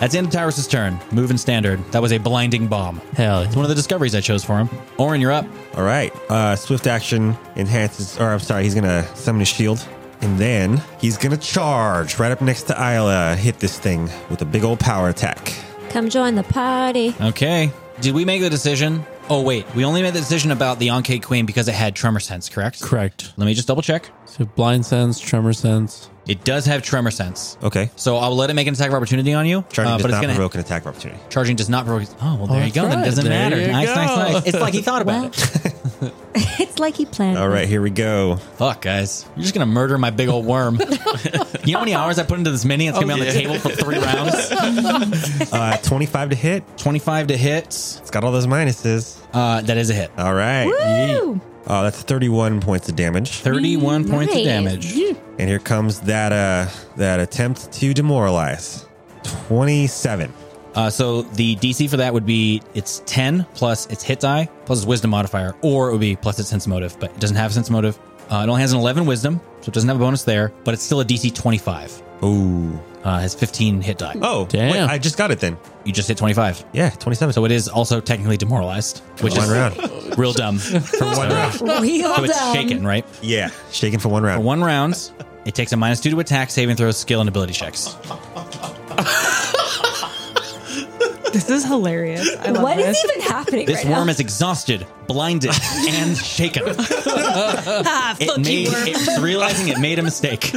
[SPEAKER 2] That's the end of Tyros' turn. Move and standard. That was a blinding bomb.
[SPEAKER 1] Hell.
[SPEAKER 2] It's one of the discoveries I chose for him. Orin, you're up.
[SPEAKER 8] All right. Uh, swift action enhances, or I'm sorry, he's going to summon his shield. And then he's going to charge right up next to Isla, hit this thing with a big old power attack.
[SPEAKER 5] Come join the party.
[SPEAKER 2] Okay. Did we make the decision Oh, wait. We only made the decision about the Ankh Queen because it had tremor sense, correct?
[SPEAKER 1] Correct.
[SPEAKER 2] Let me just double check.
[SPEAKER 1] So blind sense, tremor sense.
[SPEAKER 2] It does have tremor sense.
[SPEAKER 8] Okay.
[SPEAKER 2] So I'll let it make an attack of opportunity on you.
[SPEAKER 8] Charging
[SPEAKER 2] uh,
[SPEAKER 8] does not
[SPEAKER 2] gonna-
[SPEAKER 8] provoke an attack of opportunity.
[SPEAKER 2] Charging does not provoke. Oh, well, there you
[SPEAKER 1] that's
[SPEAKER 2] go. Then it
[SPEAKER 1] right.
[SPEAKER 2] doesn't
[SPEAKER 1] There
[SPEAKER 2] matter.
[SPEAKER 1] you
[SPEAKER 2] Nice,
[SPEAKER 1] go.
[SPEAKER 2] nice, nice. It's like he thought about
[SPEAKER 5] Well,
[SPEAKER 2] it.
[SPEAKER 5] it's like he planned.
[SPEAKER 8] All right, here we go.
[SPEAKER 2] Fuck, guys. You're just going to murder my big old worm. you know how many hours I put into this mini? It's going to
[SPEAKER 8] Oh,
[SPEAKER 2] be on the table for three rounds.
[SPEAKER 8] Uh, 25 to hit.
[SPEAKER 2] 25 to hit.
[SPEAKER 8] It's got all those minuses.
[SPEAKER 2] Uh, that is a hit.
[SPEAKER 8] All right.
[SPEAKER 5] Woo!
[SPEAKER 8] Uh, that's 31 points of damage.
[SPEAKER 2] 31 points of
[SPEAKER 5] Nice.
[SPEAKER 2] damage.
[SPEAKER 8] And here comes that uh, that attempt to demoralize. 27.
[SPEAKER 2] Uh, so the DC for that would be it's 10 plus its hit die plus its wisdom modifier, or it would be plus its sense motive, but it doesn't have sense motive. Uh, it only has an 11 wisdom, so it doesn't have a bonus there, but it's still a DC 25.
[SPEAKER 8] Ooh.
[SPEAKER 2] Uh, has 15 hit die.
[SPEAKER 8] Oh,
[SPEAKER 1] Damn.
[SPEAKER 8] wait, I just got it then.
[SPEAKER 2] You just hit 25.
[SPEAKER 8] Yeah, 27.
[SPEAKER 2] So it is also technically demoralized, which
[SPEAKER 8] one
[SPEAKER 2] is
[SPEAKER 8] round.
[SPEAKER 2] real dumb. For one round.
[SPEAKER 5] Real
[SPEAKER 2] So it's
[SPEAKER 5] dumb.
[SPEAKER 2] shaken, right?
[SPEAKER 8] Yeah, shaken for one round.
[SPEAKER 2] For one round, it takes a minus two to attack, saving throws, skill, and ability checks.
[SPEAKER 4] This is hilarious. I love
[SPEAKER 7] What
[SPEAKER 4] this.
[SPEAKER 7] is even happening
[SPEAKER 2] This
[SPEAKER 7] right
[SPEAKER 2] worm
[SPEAKER 7] now?
[SPEAKER 2] is exhausted, blinded, and shaken.
[SPEAKER 4] ah,
[SPEAKER 2] It made it's realizing it made a mistake.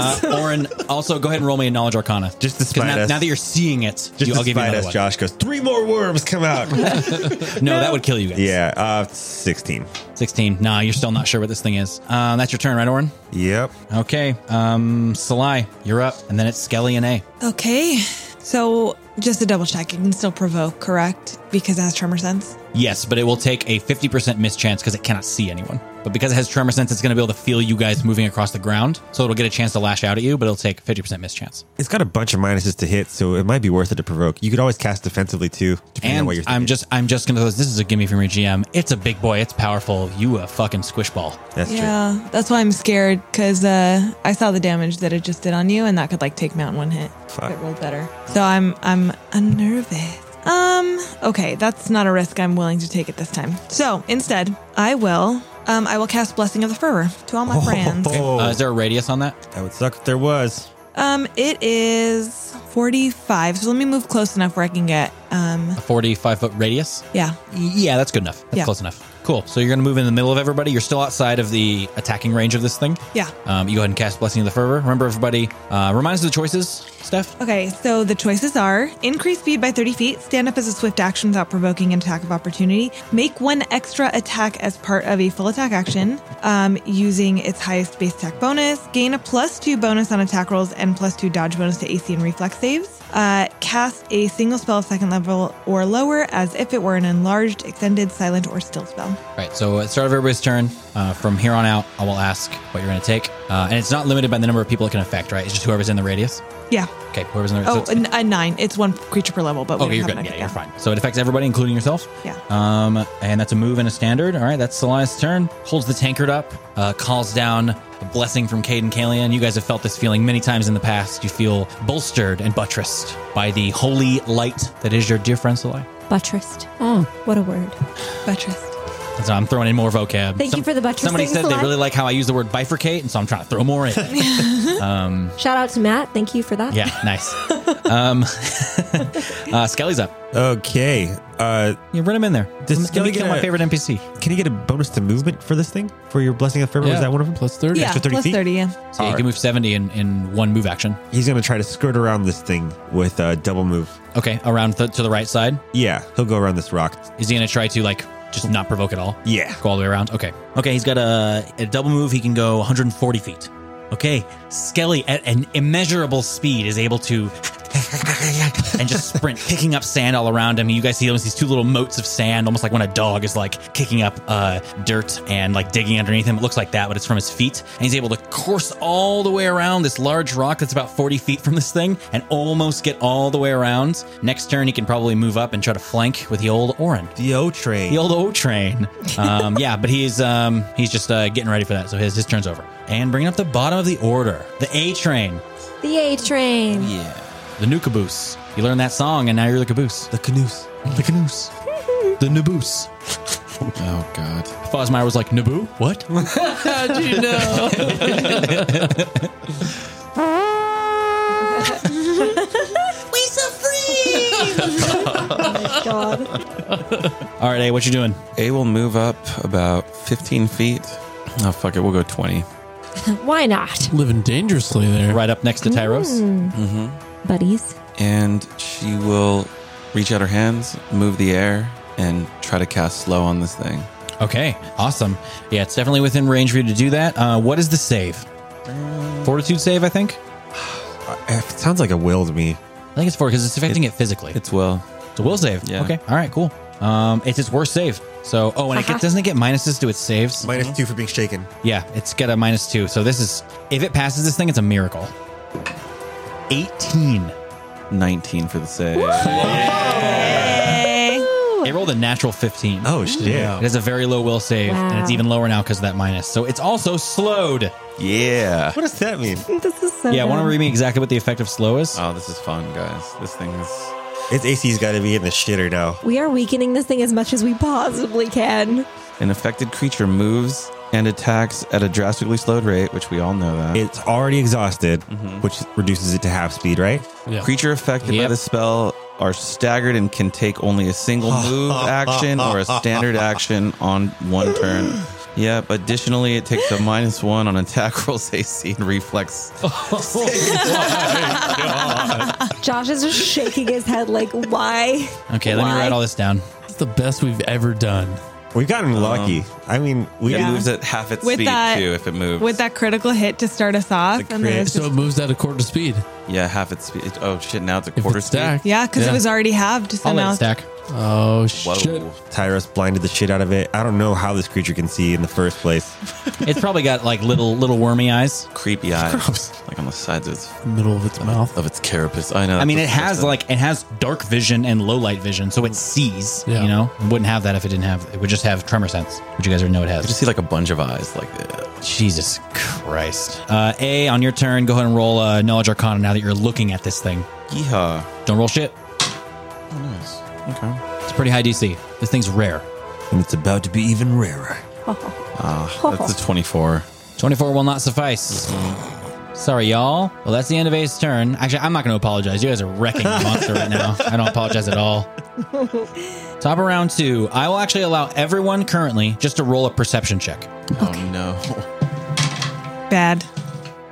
[SPEAKER 2] Uh, Oren, also go ahead and roll me a knowledge arcana.
[SPEAKER 8] Just
[SPEAKER 2] 'Cause
[SPEAKER 8] despite
[SPEAKER 2] now,
[SPEAKER 8] us.
[SPEAKER 2] now that you're seeing it,
[SPEAKER 8] just
[SPEAKER 2] you, I'll give you
[SPEAKER 8] despite
[SPEAKER 2] another
[SPEAKER 8] us,
[SPEAKER 2] one.
[SPEAKER 8] Josh goes, three more worms come out.
[SPEAKER 2] No, that would kill you guys.
[SPEAKER 8] yeah, uh, 16.
[SPEAKER 2] 16. Nah, you're still not sure what this thing is. Uh, that's your turn, right, Oren?
[SPEAKER 8] Yep.
[SPEAKER 2] Okay. Um, Salai, you're up. And then it's Skelly and A.
[SPEAKER 4] Okay. So just to double check, it can still provoke, correct? Because it has tremor sense.
[SPEAKER 2] Yes, but it will take a 50% mischance because it cannot see anyone. But because it has tremor sense, it's going to be able to feel you guys moving across the ground. So it'll get a chance to lash out at you, but it'll take 50% mischance.
[SPEAKER 8] It's got a bunch of minuses to hit, so it might be worth it to provoke. You could always cast defensively too, depending on
[SPEAKER 2] And
[SPEAKER 8] what you're thinking.
[SPEAKER 2] I'm just I'm just gonna this is a gimme from your GM. It's a big boy, it's powerful. You a fucking squish ball.
[SPEAKER 8] That's true.
[SPEAKER 4] Yeah, that's why I'm scared because uh, I saw the damage that it just did on you, and that could like take me out in one hit.
[SPEAKER 8] Fuck.
[SPEAKER 4] It rolled better, so I'm I'm unnervous. Um, okay, that's not a risk I'm willing to take at this time. So instead, I will um I will cast Blessing of the Fervor to all my friends.
[SPEAKER 8] Oh,
[SPEAKER 2] Uh, is there a radius on that?
[SPEAKER 8] that would suck if there was.
[SPEAKER 4] Um, it is 45, so let me move close enough where I can get. Um,
[SPEAKER 2] A 45 foot radius?
[SPEAKER 4] yeah,
[SPEAKER 2] Yeah, that's good enough. That's
[SPEAKER 4] Yeah.
[SPEAKER 2] close enough. Cool. So you're gonna move in the middle of everybody. You're still outside of the attacking range of this thing.
[SPEAKER 4] yeah.
[SPEAKER 2] Um, you go ahead and cast Blessing of the Fervor. Remember, everybody, uh, remind us of the choices, Steph.
[SPEAKER 4] Okay, so the choices are increase speed by 30 feet, stand up as a swift action without provoking an attack of opportunity, make one extra attack as part of a full attack action um, using its highest base attack bonus, gain a plus two bonus on attack rolls and plus two dodge bonus to AC and reflex saves, uh, cast a single spell second level or lower as if it were an enlarged, extended, silent, or still spell.
[SPEAKER 2] Right. So at the start of everybody's turn, uh, from here on out, I will ask what you're going to take, uh, and it's not limited by the number of people it can affect. Right? It's just whoever's in the radius.
[SPEAKER 4] Yeah.
[SPEAKER 2] Okay. Whoever's in the
[SPEAKER 4] Oh,
[SPEAKER 2] radius.
[SPEAKER 4] a, n- a nine. It's one creature per level, but we
[SPEAKER 2] okay, you're
[SPEAKER 4] don't
[SPEAKER 2] good.
[SPEAKER 4] have
[SPEAKER 2] Yeah,
[SPEAKER 4] an
[SPEAKER 2] you're
[SPEAKER 4] extra-
[SPEAKER 2] fine. So it affects everybody, including yourself.
[SPEAKER 4] Yeah.
[SPEAKER 2] Um, and that's a move and a standard. All right. That's Celia's turn. Holds the tankard up. Uh, calls down a blessing from Cade and Kalian. You guys have felt this feeling many times in the past. You feel bolstered and buttressed by the holy light that is your dear friend Celia.
[SPEAKER 5] Buttressed.
[SPEAKER 7] Mm.
[SPEAKER 5] Oh, what a word.
[SPEAKER 4] yeah. Buttressed.
[SPEAKER 2] So I'm throwing in more vocab.
[SPEAKER 5] Thank you for the buttressing,
[SPEAKER 2] Somebody said they
[SPEAKER 5] Celeste.
[SPEAKER 2] really like how I use the word bifurcate, and so I'm trying to throw more in. Um,
[SPEAKER 5] Shout out to Matt. Thank you for that.
[SPEAKER 2] yeah, nice. Um, uh, Skelly's up.
[SPEAKER 8] Okay. Uh,
[SPEAKER 2] You run him in there. Let
[SPEAKER 8] Does
[SPEAKER 2] me- let me
[SPEAKER 8] Skelly
[SPEAKER 2] kill
[SPEAKER 8] get
[SPEAKER 2] my
[SPEAKER 8] a-
[SPEAKER 2] favorite NPC.
[SPEAKER 8] can you get a bonus to movement for this thing? For your blessing of fervor?
[SPEAKER 1] Yeah.
[SPEAKER 8] Is that one of them?
[SPEAKER 1] Plus 30.
[SPEAKER 4] Yeah,
[SPEAKER 8] Extra 30
[SPEAKER 4] plus
[SPEAKER 8] feet?
[SPEAKER 4] 30, yeah.
[SPEAKER 2] So you can move 70 in, in one move action.
[SPEAKER 8] He's gonna try to skirt around this thing with a double move.
[SPEAKER 2] Okay, around th- to the right side.
[SPEAKER 8] Yeah, he'll go around this rock.
[SPEAKER 2] Is he going to try to, like, just not provoke at all?
[SPEAKER 8] Yeah.
[SPEAKER 2] Go all the way around? Okay. Okay, he's got a, a double move. He can go 140 feet. Okay, Skelly at an immeasurable speed is able to and just sprint, kicking up sand all around him. You guys see almost these two little motes of sand, almost like when a dog is like kicking up uh, dirt and like digging underneath him. It looks like that, but it's from his feet. And he's able to course all the way around this large rock that's about 40 feet from this thing and almost get all the way around. Next turn, he can probably move up and try to flank with the old Orin.
[SPEAKER 8] The O train.
[SPEAKER 2] The old O train, um, yeah, but he's um, he's just uh, getting ready for that, so his his turn's over. And bringing up the bottom of the order, the A train,
[SPEAKER 5] The A train.
[SPEAKER 2] the new caboose. You learned that song, and now you're the caboose.
[SPEAKER 8] the canoes.
[SPEAKER 2] The canoes. the Naboos.
[SPEAKER 6] Oh God.
[SPEAKER 2] Fosmire was like, Naboo? What?
[SPEAKER 1] How'd you know?
[SPEAKER 7] God.
[SPEAKER 2] All right, A, what you doing?
[SPEAKER 6] A will move up about 15 feet. Oh, fuck it. We'll go 20.
[SPEAKER 5] Why not,
[SPEAKER 1] Living dangerously there.
[SPEAKER 2] Right up next to Tyros.
[SPEAKER 4] Mm.
[SPEAKER 5] buddies?
[SPEAKER 6] Mm-hmm. And she will reach out her hands, move the air, and try to cast slow on this thing.
[SPEAKER 2] Okay, awesome. Yeah, it's definitely within range for you to do that. Uh, what is the save? Fortitude save, I think.
[SPEAKER 8] It sounds like a will to me.
[SPEAKER 2] I think it's four because it's affecting it, physically.
[SPEAKER 6] It's will.
[SPEAKER 2] It's a will save.
[SPEAKER 6] Yeah.
[SPEAKER 2] Okay. All right. Cool. Um, it's its worst save. So, oh, and it get, doesn't it get minuses to its saves?
[SPEAKER 8] Minus two for being shaken.
[SPEAKER 2] Yeah, it's got a minus two. So this is if it passes this thing, it's a miracle. Eighteen.
[SPEAKER 6] 19 for the save.
[SPEAKER 2] It rolled a natural fifteen.
[SPEAKER 8] Oh shit!
[SPEAKER 2] It has a very low will save, and it's
[SPEAKER 5] Wow.
[SPEAKER 2] even lower now because of that minus. So it's also slowed.
[SPEAKER 6] Yeah.
[SPEAKER 8] What does that mean?
[SPEAKER 7] This is so
[SPEAKER 2] yeah, I want to
[SPEAKER 7] dumb.
[SPEAKER 2] read me exactly what the effect of slow is.
[SPEAKER 6] Oh, this is fun, guys. This thing is.
[SPEAKER 8] Its AC's got to be in the shitter now.
[SPEAKER 5] We are weakening this thing as much as we possibly can.
[SPEAKER 6] An affected creature moves and attacks at a drastically slowed rate, which we all know that. Mm-hmm.
[SPEAKER 8] It's already exhausted, which reduces it to half speed, right?
[SPEAKER 1] Yeah.
[SPEAKER 6] Creature affected by
[SPEAKER 2] Yep.
[SPEAKER 6] the spell are staggered and can take only a single move action or a standard action on one turn. Yep. Additionally, it takes a minus one on attack rolls, AC, and reflex.
[SPEAKER 7] Josh is just shaking his head like, why?
[SPEAKER 2] Okay, let me
[SPEAKER 7] Why?
[SPEAKER 2] write all this down.
[SPEAKER 1] It's the best we've ever done. Um,
[SPEAKER 8] We've gotten lucky. I mean, we
[SPEAKER 6] It moves at half its
[SPEAKER 4] With
[SPEAKER 6] speed
[SPEAKER 4] that-
[SPEAKER 6] too. If it moves,
[SPEAKER 4] With that critical hit to start us off,
[SPEAKER 8] The
[SPEAKER 4] and then it's
[SPEAKER 1] So
[SPEAKER 4] just,
[SPEAKER 1] it moves at a quarter speed.
[SPEAKER 6] yeah, half its speed. Oh shit! Now it's a
[SPEAKER 1] If
[SPEAKER 6] quarter
[SPEAKER 1] it's
[SPEAKER 6] speed.
[SPEAKER 1] stacked.
[SPEAKER 4] yeah, because
[SPEAKER 1] Yeah.
[SPEAKER 4] it was already halved. So
[SPEAKER 2] I'll let
[SPEAKER 4] now
[SPEAKER 2] it stack.
[SPEAKER 1] Oh,
[SPEAKER 6] Whoa!
[SPEAKER 1] shit.
[SPEAKER 8] Tyrus blinded the shit out of it. I don't know how this creature can see in the first place.
[SPEAKER 2] It's probably got like little little wormy eyes.
[SPEAKER 6] Creepy eyes, like on the sides of its
[SPEAKER 1] Middle of its mouth.
[SPEAKER 6] of its carapace. I know.
[SPEAKER 2] I mean, it
[SPEAKER 6] that's
[SPEAKER 2] has
[SPEAKER 6] disgusting.
[SPEAKER 2] like it has dark vision and low light vision, so it sees.
[SPEAKER 1] Yeah.
[SPEAKER 2] You know, it wouldn't have that if it didn't have. It would just have tremor sense, which you guys
[SPEAKER 1] Oh,
[SPEAKER 2] already know it has.
[SPEAKER 6] I just see like a bunch of eyes, like uh,
[SPEAKER 2] Jesus Christ! Uh, A on your turn, go ahead and roll uh, knowledge arcana now that you're looking at this thing.
[SPEAKER 6] yeehaw.
[SPEAKER 2] Don't roll shit.
[SPEAKER 6] Oh, Nice. Okay.
[SPEAKER 2] It's pretty high DC. This thing's rare.
[SPEAKER 8] And it's about to be even rarer.
[SPEAKER 6] Ah, that's a twenty-four.
[SPEAKER 2] Twenty-four will not suffice. Sorry, y'all. Well, that's the end of A's turn. Actually, I'm not going to apologize. You guys are wrecking the monster right now. I don't apologize at all. Top of round two. I will actually allow everyone currently just to roll a perception check.
[SPEAKER 6] Oh no.
[SPEAKER 4] bad.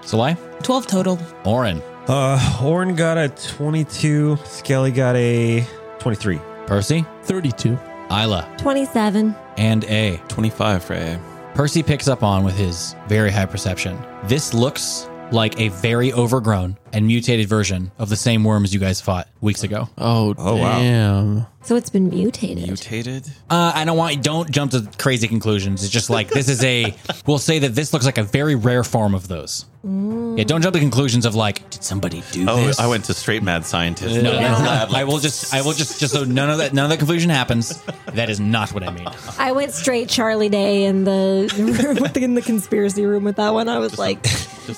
[SPEAKER 2] Salai,
[SPEAKER 4] Twelve total.
[SPEAKER 2] Oren,
[SPEAKER 8] Uh, Horn got a 22. Skelly got a 23.
[SPEAKER 2] Percy,
[SPEAKER 1] 32.
[SPEAKER 2] Isla,
[SPEAKER 5] 27.
[SPEAKER 2] and A.
[SPEAKER 6] 25 for A.
[SPEAKER 2] Percy picks up on with his very high perception. This looks like a very overgrown and mutated version of the same worms you guys fought weeks ago.
[SPEAKER 1] Oh,
[SPEAKER 8] Oh, wow.
[SPEAKER 1] damn.
[SPEAKER 5] So it's been mutated.
[SPEAKER 6] Mutated?
[SPEAKER 2] Uh, I don't want don't jump to crazy conclusions. It's just like this is a we'll say that this looks like a very rare form of those. Yeah,
[SPEAKER 5] Mm.
[SPEAKER 2] don't jump to conclusions of like did somebody do
[SPEAKER 6] Oh,
[SPEAKER 2] this?
[SPEAKER 6] I went to straight mad scientist.
[SPEAKER 2] No, that's not- I will just I will just just so none of that none of that conclusion happens. That is not what I mean.
[SPEAKER 5] I went straight Charlie Day in the room, in the conspiracy room with that one. I was like,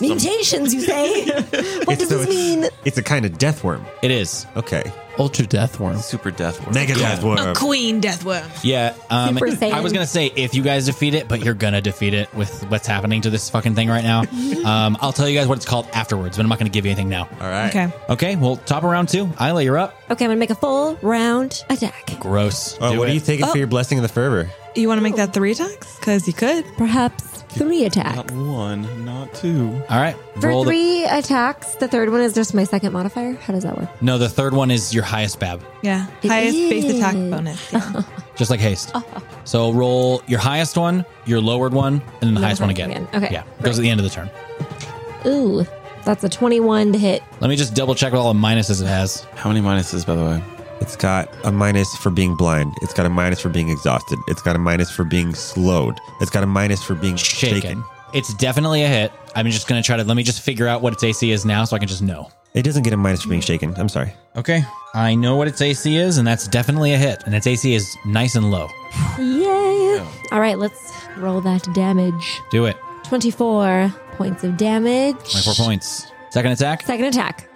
[SPEAKER 5] mutations, you say? what does
[SPEAKER 8] so
[SPEAKER 5] this mean?
[SPEAKER 8] It's a kind of death worm.
[SPEAKER 2] It is.
[SPEAKER 8] Okay.
[SPEAKER 1] Ultra death worm.
[SPEAKER 6] Super death word.
[SPEAKER 8] Mega death worm.
[SPEAKER 2] Um,
[SPEAKER 4] Queen Deathworm.
[SPEAKER 2] Yeah, um,
[SPEAKER 5] Super Saiyan.
[SPEAKER 2] I was gonna say if you guys defeat it, but you're gonna defeat it with what's happening to this fucking thing right now. um, I'll tell you guys what it's called afterwards, but I'm not gonna give you anything now.
[SPEAKER 8] All right.
[SPEAKER 4] Okay.
[SPEAKER 2] Okay, well, top of round two, Isla, you're up.
[SPEAKER 5] Okay, I'm going to make a full round attack.
[SPEAKER 2] Gross.
[SPEAKER 8] Oh,
[SPEAKER 2] Do
[SPEAKER 8] what
[SPEAKER 2] it.
[SPEAKER 8] are you taking for your blessing of the fervor?
[SPEAKER 4] You want to make that three attacks? Because you could.
[SPEAKER 5] Perhaps three attacks.
[SPEAKER 6] Not one, not two.
[SPEAKER 2] All right,
[SPEAKER 5] For
[SPEAKER 2] roll the-
[SPEAKER 5] three attacks, the third one is just my second modifier. How does that work?
[SPEAKER 2] No, the third one is your highest bab,
[SPEAKER 4] Yeah.
[SPEAKER 5] It
[SPEAKER 4] Highest base attack
[SPEAKER 5] is.
[SPEAKER 4] bonus. Yeah.
[SPEAKER 2] just like haste.
[SPEAKER 5] Oh.
[SPEAKER 2] So roll your highest one, your lowered one, and then the highest one
[SPEAKER 5] highest
[SPEAKER 2] again.
[SPEAKER 5] again. Okay.
[SPEAKER 2] Yeah, goes at the end of the turn.
[SPEAKER 5] Ooh, that's a 21 to hit.
[SPEAKER 2] Let me just double check with all the minuses it has.
[SPEAKER 6] How many minuses, by the way?
[SPEAKER 8] It's got a minus for being blind. It's got a minus for being exhausted. It's got a minus for being slowed. It's got a minus for being
[SPEAKER 2] Shaken.
[SPEAKER 8] shaken.
[SPEAKER 2] It's definitely a hit. I'm just gonna try to let me just figure out what its AC is now, so I can just know.
[SPEAKER 8] It doesn't get a minus for being shaken. I'm sorry.
[SPEAKER 2] Okay. I know what its AC is, and that's definitely a hit. And its AC is nice and low.
[SPEAKER 5] Yay! All right, let's roll that damage.
[SPEAKER 2] Do it.
[SPEAKER 5] 24 points of damage.
[SPEAKER 2] 24 points. Second attack.
[SPEAKER 5] Second attack.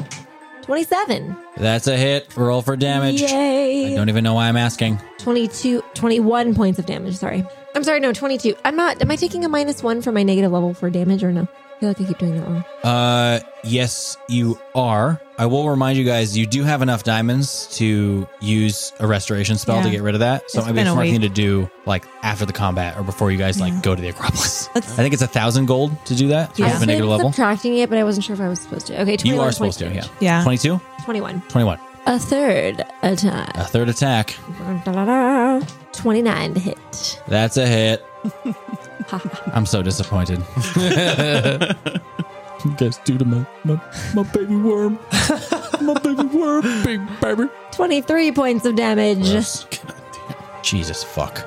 [SPEAKER 5] 27.
[SPEAKER 2] That's a hit. Roll for damage. I
[SPEAKER 5] Yay!
[SPEAKER 2] don't e- even know why I'm asking.
[SPEAKER 5] 22, 21 points of damage, sorry. I'm sorry, no, 22. I'm not, am I taking a minus one for my negative level for damage or no? feel like I keep doing that wrong.
[SPEAKER 2] Uh, yes, you are. I will remind you guys, you do have enough diamonds to use a restoration spell to
[SPEAKER 4] Yeah.
[SPEAKER 2] get rid of that. So
[SPEAKER 4] It's
[SPEAKER 2] it might be
[SPEAKER 4] been
[SPEAKER 2] a
[SPEAKER 4] a
[SPEAKER 2] smart
[SPEAKER 4] week.
[SPEAKER 2] thing to do, like after the combat or before you guys like go to the Acropolis. I
[SPEAKER 4] Let's-
[SPEAKER 2] think it's a thousand gold to do that. So
[SPEAKER 5] I
[SPEAKER 2] you have a
[SPEAKER 5] was
[SPEAKER 2] negative level.
[SPEAKER 5] subtracting it, but I wasn't sure if I was supposed to. Okay, 21,
[SPEAKER 2] You are supposed to,
[SPEAKER 5] 22.
[SPEAKER 2] yeah.
[SPEAKER 4] Yeah.
[SPEAKER 2] 22,
[SPEAKER 5] 21.
[SPEAKER 2] 21.
[SPEAKER 5] A third attack.
[SPEAKER 2] A third attack.
[SPEAKER 5] 29 to hit.
[SPEAKER 2] That's a hit. I'm so disappointed.
[SPEAKER 6] Guys, due to my, my, my baby worm. my baby worm. Big baby.
[SPEAKER 5] 23 points of damage.
[SPEAKER 2] Jesus fuck.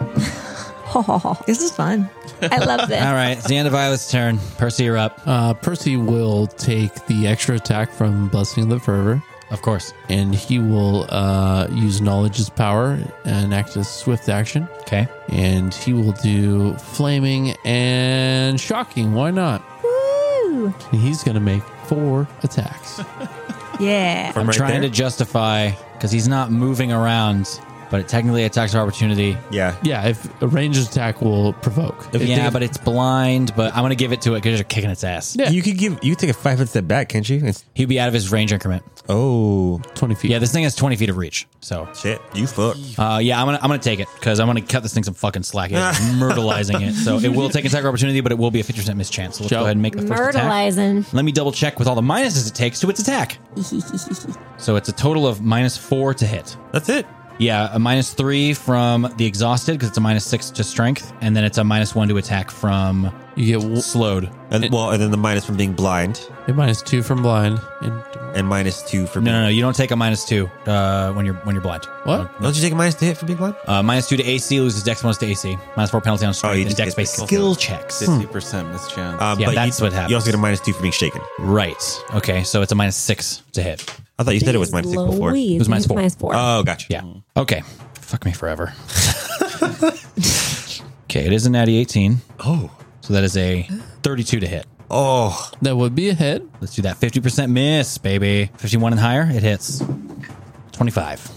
[SPEAKER 4] This is fun.
[SPEAKER 5] I love this.
[SPEAKER 2] All right, it's the end of Violet's turn. Percy, you're up.
[SPEAKER 1] Uh, Percy will take the extra attack from Blessing of the Fervor,
[SPEAKER 2] Of course.
[SPEAKER 1] and he will uh, use Knowledge as Power and act as swift action.
[SPEAKER 2] Okay.
[SPEAKER 1] And he will do Flaming and Shocking. Why not?
[SPEAKER 5] Woo!
[SPEAKER 1] And he's going to make four attacks.
[SPEAKER 4] Yeah.
[SPEAKER 2] I'm
[SPEAKER 8] right
[SPEAKER 2] trying
[SPEAKER 8] there?
[SPEAKER 2] to justify because he's not moving around, but it technically attacks of opportunity.
[SPEAKER 8] Yeah.
[SPEAKER 1] yeah, if a ranged attack will provoke.
[SPEAKER 2] yeah, but it's blind. But I'm gonna give it to it because you're kicking its ass.
[SPEAKER 1] Yeah.
[SPEAKER 8] You could give. You could take a five foot step back, can't you? It's,
[SPEAKER 2] He'd be out of his range increment.
[SPEAKER 8] oh
[SPEAKER 1] 20 feet.
[SPEAKER 2] Yeah, this thing has 20 feet of reach. So,
[SPEAKER 8] shit! You fuck.
[SPEAKER 2] uh, yeah, I'm gonna I'm gonna take it because I'm gonna cut this thing some fucking slack. It's myrtleizing it, so it will take attack of opportunity, but it will be a 50 percent mischance. So let's
[SPEAKER 1] Joe.
[SPEAKER 2] go ahead and make the first attack.
[SPEAKER 5] Myrtleizing.
[SPEAKER 2] Let me double check with all the minuses it takes to its attack. so it's a total of minus four to hit.
[SPEAKER 8] That's it.
[SPEAKER 2] Yeah, a minus three from the exhausted because it's a minus six to strength, and then it's a minus one to attack from
[SPEAKER 1] You get w-
[SPEAKER 2] slowed.
[SPEAKER 8] And well, and then the minus from being blind,
[SPEAKER 1] a minus two from blind. And
[SPEAKER 8] and minus two for
[SPEAKER 2] No,
[SPEAKER 8] being.
[SPEAKER 2] no, no, you don't take a minus two uh, when you're when you're blind.
[SPEAKER 1] what?
[SPEAKER 8] Don't you take a minus to hit for being blind? Oh,
[SPEAKER 2] Uh, minus two to AC loses dex bonus to AC. Minus four penalty on strength
[SPEAKER 8] you
[SPEAKER 2] and
[SPEAKER 8] just
[SPEAKER 2] dex
[SPEAKER 8] get
[SPEAKER 2] based
[SPEAKER 8] the-
[SPEAKER 2] skill checks.
[SPEAKER 8] Hmm.
[SPEAKER 6] 50% mischance.
[SPEAKER 8] Um,
[SPEAKER 2] Yeah,
[SPEAKER 8] but
[SPEAKER 2] that's
[SPEAKER 8] you,
[SPEAKER 2] what
[SPEAKER 8] You also
[SPEAKER 2] happens.
[SPEAKER 8] get a minus two for being shaken.
[SPEAKER 2] Right. Okay. So it's a minus six to hit.
[SPEAKER 8] I thought you said it was minus six before.
[SPEAKER 5] It
[SPEAKER 2] was minus four.
[SPEAKER 5] Minus four.
[SPEAKER 8] Oh, gotcha.
[SPEAKER 2] Yeah. Okay. Fuck me forever. okay. It is a natty eighteen.
[SPEAKER 8] Oh.
[SPEAKER 2] So that is a thirty-two to hit.
[SPEAKER 8] Oh.
[SPEAKER 1] That would be a hit.
[SPEAKER 2] Let's do that. Fifty percent miss, baby. Fifty-one and higher, it hits. Twenty-five.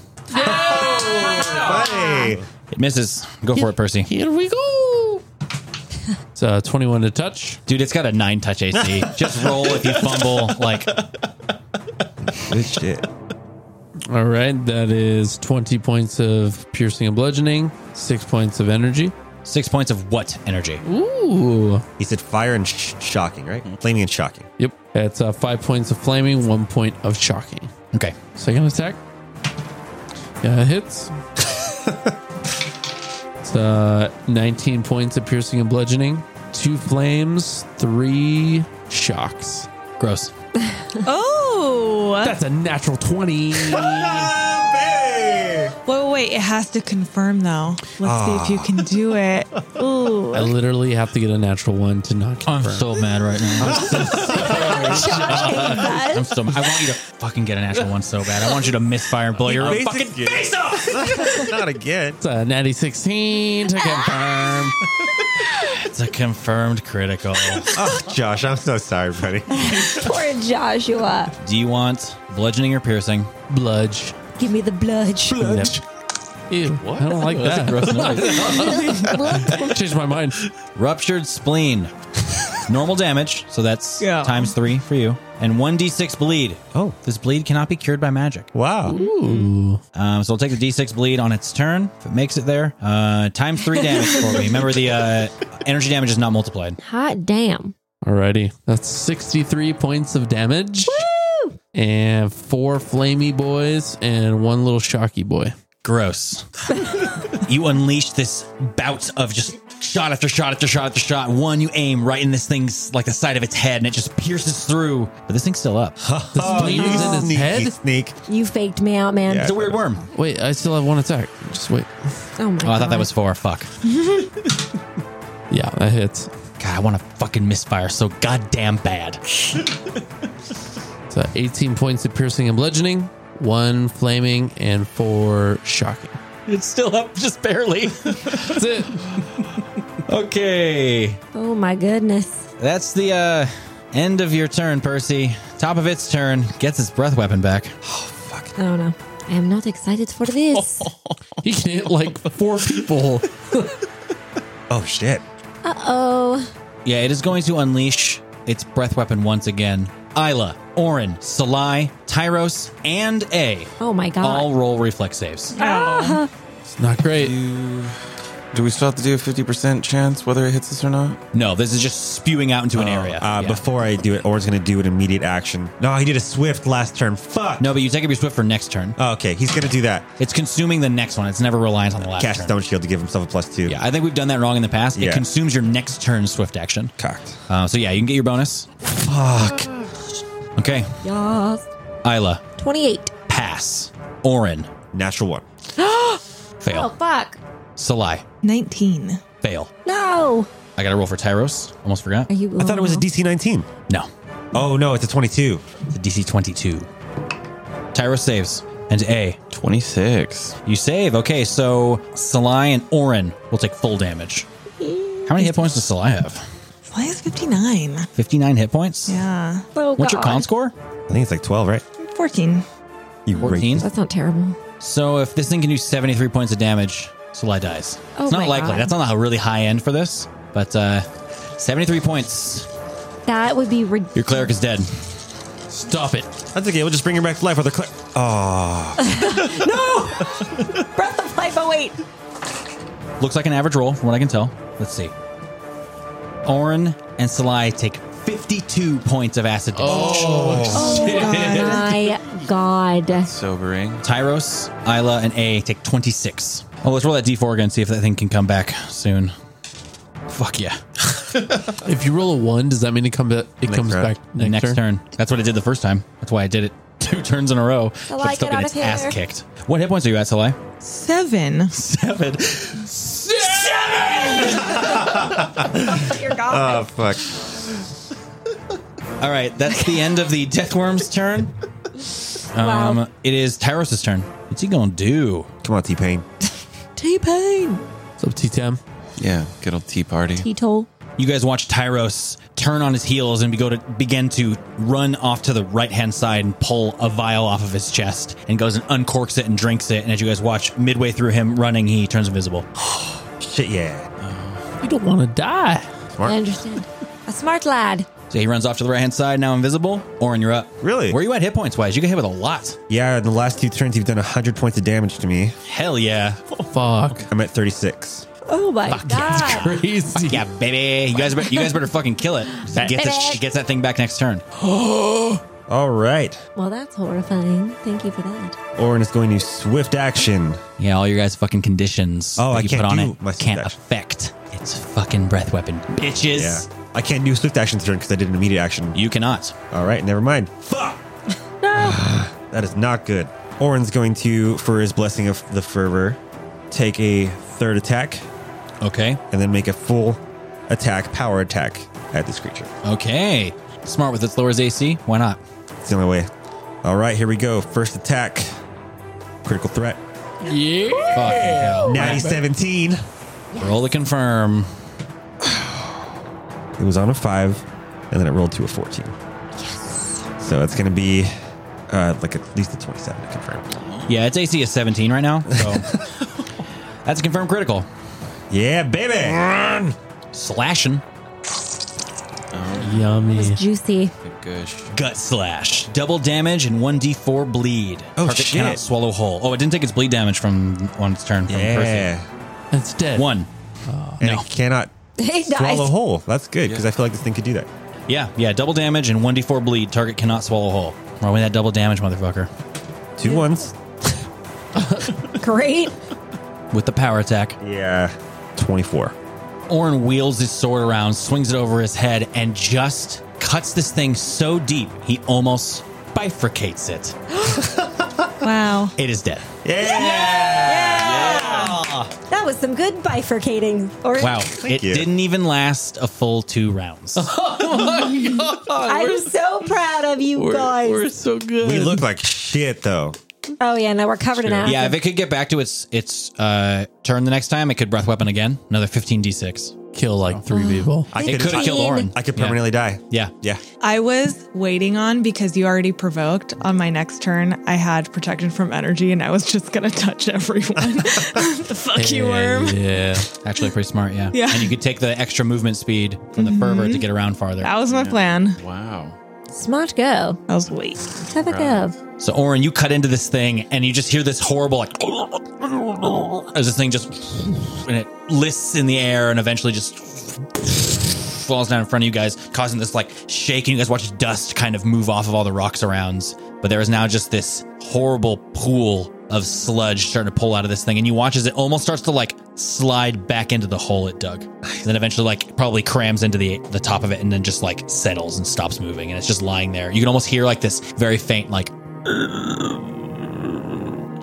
[SPEAKER 8] Hey.
[SPEAKER 2] It misses. Go for it, Percy.
[SPEAKER 1] Here we go. It's uh, 21 to touch.
[SPEAKER 2] Dude, it's got a nine touch AC. Just roll if you fumble. Like,
[SPEAKER 8] Good shit.
[SPEAKER 1] All right, that is 20 points of piercing and bludgeoning, six points of energy.
[SPEAKER 2] six points of what energy? Mm-hmm.
[SPEAKER 1] Ooh.
[SPEAKER 8] He said fire and sh- shocking, right? Flaming and shocking.
[SPEAKER 1] Yep. That's uh, five points of flaming, one point of shocking.
[SPEAKER 2] Okay.
[SPEAKER 1] Second attack. Yeah, it hits. it's uh, 19 points of piercing and bludgeoning, two flames, three shocks.
[SPEAKER 2] Gross.
[SPEAKER 4] Oh.
[SPEAKER 1] That's a natural 20.
[SPEAKER 4] Whoa, wait. It has to confirm, though. Let's see if you
[SPEAKER 2] Ah.
[SPEAKER 4] can do it. Ooh.
[SPEAKER 1] I literally have to get a natural one to not confirm.
[SPEAKER 2] I'm so mad right now. I'm so sorry. I'm so mad. I want you to fucking get an actual one so bad. I want you to misfire and blow your own fucking.
[SPEAKER 8] face off. Not again.
[SPEAKER 1] It's a natty 16 to confirm.
[SPEAKER 2] It's a confirmed critical.
[SPEAKER 8] Oh, Josh, I'm so sorry, buddy.
[SPEAKER 7] Poor Joshua.
[SPEAKER 2] Do you want bludgeoning or piercing?
[SPEAKER 1] Bludge.
[SPEAKER 5] Give me the bludge.
[SPEAKER 1] Bludge. Ew, I don't like that.
[SPEAKER 2] Gross noise.
[SPEAKER 1] Changed my mind.
[SPEAKER 2] Ruptured spleen. Normal damage, so that's
[SPEAKER 4] Yeah.
[SPEAKER 2] times three for you, and 1d6 bleed.
[SPEAKER 8] Oh.
[SPEAKER 2] This bleed cannot be cured by magic.
[SPEAKER 8] Wow.
[SPEAKER 2] Um, so I'll take the D6 bleed on its turn if it makes it there. Uh, times three damage for me. Remember, the uh, energy damage is not multiplied.
[SPEAKER 5] Hot damn.
[SPEAKER 1] Alrighty. That's 63 points of damage. And four flamey boys and one little shocky boy.
[SPEAKER 2] Gross. you unleash this bout of just shot after shot after shot after shot. One, you aim right in this thing's like the side of its head, and it just pierces through. But this thing's still up.
[SPEAKER 1] The spleen is in his
[SPEAKER 8] Sneaky
[SPEAKER 1] head?
[SPEAKER 8] sneak.
[SPEAKER 5] You faked me out, man.
[SPEAKER 2] It's a weird worm.
[SPEAKER 1] Wait, I still have one attack. Just wait.
[SPEAKER 5] Oh my
[SPEAKER 2] Oh, I thought that
[SPEAKER 5] God.
[SPEAKER 2] was four. Fuck.
[SPEAKER 1] Yeah, that hits.
[SPEAKER 2] God, I want to fucking misfire so goddamn bad.
[SPEAKER 1] It's uh, 18 points of piercing and bludgeoning, one flaming, and four shocking.
[SPEAKER 2] It's still up, just barely.
[SPEAKER 1] That's it.
[SPEAKER 2] okay.
[SPEAKER 5] Oh my goodness.
[SPEAKER 2] That's the uh, end of your turn, Percy. Top of its turn, gets its breath weapon back.
[SPEAKER 5] I don't know. I am not excited for this.
[SPEAKER 1] He can hit like four people.
[SPEAKER 8] Oh, shit.
[SPEAKER 5] Uh oh.
[SPEAKER 2] Yeah, it is going to unleash its breath weapon once again. Isla, Orin, Salai, Tyros, and A
[SPEAKER 5] Oh my god. Ah.
[SPEAKER 2] all roll reflex saves.
[SPEAKER 1] It's not great.
[SPEAKER 6] Do we still have to do a 50% chance whether it hits us or not?
[SPEAKER 2] No, this is just spewing out into an area.
[SPEAKER 8] Uh,
[SPEAKER 2] Yeah.
[SPEAKER 8] Before I do it, Or's going to do an immediate action. No, he did a swift last turn. Fuck.
[SPEAKER 2] no, but you take up your swift for next turn.
[SPEAKER 8] Oh, okay, he's going to do that.
[SPEAKER 2] It's consuming the next one. It's never reliant on the last
[SPEAKER 8] Cast
[SPEAKER 2] turn.
[SPEAKER 8] Stone Shield to give himself a plus two.
[SPEAKER 2] Yeah, I think we've done that wrong in the past. It
[SPEAKER 8] Yeah.
[SPEAKER 2] consumes your next turn's swift action.
[SPEAKER 8] Cocked.
[SPEAKER 2] Uh, so yeah, you can get your bonus.
[SPEAKER 8] Fuck.
[SPEAKER 2] Okay,
[SPEAKER 5] Yes.
[SPEAKER 2] Isla,
[SPEAKER 5] 28.
[SPEAKER 2] pass. Orin,
[SPEAKER 8] Natural one.
[SPEAKER 5] Oh,
[SPEAKER 2] fail.
[SPEAKER 5] fuck.
[SPEAKER 2] Salai,
[SPEAKER 4] 19.
[SPEAKER 2] fail.
[SPEAKER 5] No.
[SPEAKER 2] I got to roll for Tyros. Almost forgot.
[SPEAKER 5] Are you
[SPEAKER 8] I thought it was a
[SPEAKER 5] low?
[SPEAKER 8] DC 19.
[SPEAKER 2] No,
[SPEAKER 8] Oh, no, it's a 22.
[SPEAKER 2] it's a DC 22. Tyros saves. And A,
[SPEAKER 6] 26.
[SPEAKER 2] you save. Okay, so Salai and Orin will take full damage. How many hit points does Salai have?
[SPEAKER 4] Why is 59?
[SPEAKER 2] 59 hit points?
[SPEAKER 4] Yeah.
[SPEAKER 5] Oh,
[SPEAKER 2] What's your
[SPEAKER 5] God.
[SPEAKER 2] con score?
[SPEAKER 8] I think it's like 12, right?
[SPEAKER 4] 14.
[SPEAKER 8] You
[SPEAKER 2] 14?
[SPEAKER 5] That's not terrible.
[SPEAKER 2] So if this thing can do 73 points of damage, Solai dies.
[SPEAKER 5] Oh
[SPEAKER 2] it's not
[SPEAKER 5] my
[SPEAKER 2] likely.
[SPEAKER 5] God.
[SPEAKER 2] That's not a really high end for this, but uh, 73 points.
[SPEAKER 5] That would be ridiculous.
[SPEAKER 2] Your cleric is dead. Stop it.
[SPEAKER 8] That's okay. We'll just bring her back to life with a clip. Oh,
[SPEAKER 7] Breath of life, oh wait.
[SPEAKER 2] Looks like an average roll from what I can tell. Let's see. Orin and Solai take 52 points of acid damage.
[SPEAKER 4] Oh, God.
[SPEAKER 5] My God.
[SPEAKER 6] Sobering.
[SPEAKER 2] Tyros, Isla, and A take 26. Oh, let's roll that d4 again and see if that thing can come back soon. Fuck yeah.
[SPEAKER 1] If you roll a one, does that mean it comes it comes
[SPEAKER 8] round.
[SPEAKER 1] back next,
[SPEAKER 2] next,
[SPEAKER 1] turn?
[SPEAKER 2] turn. That's what it did the first time. That's why I did it two turns in a row.
[SPEAKER 5] Salai,
[SPEAKER 2] but still get
[SPEAKER 5] get out
[SPEAKER 2] its
[SPEAKER 5] of
[SPEAKER 2] ass
[SPEAKER 5] here.
[SPEAKER 2] kicked. What hit points are you at, Salai?
[SPEAKER 4] Seven.
[SPEAKER 2] Seven.
[SPEAKER 8] oh fuck.
[SPEAKER 2] All right, that's the end of the Deathworm's turn. Um,
[SPEAKER 5] Wow.
[SPEAKER 2] It is Tyros' turn. What's he gonna do?
[SPEAKER 8] Come on, T Pain.
[SPEAKER 4] T Pain.
[SPEAKER 1] It's up to Tam.
[SPEAKER 6] Yeah, good old tea party.
[SPEAKER 5] Tito.
[SPEAKER 2] You guys watch Tyros turn on his heels and go to begin to run off to the right hand side and pull a vial off of his chest and goes and uncorks it and drinks it. And as you guys watch midway through him running, he turns invisible.
[SPEAKER 8] Shit, yeah.
[SPEAKER 1] You don't want to die.
[SPEAKER 5] I understand. A smart lad.
[SPEAKER 2] So he runs off to the right hand side, now invisible. Orin, you're up.
[SPEAKER 8] Really?
[SPEAKER 2] Where are you at hit points wise? You get hit with a lot.
[SPEAKER 8] Yeah, in the last two turns, you've done 100 points of damage to me.
[SPEAKER 2] Hell yeah.
[SPEAKER 1] Fuck.
[SPEAKER 8] I'm at 36.
[SPEAKER 5] Oh my God.
[SPEAKER 1] Crazy.
[SPEAKER 2] Yeah, baby. You guys, bet- you guys better fucking kill it. Get that,
[SPEAKER 5] Baby.
[SPEAKER 2] get that thing back next turn.
[SPEAKER 8] All right.
[SPEAKER 5] Well, that's horrifying. Thank you for that.
[SPEAKER 8] Orin is going to swift action.
[SPEAKER 2] Yeah, all your guys' fucking conditions.
[SPEAKER 8] Oh,
[SPEAKER 2] that
[SPEAKER 8] I
[SPEAKER 2] you
[SPEAKER 8] can't
[SPEAKER 2] put on
[SPEAKER 8] do
[SPEAKER 2] it
[SPEAKER 8] my
[SPEAKER 2] can't
[SPEAKER 8] selection.
[SPEAKER 2] affect its fucking breath weapon, bitches.
[SPEAKER 8] Yeah. I can't do swift action turn because I did an immediate action.
[SPEAKER 2] You cannot.
[SPEAKER 8] All right, never mind. Fuck. that is not good. Orin's going to, for his blessing of the fervor, take a third attack
[SPEAKER 2] Okay.
[SPEAKER 8] and then make a full attack, power attack at this creature.
[SPEAKER 2] Okay. Smart with its lowers AC. Why not?
[SPEAKER 8] It's the only way. All right, here we go. First attack. Critical threat.
[SPEAKER 1] Yeah.
[SPEAKER 2] Fucking hell.
[SPEAKER 8] Natty 17.
[SPEAKER 2] Roll to confirm.
[SPEAKER 8] It was on a 5, and then it rolled to a 14. So it's going to be uh, like at least a 27 to confirm.
[SPEAKER 2] Yeah, its AC is 17 right now. So that's a confirmed critical.
[SPEAKER 8] Yeah, baby.
[SPEAKER 2] Slashing.
[SPEAKER 1] Yummy.
[SPEAKER 5] Juicy.
[SPEAKER 6] Gosh.
[SPEAKER 2] Gut slash. Double damage and 1d4 bleed.
[SPEAKER 8] Oh,
[SPEAKER 2] Target
[SPEAKER 8] shit.
[SPEAKER 2] cannot swallow whole. Oh, it didn't take its bleed damage from on its turn. From
[SPEAKER 8] Yeah.
[SPEAKER 1] That's dead.
[SPEAKER 2] Percy. One.
[SPEAKER 8] And
[SPEAKER 2] No.
[SPEAKER 8] it cannot
[SPEAKER 5] He
[SPEAKER 8] swallow
[SPEAKER 5] dies.
[SPEAKER 8] whole. That's good because I feel like this thing could do that.
[SPEAKER 2] Yeah, yeah. Double damage and 1d4 bleed. Target cannot swallow whole. Roll me that double damage, motherfucker.
[SPEAKER 8] Two ones.
[SPEAKER 5] Great.
[SPEAKER 2] With the power attack.
[SPEAKER 8] Yeah. 24.
[SPEAKER 2] Orin wheels his sword around, swings it over his head, and just cuts this thing so deep he almost bifurcates it.
[SPEAKER 4] Wow.
[SPEAKER 2] It is dead.
[SPEAKER 7] That was some good bifurcating. Or
[SPEAKER 2] Wow. it Oh
[SPEAKER 8] you.
[SPEAKER 2] didn't even last a full two rounds.
[SPEAKER 5] Oh,
[SPEAKER 7] I'm so proud of you guys.
[SPEAKER 1] We're so good.
[SPEAKER 8] We look like shit though.
[SPEAKER 5] Oh, yeah. Now we're covered in acid.
[SPEAKER 2] yeah, if it could get back to its its uh, turn the next time, it could breath weapon again. Another 15d6.
[SPEAKER 1] kill like three people.
[SPEAKER 8] I
[SPEAKER 2] It could have killed Lauren.
[SPEAKER 8] I could permanently die.
[SPEAKER 2] Yeah.
[SPEAKER 8] Yeah.
[SPEAKER 4] I was waiting on because you already provoked on my next turn. I had protection from energy and I was just going to touch everyone. the fuck you worm.
[SPEAKER 2] Yeah. Actually, pretty smart. Yeah.
[SPEAKER 4] Yeah. Mm-hmm.
[SPEAKER 2] And you could take the extra movement speed from the fervor to get around farther.
[SPEAKER 4] That was my plan.
[SPEAKER 6] Wow.
[SPEAKER 5] Smart go.
[SPEAKER 4] I was waiting.
[SPEAKER 5] Have a go.
[SPEAKER 2] So, Oren, you cut into this thing and you just hear this horrible, like, as this thing just, and it lists in the air and eventually just falls down in front of you guys, causing this, like, shaking. You guys watch dust kind of move off of all the rocks around. But there is now just this horrible pool of sludge starting to pull out of this thing. And you watch as it almost starts to, like, slide back into the hole it dug. And then eventually, like, probably crams into the the top of it and then just, like, settles and stops moving. And it's just lying there. You can almost hear, like, this very faint, like,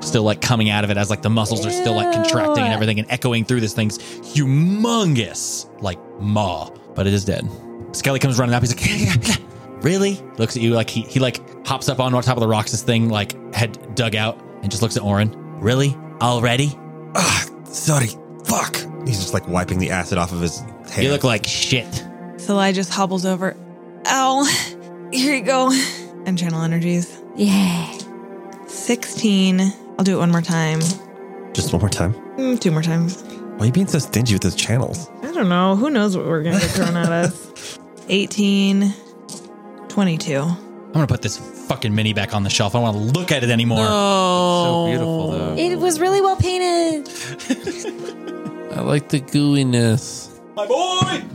[SPEAKER 2] still like coming out of it as like the muscles are still like contracting and everything and echoing through this thing's humongous like maw, but it is dead. Skelly comes running up. He's like, "Really?" Looks at you like he he like hops up on top of the rocks. This thing like head dug out and just looks at Orin. Really? Already?
[SPEAKER 8] Sorry. Fuck. He's just like wiping the acid off of his hair.
[SPEAKER 2] You look like shit.
[SPEAKER 4] So I just hobbles over. Ow. Here you go. And channel energies.
[SPEAKER 5] Yeah.
[SPEAKER 4] 16. I'll do it one more time.
[SPEAKER 8] just one more time.
[SPEAKER 4] Mm, two more times.
[SPEAKER 8] Why are you being so stingy with those channels?
[SPEAKER 4] I don't know. Who knows what we're going to get thrown at us? 18. 22.
[SPEAKER 2] I'm gonna put this fucking mini back on the shelf. I don't want to look at it anymore.
[SPEAKER 6] So beautiful,
[SPEAKER 2] Uh,
[SPEAKER 6] though.
[SPEAKER 5] It was really well painted.
[SPEAKER 1] I like the gooiness.
[SPEAKER 10] My boy!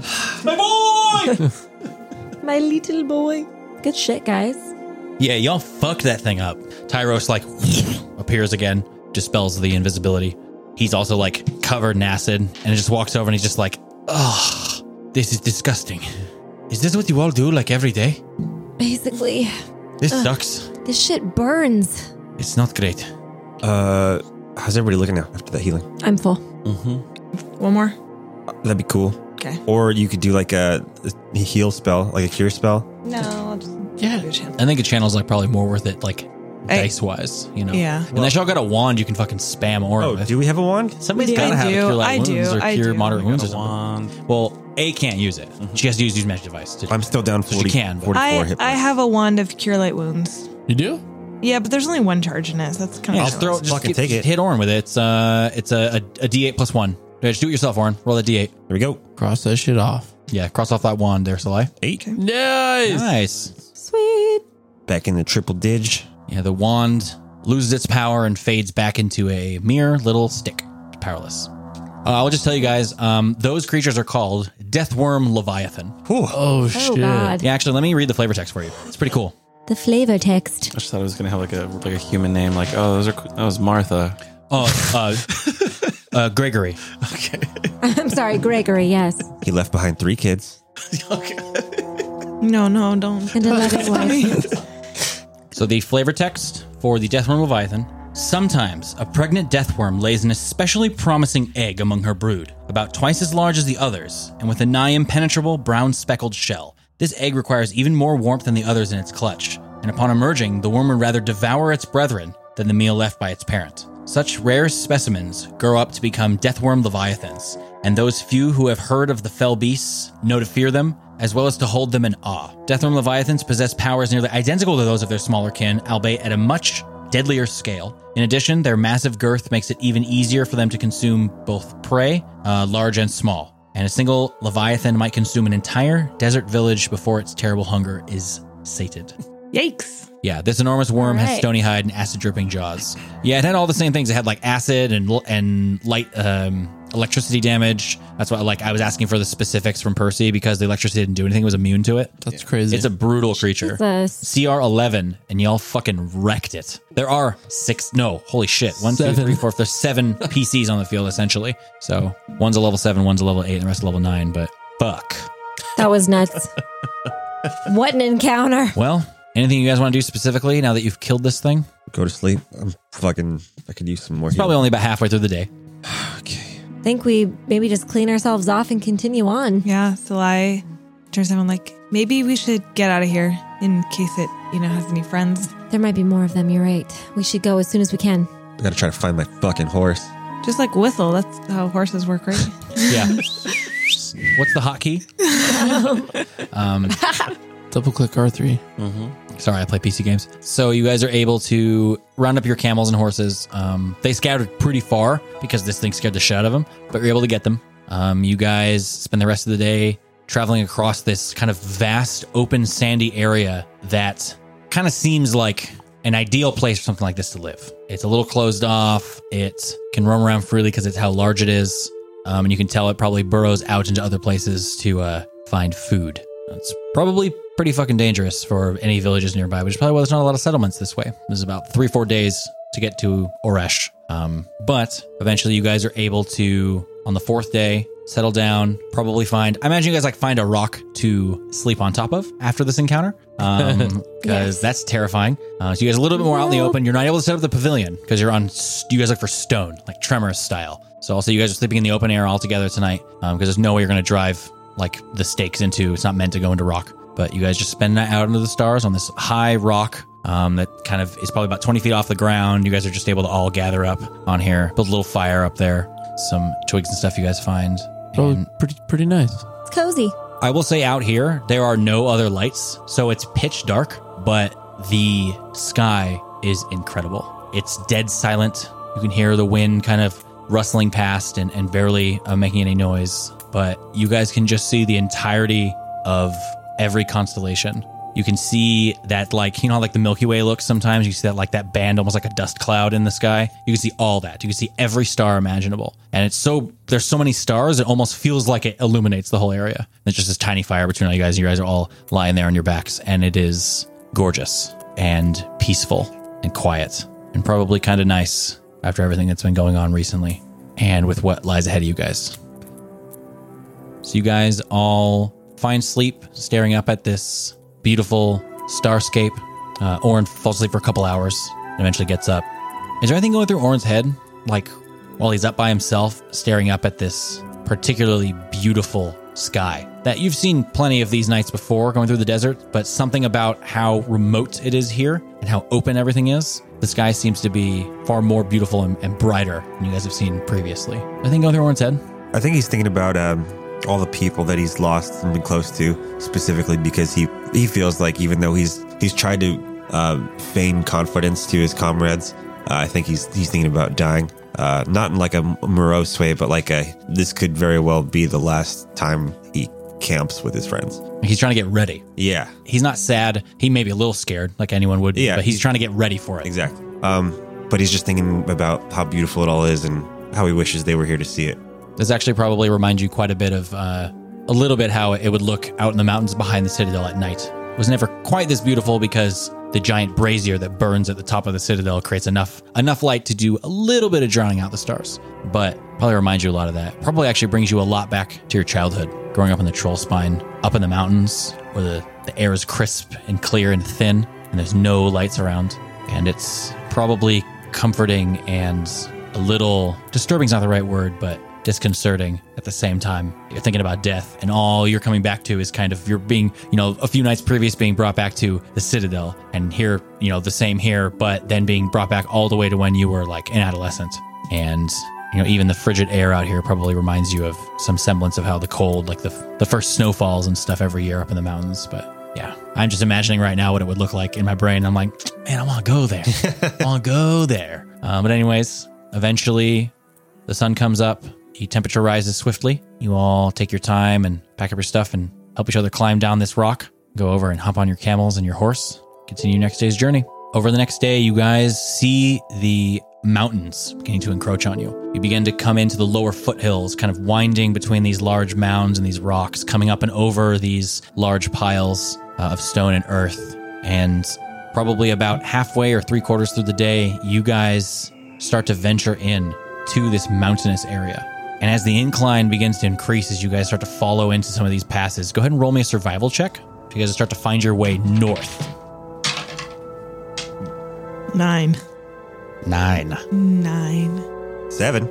[SPEAKER 10] My boy!
[SPEAKER 7] My little boy.
[SPEAKER 5] Good shit, guys.
[SPEAKER 2] Yeah, y'all fucked that thing up. Tyros like appears again, dispels the invisibility. He's also like covered in acid, and he just walks over and he's just like, "Ugh, this is disgusting. Is this what you all do like every day?
[SPEAKER 5] Basically,
[SPEAKER 2] This sucks.
[SPEAKER 5] this shit burns.
[SPEAKER 2] It's not great."
[SPEAKER 8] Uh, how's everybody looking now after that healing?
[SPEAKER 5] I'm full.
[SPEAKER 2] Mm-hmm.
[SPEAKER 4] One more.
[SPEAKER 8] Uh, That'd be cool.
[SPEAKER 4] Okay.
[SPEAKER 8] Or you could do like a, a heal spell, like a cure spell.
[SPEAKER 4] No, I'll just do a channel.
[SPEAKER 2] I think a channel's like probably more worth it, like
[SPEAKER 4] I-
[SPEAKER 2] dice wise, you know.
[SPEAKER 4] Yeah.
[SPEAKER 2] Unless y'all got a wand, you can fucking spam or
[SPEAKER 8] Oh, do we have a wand?
[SPEAKER 2] Somebody's
[SPEAKER 4] Yeah,
[SPEAKER 2] gotta
[SPEAKER 4] I
[SPEAKER 2] have a
[SPEAKER 4] do.
[SPEAKER 2] cure light
[SPEAKER 4] I
[SPEAKER 2] wounds
[SPEAKER 4] do.
[SPEAKER 2] or
[SPEAKER 4] I
[SPEAKER 2] cure
[SPEAKER 4] do.
[SPEAKER 2] moderate wounds or
[SPEAKER 6] Got a
[SPEAKER 2] something.
[SPEAKER 6] wand.
[SPEAKER 2] Well, A can't use it. She has to use use magic device. To
[SPEAKER 8] I'm still down
[SPEAKER 2] So she
[SPEAKER 8] 40,
[SPEAKER 2] can, but-
[SPEAKER 8] 44
[SPEAKER 4] I,
[SPEAKER 8] hit
[SPEAKER 4] I
[SPEAKER 8] points.
[SPEAKER 4] have a wand of cure light wounds.
[SPEAKER 1] You do?
[SPEAKER 4] Yeah, but there's only one charge in it. So that's kind
[SPEAKER 2] I'll
[SPEAKER 4] of.
[SPEAKER 2] throw just
[SPEAKER 8] fucking
[SPEAKER 2] get-
[SPEAKER 8] take
[SPEAKER 2] just
[SPEAKER 8] it.
[SPEAKER 2] Hit Orin with it. It's uh, it's a a, a D8 plus one. Yeah, just do it yourself, Orin. Roll that D8.
[SPEAKER 8] Here we go.
[SPEAKER 1] Cross that shit off.
[SPEAKER 2] Yeah, cross off that wand there, Salai.
[SPEAKER 8] Eight.
[SPEAKER 1] Nice.
[SPEAKER 2] Nice.
[SPEAKER 5] Sweet.
[SPEAKER 8] Back in the triple dig.
[SPEAKER 2] Yeah, the wand loses its power and fades back into a mere little stick, powerless. Uh, I'll just tell you guys, um, those creatures are called Deathworm Leviathan.
[SPEAKER 8] Whew.
[SPEAKER 1] Oh,
[SPEAKER 5] Oh,
[SPEAKER 1] shit.
[SPEAKER 5] God.
[SPEAKER 2] Yeah, actually, let me read the flavor text for you. It's pretty cool.
[SPEAKER 5] The flavor text.
[SPEAKER 6] I just thought it was gonna have like a like a human name, like oh, those are that was Martha.
[SPEAKER 2] Oh, uh, uh, Gregory.
[SPEAKER 5] I'm sorry, Gregory, yes.
[SPEAKER 8] He left behind three kids.
[SPEAKER 4] No, no, don't.
[SPEAKER 5] And a loving wife.
[SPEAKER 2] So the flavor text for the Deathworm Leviathan. Sometimes a pregnant deathworm lays an especially promising egg among her brood, about twice as large as the others, and with a nigh impenetrable brown speckled shell. This egg requires even more warmth than the others in its clutch, and upon emerging, the worm would rather devour its brethren than the meal left by its parent. Such rare specimens grow up to become deathworm leviathans, and those few who have heard of the fell beasts know to fear them, as well as to hold them in awe. Deathworm leviathans possess powers nearly identical to those of their smaller kin, albeit at a much deadlier scale. In addition, their massive girth makes it even easier for them to consume both prey, uh, large and small. And a single leviathan might consume an entire desert village before its terrible hunger is sated.
[SPEAKER 4] Yikes.
[SPEAKER 2] Yeah, this enormous worm has
[SPEAKER 5] Alright.
[SPEAKER 2] stony hide and acid dripping jaws. Yeah, it had all the same things. It had like acid and and light um, electricity damage. That's why like I was asking for the specifics from Percy because the electricity didn't do anything. It was immune to it.
[SPEAKER 1] That's crazy.
[SPEAKER 2] It's a brutal creature.
[SPEAKER 5] Jesus.
[SPEAKER 2] CR 11, and y'all fucking wrecked it. There are six, no, holy shit. One, two,
[SPEAKER 1] Seven.
[SPEAKER 2] three, four. There's seven PCs on the field, essentially. So one's a level seven, one's a level eight, and the rest are level nine, but fuck.
[SPEAKER 5] That was nuts. What an encounter.
[SPEAKER 2] Well, anything you guys want to do specifically now that you've killed this thing?
[SPEAKER 8] Go to sleep. I'm fucking. I could use some more.
[SPEAKER 2] It's probably only about halfway through the day.
[SPEAKER 5] think we maybe just clean ourselves off and continue on.
[SPEAKER 4] Yeah, so I turns to him I'm like, maybe we should get out of here in case it, you know, has any friends.
[SPEAKER 5] There might be more of them, you're right. We should go as soon as we can.
[SPEAKER 8] healing. I gotta try to find my fucking horse.
[SPEAKER 4] Just like whistle, that's how horses work, right?
[SPEAKER 2] Yeah. What's what's the hotkey? Um,
[SPEAKER 1] Double click R3.
[SPEAKER 2] Sorry, I play PC games. So you guys are able to round up your camels and horses. Um, they scattered pretty far because this thing scared the shit out of them, but you're able to get them. Um, you guys spend the rest of the day traveling across this kind of vast, open, sandy area that kind of seems like an ideal place for something like this to live. It's a little closed off. It can roam around freely because it's how large it is, um, and you can tell it probably burrows out into other places to uh, find food. It's probably pretty fucking dangerous for any villages nearby, which is probably why there's not a lot of settlements this way. There's about three, four days to get to Oresh. Um, but eventually you guys are able to, on the fourth day, settle down, probably find, I imagine you guys like find a rock to sleep on top of after this encounter. Um, cause that's terrifying. Uh, so you guys are a little bit more out in the open. You're not able to set up the pavilion cause you're on, s- you guys look for stone, like tremor style. So also you guys are sleeping in the open air all together tonight. Um, cause there's no way you're going to drive like the stakes into. It's not meant to go into rock, but you guys just spend that out into the stars on this high rock um, that kind of is probably about 20 feet off the ground. You guys are just able to all gather up on here, build a little fire up there, some twigs and stuff you guys find.
[SPEAKER 1] Probably
[SPEAKER 2] And
[SPEAKER 1] pretty, pretty nice.
[SPEAKER 5] It's cozy.
[SPEAKER 2] I will say out here, there are no other lights, so it's pitch dark, but the sky is incredible. It's dead silent. You can hear the wind kind of rustling past and, and barely uh, making any noise, but you guys can just see the entirety of every constellation. You can see that, like, you know, how, like the Milky Way looks sometimes. You see that, like, that band almost like a dust cloud in the sky. You can see all that. You can see every star imaginable. And it's so, there's so many stars, it almost feels like it illuminates the whole area. It's just this tiny fire between all you guys. and You guys are all lying there on your backs, and it is gorgeous and peaceful and quiet and probably kind of nice after everything that's been going on recently and with what lies ahead of you guys. So you guys all find sleep staring up at this beautiful starscape. Uh, Orin falls asleep for a couple hours and eventually gets up. Is there anything going through Orin's head? Like while he's up by himself staring up at this particularly beautiful sky that you've seen plenty of these nights before going through the desert, but something about how remote it is here and how open everything is. The sky seems to be far more beautiful and, and brighter than you guys have seen previously. Anything going through Orin's head?
[SPEAKER 8] I think he's thinking about um, all the people that he's lost and been close to, specifically because he he feels like even though he's he's tried to uh, feign confidence to his comrades, uh, I think he's he's thinking about dying. Uh, not in like a morose way, but like a this could very well be the last time he camps with his friends.
[SPEAKER 2] He's trying to get ready.
[SPEAKER 8] Yeah,
[SPEAKER 2] he's not sad. He may be a little scared, like anyone would. be,
[SPEAKER 8] Yeah.
[SPEAKER 2] but he's trying to get ready for it.
[SPEAKER 8] exactly. Um, but he's just thinking about how beautiful it all is and how he wishes they were here to see it.
[SPEAKER 2] This actually probably reminds you quite a bit of uh, a little bit how it would look out in the mountains behind the citadel at night. It was never quite this beautiful because the giant brazier that burns at the top of the citadel creates enough enough light to do a little bit of drowning out the stars, but probably reminds you a lot of that. Probably actually brings you a lot back to your childhood, growing up in the troll spine, up in the mountains where the, the air is crisp and clear and thin, and there's no lights around, and it's probably comforting and a little disturbing's not the right word, but disconcerting at the same time. You're thinking about death, and all you're coming back to is kind of you're being, you know, a few nights previous being brought back to the Citadel, and here, you know, the same here, but then being brought back all the way to when you were like an adolescent. And, you know, even the frigid air out here probably reminds you of some semblance of how the cold, like the, the first snowfalls and stuff every year up in the mountains. But yeah, I'm just imagining right now what it would look like in my brain. I'm like, man, I want to go there. I want to go there. Uh, but, anyways, eventually the sun comes up, the temperature rises swiftly. You all take your time and pack up your stuff and help each other climb down this rock. Go over and hop on your camels and your horse. Continue next day's journey. Over the next day, you guys see the mountains beginning to encroach on you. You begin to come into the lower foothills, kind of winding between these large mounds and these rocks, coming up and over these large piles uh, of stone and earth. And probably about halfway or three quarters through the day, you guys start to venture in to this mountainous area. And as the incline begins to increase, as you guys start to follow into some of these passes, go ahead and roll me a survival check. You guys start to find your way north.
[SPEAKER 4] Nine.
[SPEAKER 2] Nine.
[SPEAKER 4] Nine.
[SPEAKER 8] Seven.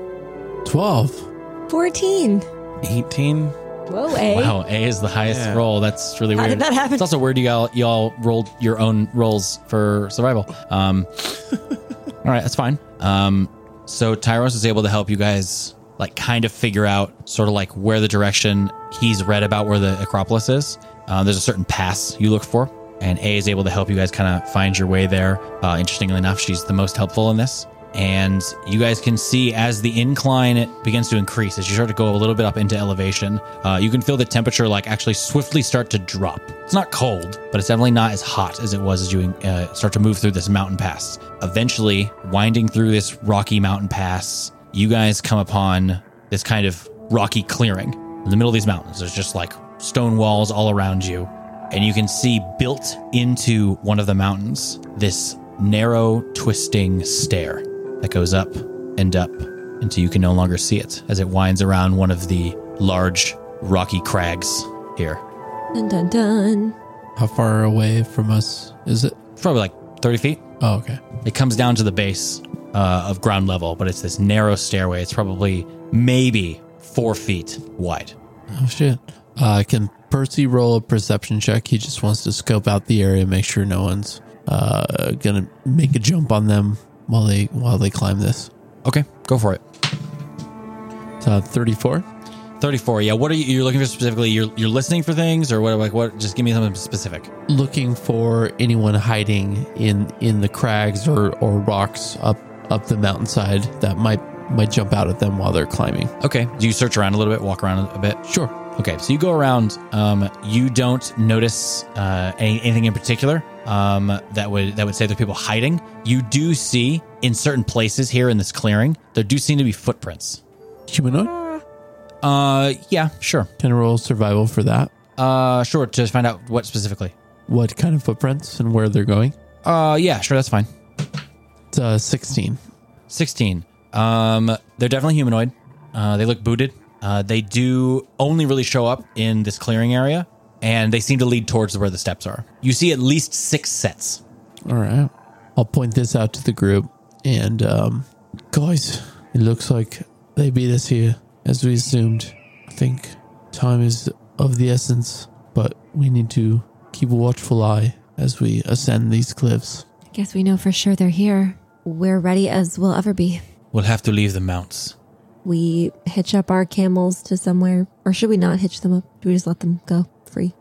[SPEAKER 1] 12.
[SPEAKER 5] 14.
[SPEAKER 6] 18?
[SPEAKER 7] Whoa, A.
[SPEAKER 5] eh?
[SPEAKER 2] Wow, A is the highest roll. That's really
[SPEAKER 7] How
[SPEAKER 2] weird.
[SPEAKER 7] did that happen?
[SPEAKER 2] It's also weird you all you all rolled your own rolls for survival. Um, all right, that's fine. Um, so Tyros is able to help you guys like kind of figure out sort of like where the direction he's read about where the Acropolis is. Uh, there's a certain pass you look for, and A is able to help you guys kind of find your way there. Uh, interestingly enough, she's the most helpful in this. And you guys can see as the incline begins to increase, as you start to go a little bit up into elevation, uh, you can feel the temperature like actually swiftly start to drop. It's not cold, but it's definitely not as hot as it was as you uh, start to move through this mountain pass. Eventually, winding through this rocky mountain pass, you guys come upon this kind of rocky clearing in the middle of these mountains. There's just like stone walls all around you and you can see built into one of the mountains this narrow, twisting stair that goes up and up until you can no longer see it as it winds around one of the large rocky crags here.
[SPEAKER 5] Dun dun dun.
[SPEAKER 1] How far away from us is it?
[SPEAKER 2] It's probably like 30 feet.
[SPEAKER 1] Oh, okay.
[SPEAKER 2] It comes down to the base uh, of ground level, but it's this narrow stairway. It's probably maybe four feet wide.
[SPEAKER 1] Oh shit. Uh, can Percy roll a perception check? He just wants to scope out the area, make sure no one's uh, gonna make a jump on them while they while they climb this.
[SPEAKER 2] Okay, go for it.
[SPEAKER 1] So thirty-four.
[SPEAKER 2] 34. Yeah, what are you you're looking for specifically? You're you're listening for things or what like what just give me something specific.
[SPEAKER 1] Looking for anyone hiding in in the crags or or rocks up up the mountainside that might might jump out at them while they're climbing.
[SPEAKER 2] Okay. Do you search around a little bit, walk around a bit?
[SPEAKER 1] Sure.
[SPEAKER 2] Okay, so you go around. Um, you don't notice uh, any, anything in particular um, that would that would say there are people hiding. You do see in certain places here in this clearing there do seem to be footprints.
[SPEAKER 1] Humanoid.
[SPEAKER 2] Uh, yeah, sure,
[SPEAKER 1] Can I roll survival for that?
[SPEAKER 2] uh, sure. To find out what specifically.
[SPEAKER 1] What kind of footprints and where they're going?
[SPEAKER 2] Uh, yeah, sure, that's fine.
[SPEAKER 1] It's uh, sixteen.
[SPEAKER 2] 16. Um, they're definitely humanoid. Uh, they look booted. Uh, they do only really show up in this clearing area, and they seem to lead towards where the steps are. You see at least six sets.
[SPEAKER 1] All right. I'll point this out to the group. And, um, guys, it looks like they beat us here as we assumed. I think time is of the essence, but we need to keep a watchful eye as we ascend these cliffs.
[SPEAKER 5] I guess we know for sure they're here. We're ready as we'll ever be.
[SPEAKER 2] We'll have to leave the mounts.
[SPEAKER 5] We hitch up our camels to somewhere, or should we not hitch them up? Do we just let them go free?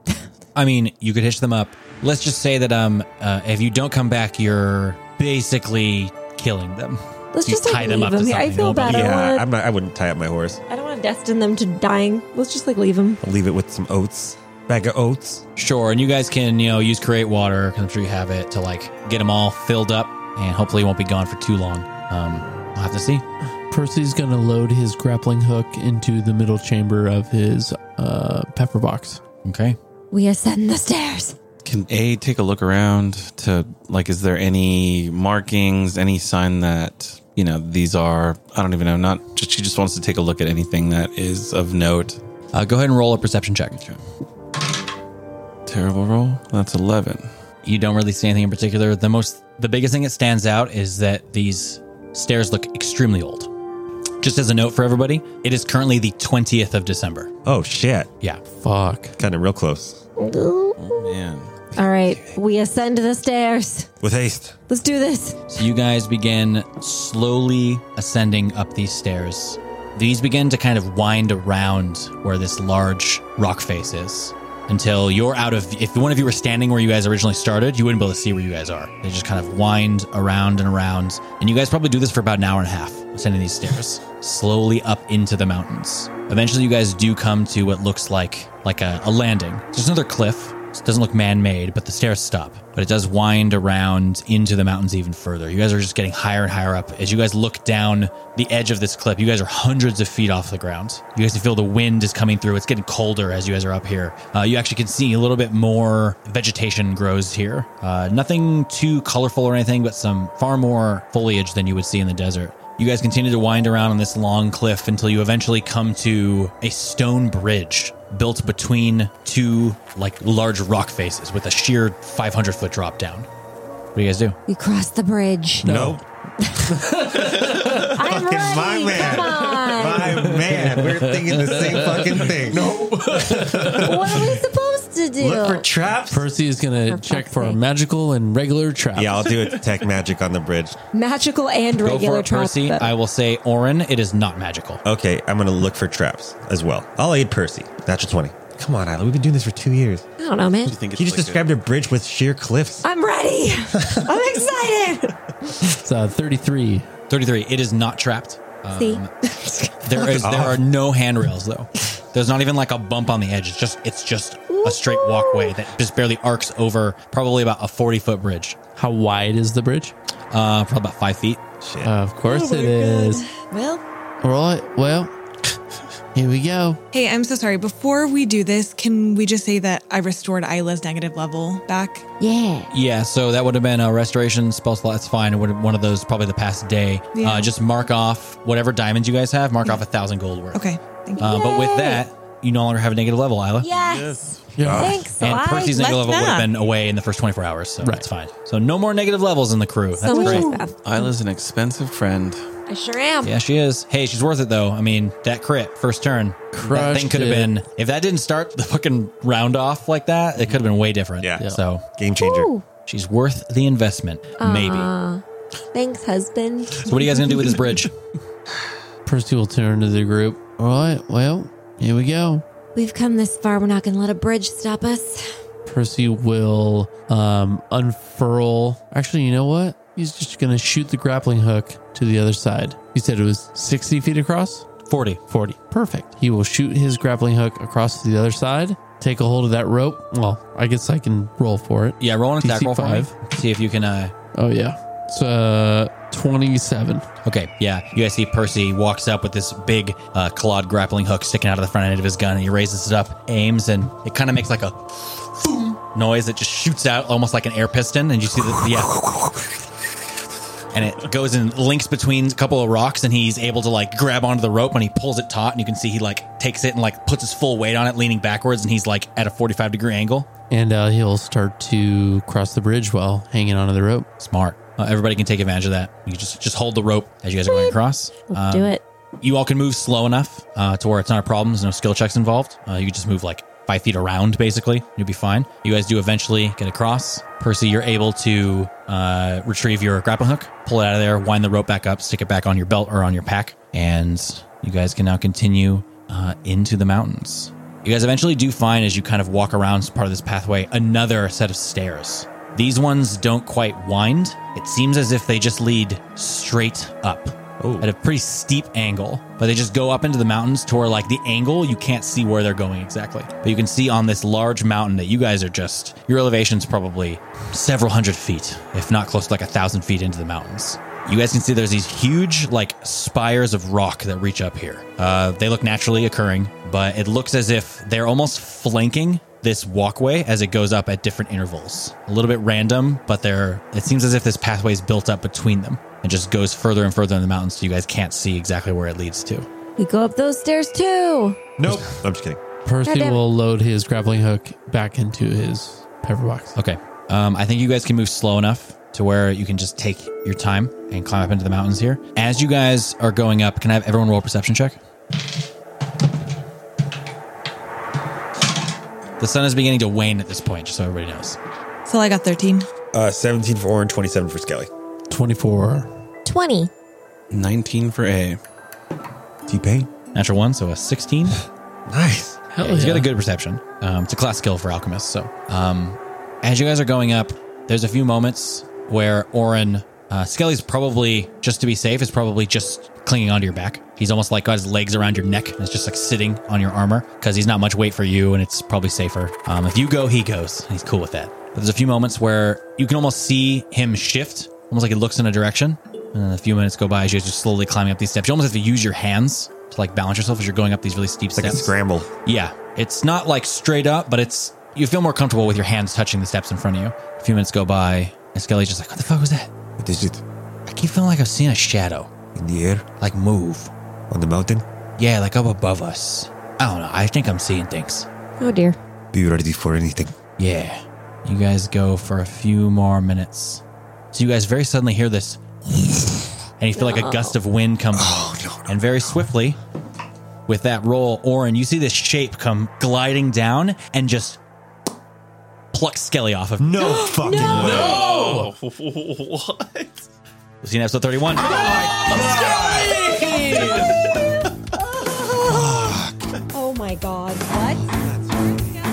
[SPEAKER 2] I mean, you could hitch them up. Let's just say that um, uh, if you don't come back, you're basically killing them.
[SPEAKER 7] Let's
[SPEAKER 2] You
[SPEAKER 7] just like,
[SPEAKER 2] tie them
[SPEAKER 7] leave
[SPEAKER 2] up to
[SPEAKER 7] them here. I
[SPEAKER 2] something,
[SPEAKER 7] feel
[SPEAKER 2] nobody-
[SPEAKER 7] bad. I don't
[SPEAKER 8] Yeah,
[SPEAKER 7] wanna-
[SPEAKER 8] I'm not, I wouldn't tie up my horse.
[SPEAKER 7] I don't want to destine them to dying. Let's just like leave them.
[SPEAKER 8] I'll leave it with some oats. Bag of oats.
[SPEAKER 2] Sure, and you guys can you know use create water. 'cause I'm sure you have it to like get them all filled up, and hopefully won't be gone for too long. Um, we'll have to see.
[SPEAKER 1] Percy's going to load his grappling hook into the middle chamber of his uh, pepper box.
[SPEAKER 2] Okay.
[SPEAKER 5] we ascend the stairs.
[SPEAKER 6] Can A take a look around to like is there any markings, any sign that, you know, these are I don't even know, not just she just wants to take a look at anything that is of note.
[SPEAKER 2] Uh, go ahead and roll a perception check.
[SPEAKER 6] Terrible roll. That's eleven.
[SPEAKER 2] You don't really see anything in particular. The most, the biggest thing that stands out is that these stairs look extremely old. Just as a note for everybody, it is currently the 20th of December.
[SPEAKER 8] Oh, shit.
[SPEAKER 2] Yeah.
[SPEAKER 1] Fuck.
[SPEAKER 8] Kind of real close.
[SPEAKER 6] Oh, Man.
[SPEAKER 5] All right, we ascend the stairs.
[SPEAKER 8] With haste.
[SPEAKER 5] Let's do this.
[SPEAKER 2] So you guys begin slowly ascending up these stairs. These begin to kind of wind around where this large rock face is until you're out of. If one of you were standing where you guys originally started, you wouldn't be able to see where you guys are. They just kind of wind around and around. And you guys probably do this for about an hour and a half, ascending these stairs slowly up into the mountains. Eventually, you guys do come to what looks like like a, a landing. There's another cliff it doesn't look man-made, but the stairs stop. But it does wind around into the mountains even further. You guys are just getting higher and higher up. As you guys look down the edge of this cliff, you guys are hundreds of feet off the ground. You guys can feel the wind is coming through. It's getting colder as you guys are up here. Uh, you actually can see a little bit more vegetation grows here. Uh, nothing too colorful or anything, but some far more foliage than you would see in the desert. You guys continue to wind around on this long cliff until you eventually come to a stone bridge built between two like large rock faces with a sheer 500 foot drop down. What do you guys do?
[SPEAKER 5] We cross the bridge.
[SPEAKER 8] No.
[SPEAKER 5] I'm ready.
[SPEAKER 8] my man.
[SPEAKER 5] Come on.
[SPEAKER 8] My man, we're thinking the same fucking thing. No.
[SPEAKER 5] what are we supposed to to do?
[SPEAKER 8] Look for traps.
[SPEAKER 1] Percy is going to
[SPEAKER 5] For
[SPEAKER 1] check
[SPEAKER 5] fuck's
[SPEAKER 1] for
[SPEAKER 5] sake.
[SPEAKER 1] magical and regular traps.
[SPEAKER 8] Yeah, I'll do a tech magic on the bridge.
[SPEAKER 7] Magical and
[SPEAKER 2] Go for
[SPEAKER 7] regular
[SPEAKER 2] it, Percy.
[SPEAKER 7] trap.
[SPEAKER 2] I will say, Orin, it is not magical.
[SPEAKER 8] Okay, I'm gonna look for traps as well. I'll aid Percy. Natural twenty. Come on, Isla. We've been doing this for two years.
[SPEAKER 5] I don't know, man.
[SPEAKER 6] think
[SPEAKER 8] He just described a bridge with sheer cliffs.
[SPEAKER 7] I'm ready. I'm excited.
[SPEAKER 1] It's uh, 33.
[SPEAKER 2] 33. It is not trapped. Um,
[SPEAKER 5] See?
[SPEAKER 2] There is there
[SPEAKER 8] off.
[SPEAKER 2] are no handrails though. There's not even like a bump on the edge. It's just it's just a straight walkway that just barely arcs over probably about a 40 foot bridge.
[SPEAKER 1] How wide is the bridge?
[SPEAKER 2] Uh, probably about five feet.
[SPEAKER 1] Uh, of course
[SPEAKER 8] Oh
[SPEAKER 1] it is.
[SPEAKER 4] Well,
[SPEAKER 1] All right. Well, here we go.
[SPEAKER 4] hey, I'm so sorry. Before we do this, can we just say that I restored Isla's negative level back?
[SPEAKER 5] Yeah.
[SPEAKER 2] Yeah, so that would have been a restoration spell slot. That's fine. It would have, one of those probably the past day.
[SPEAKER 4] Yeah.
[SPEAKER 2] Uh, just mark off whatever diamonds you guys have. Mark off a thousand gold worth.
[SPEAKER 4] Okay, thank you.
[SPEAKER 2] Uh, but with that, you no longer have a negative level, Isla.
[SPEAKER 7] Yes.
[SPEAKER 1] Yeah.
[SPEAKER 7] Thanks. So
[SPEAKER 2] And
[SPEAKER 7] I
[SPEAKER 2] Percy's negative
[SPEAKER 4] like
[SPEAKER 2] level would have
[SPEAKER 4] that.
[SPEAKER 2] been away in the first 24 hours, so
[SPEAKER 1] Right.
[SPEAKER 2] that's fine. So no more negative levels in the crew. That's
[SPEAKER 5] So much Oh.
[SPEAKER 2] great.
[SPEAKER 5] less math.
[SPEAKER 6] Isla's an expensive friend.
[SPEAKER 5] I sure am.
[SPEAKER 2] Yeah, she is. Hey, she's worth it though. I mean, that crit first turn, that
[SPEAKER 1] Crushed
[SPEAKER 2] thing could have
[SPEAKER 1] it.
[SPEAKER 2] been. If that didn't start the fucking round off like that, it could have been way different.
[SPEAKER 8] Yeah. Yeah.
[SPEAKER 2] So
[SPEAKER 8] Game changer.
[SPEAKER 5] Ooh. Uh.
[SPEAKER 2] she's worth the investment, maybe.
[SPEAKER 5] Aw. Thanks, husband.
[SPEAKER 2] So what are you guys gonna do with this bridge?
[SPEAKER 1] Percy will turn to the group. All right. Well, here we go.
[SPEAKER 5] We've come this far. We're not going to let a bridge stop us.
[SPEAKER 1] Percy will um, unfurl. Actually, you know what? He's just going to shoot the grappling hook to the other side. You said it was 60 feet across?
[SPEAKER 2] Forty.
[SPEAKER 1] 40. Perfect. He will shoot his grappling hook across to the other side, take a hold of that rope. Well, I guess I can roll for it.
[SPEAKER 2] Yeah, roll an attack
[SPEAKER 1] DC
[SPEAKER 2] roll for me.
[SPEAKER 1] five.
[SPEAKER 2] See if you can. uh
[SPEAKER 1] Oh, yeah. It's uh, 27.
[SPEAKER 2] Okay, yeah. You guys see Percy walks up with this big uh, clawed grappling hook sticking out of the front end of his gun, and he raises it up, aims, and it kind of makes like a boom noise that just shoots out almost like an air piston, and you see the yeah. And it goes and links between a couple of rocks, and he's able to like grab onto the rope when he pulls it taut, and you can see he like takes it and like puts his full weight on it, leaning backwards, and he's like at a forty-five degree angle.
[SPEAKER 1] And uh, he'll start to cross the bridge while hanging onto the rope.
[SPEAKER 2] Smart. Uh, everybody can take advantage of that. You just just hold the rope as you guys are going across. Um,
[SPEAKER 5] Do it.
[SPEAKER 2] you all can move slow enough uh, to where it's not a problem. There's no skill checks involved. Uh, you can just move like five feet around, basically. You'll be fine. You guys do eventually get across. Percy, you're able to uh, retrieve your grappling hook, pull it out of there, wind the rope back up, stick it back on your belt or on your pack, and you guys can now continue uh, into the mountains. You guys eventually do find, as you kind of walk around part of this pathway, another set of stairs. These ones don't quite wind. It seems as if they just lead straight up at a pretty steep angle, but they just go up into the mountains to where, like, the angle you can't see where they're going exactly. But you can see on this large mountain that you guys are just, your elevation's probably several hundred feet, if not close to like a thousand feet into the mountains. You guys can see there's these huge, like, spires of rock that reach up here. Uh, they look naturally occurring, but it looks as if they're almost flanking this walkway as it goes up at different intervals. A little bit random, but they're, it seems as if this pathway is built up between them and just goes further and further in the mountains so you guys can't see exactly where it leads to.
[SPEAKER 5] We go up those stairs too.
[SPEAKER 8] Nope. I'm just kidding.
[SPEAKER 1] Percy
[SPEAKER 5] Goddamn.
[SPEAKER 1] will load his grappling hook back into his pepper box.
[SPEAKER 2] Okay. Um, I think you guys can move slow enough to where you can just take your time and climb up into the mountains here. As you guys are going up, can I have everyone roll a perception check? The sun is beginning to wane at this point, just so everybody knows.
[SPEAKER 4] So I got 13.
[SPEAKER 8] Uh, 17 for Orin, 27 for Skelly.
[SPEAKER 1] 24.
[SPEAKER 5] 20.
[SPEAKER 6] 19 for A.
[SPEAKER 8] T Pain.
[SPEAKER 2] Natural one, so a 16.
[SPEAKER 8] Nice.
[SPEAKER 1] Hell
[SPEAKER 2] He's got
[SPEAKER 1] yeah.
[SPEAKER 2] a good perception. Um, it's a class skill for alchemists. So, um, as you guys are going up, there's a few moments where Orin, uh, Skelly's probably just to be safe is probably just clinging onto your back. He's almost like got his legs around your neck and it's just like sitting on your armor because he's not much weight for you and it's probably safer. Um, if you go, he goes. He's cool with that. But there's a few moments where you can almost see him shift, almost like he looks in a direction. And then a few minutes go by as you guys are slowly climbing up these steps. You almost have to use your hands to like balance yourself as you're going up these really steep
[SPEAKER 8] Like a
[SPEAKER 2] steps.
[SPEAKER 8] scramble.
[SPEAKER 2] Yeah, it's not like straight up, but it's you feel more comfortable with your hands touching the steps in front of you. A few minutes go by, and Skelly's just like, "What the fuck was that?"
[SPEAKER 8] What is it?
[SPEAKER 2] I keep feeling like I've seen a shadow,
[SPEAKER 8] In the air?
[SPEAKER 2] like move.
[SPEAKER 8] On the mountain?
[SPEAKER 2] Yeah, like up above us. I don't know. I think I'm seeing things.
[SPEAKER 5] Oh dear.
[SPEAKER 8] Be ready for anything.
[SPEAKER 2] Yeah. You guys go for a few more minutes. So you guys very suddenly hear this, and you feel like a gust of wind come,
[SPEAKER 8] Oh,
[SPEAKER 2] and very swiftly, with that roll, Orin, you see this shape come gliding down and just plucks Skelly off of.
[SPEAKER 8] No fucking way.
[SPEAKER 2] No!
[SPEAKER 6] what?
[SPEAKER 2] We'll see you in episode 31.
[SPEAKER 5] Oh my god. What?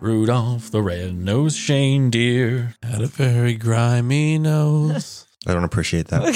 [SPEAKER 2] Rudolph the red-nosed Shane deer.
[SPEAKER 1] Had a very grimy nose.
[SPEAKER 8] I don't appreciate that.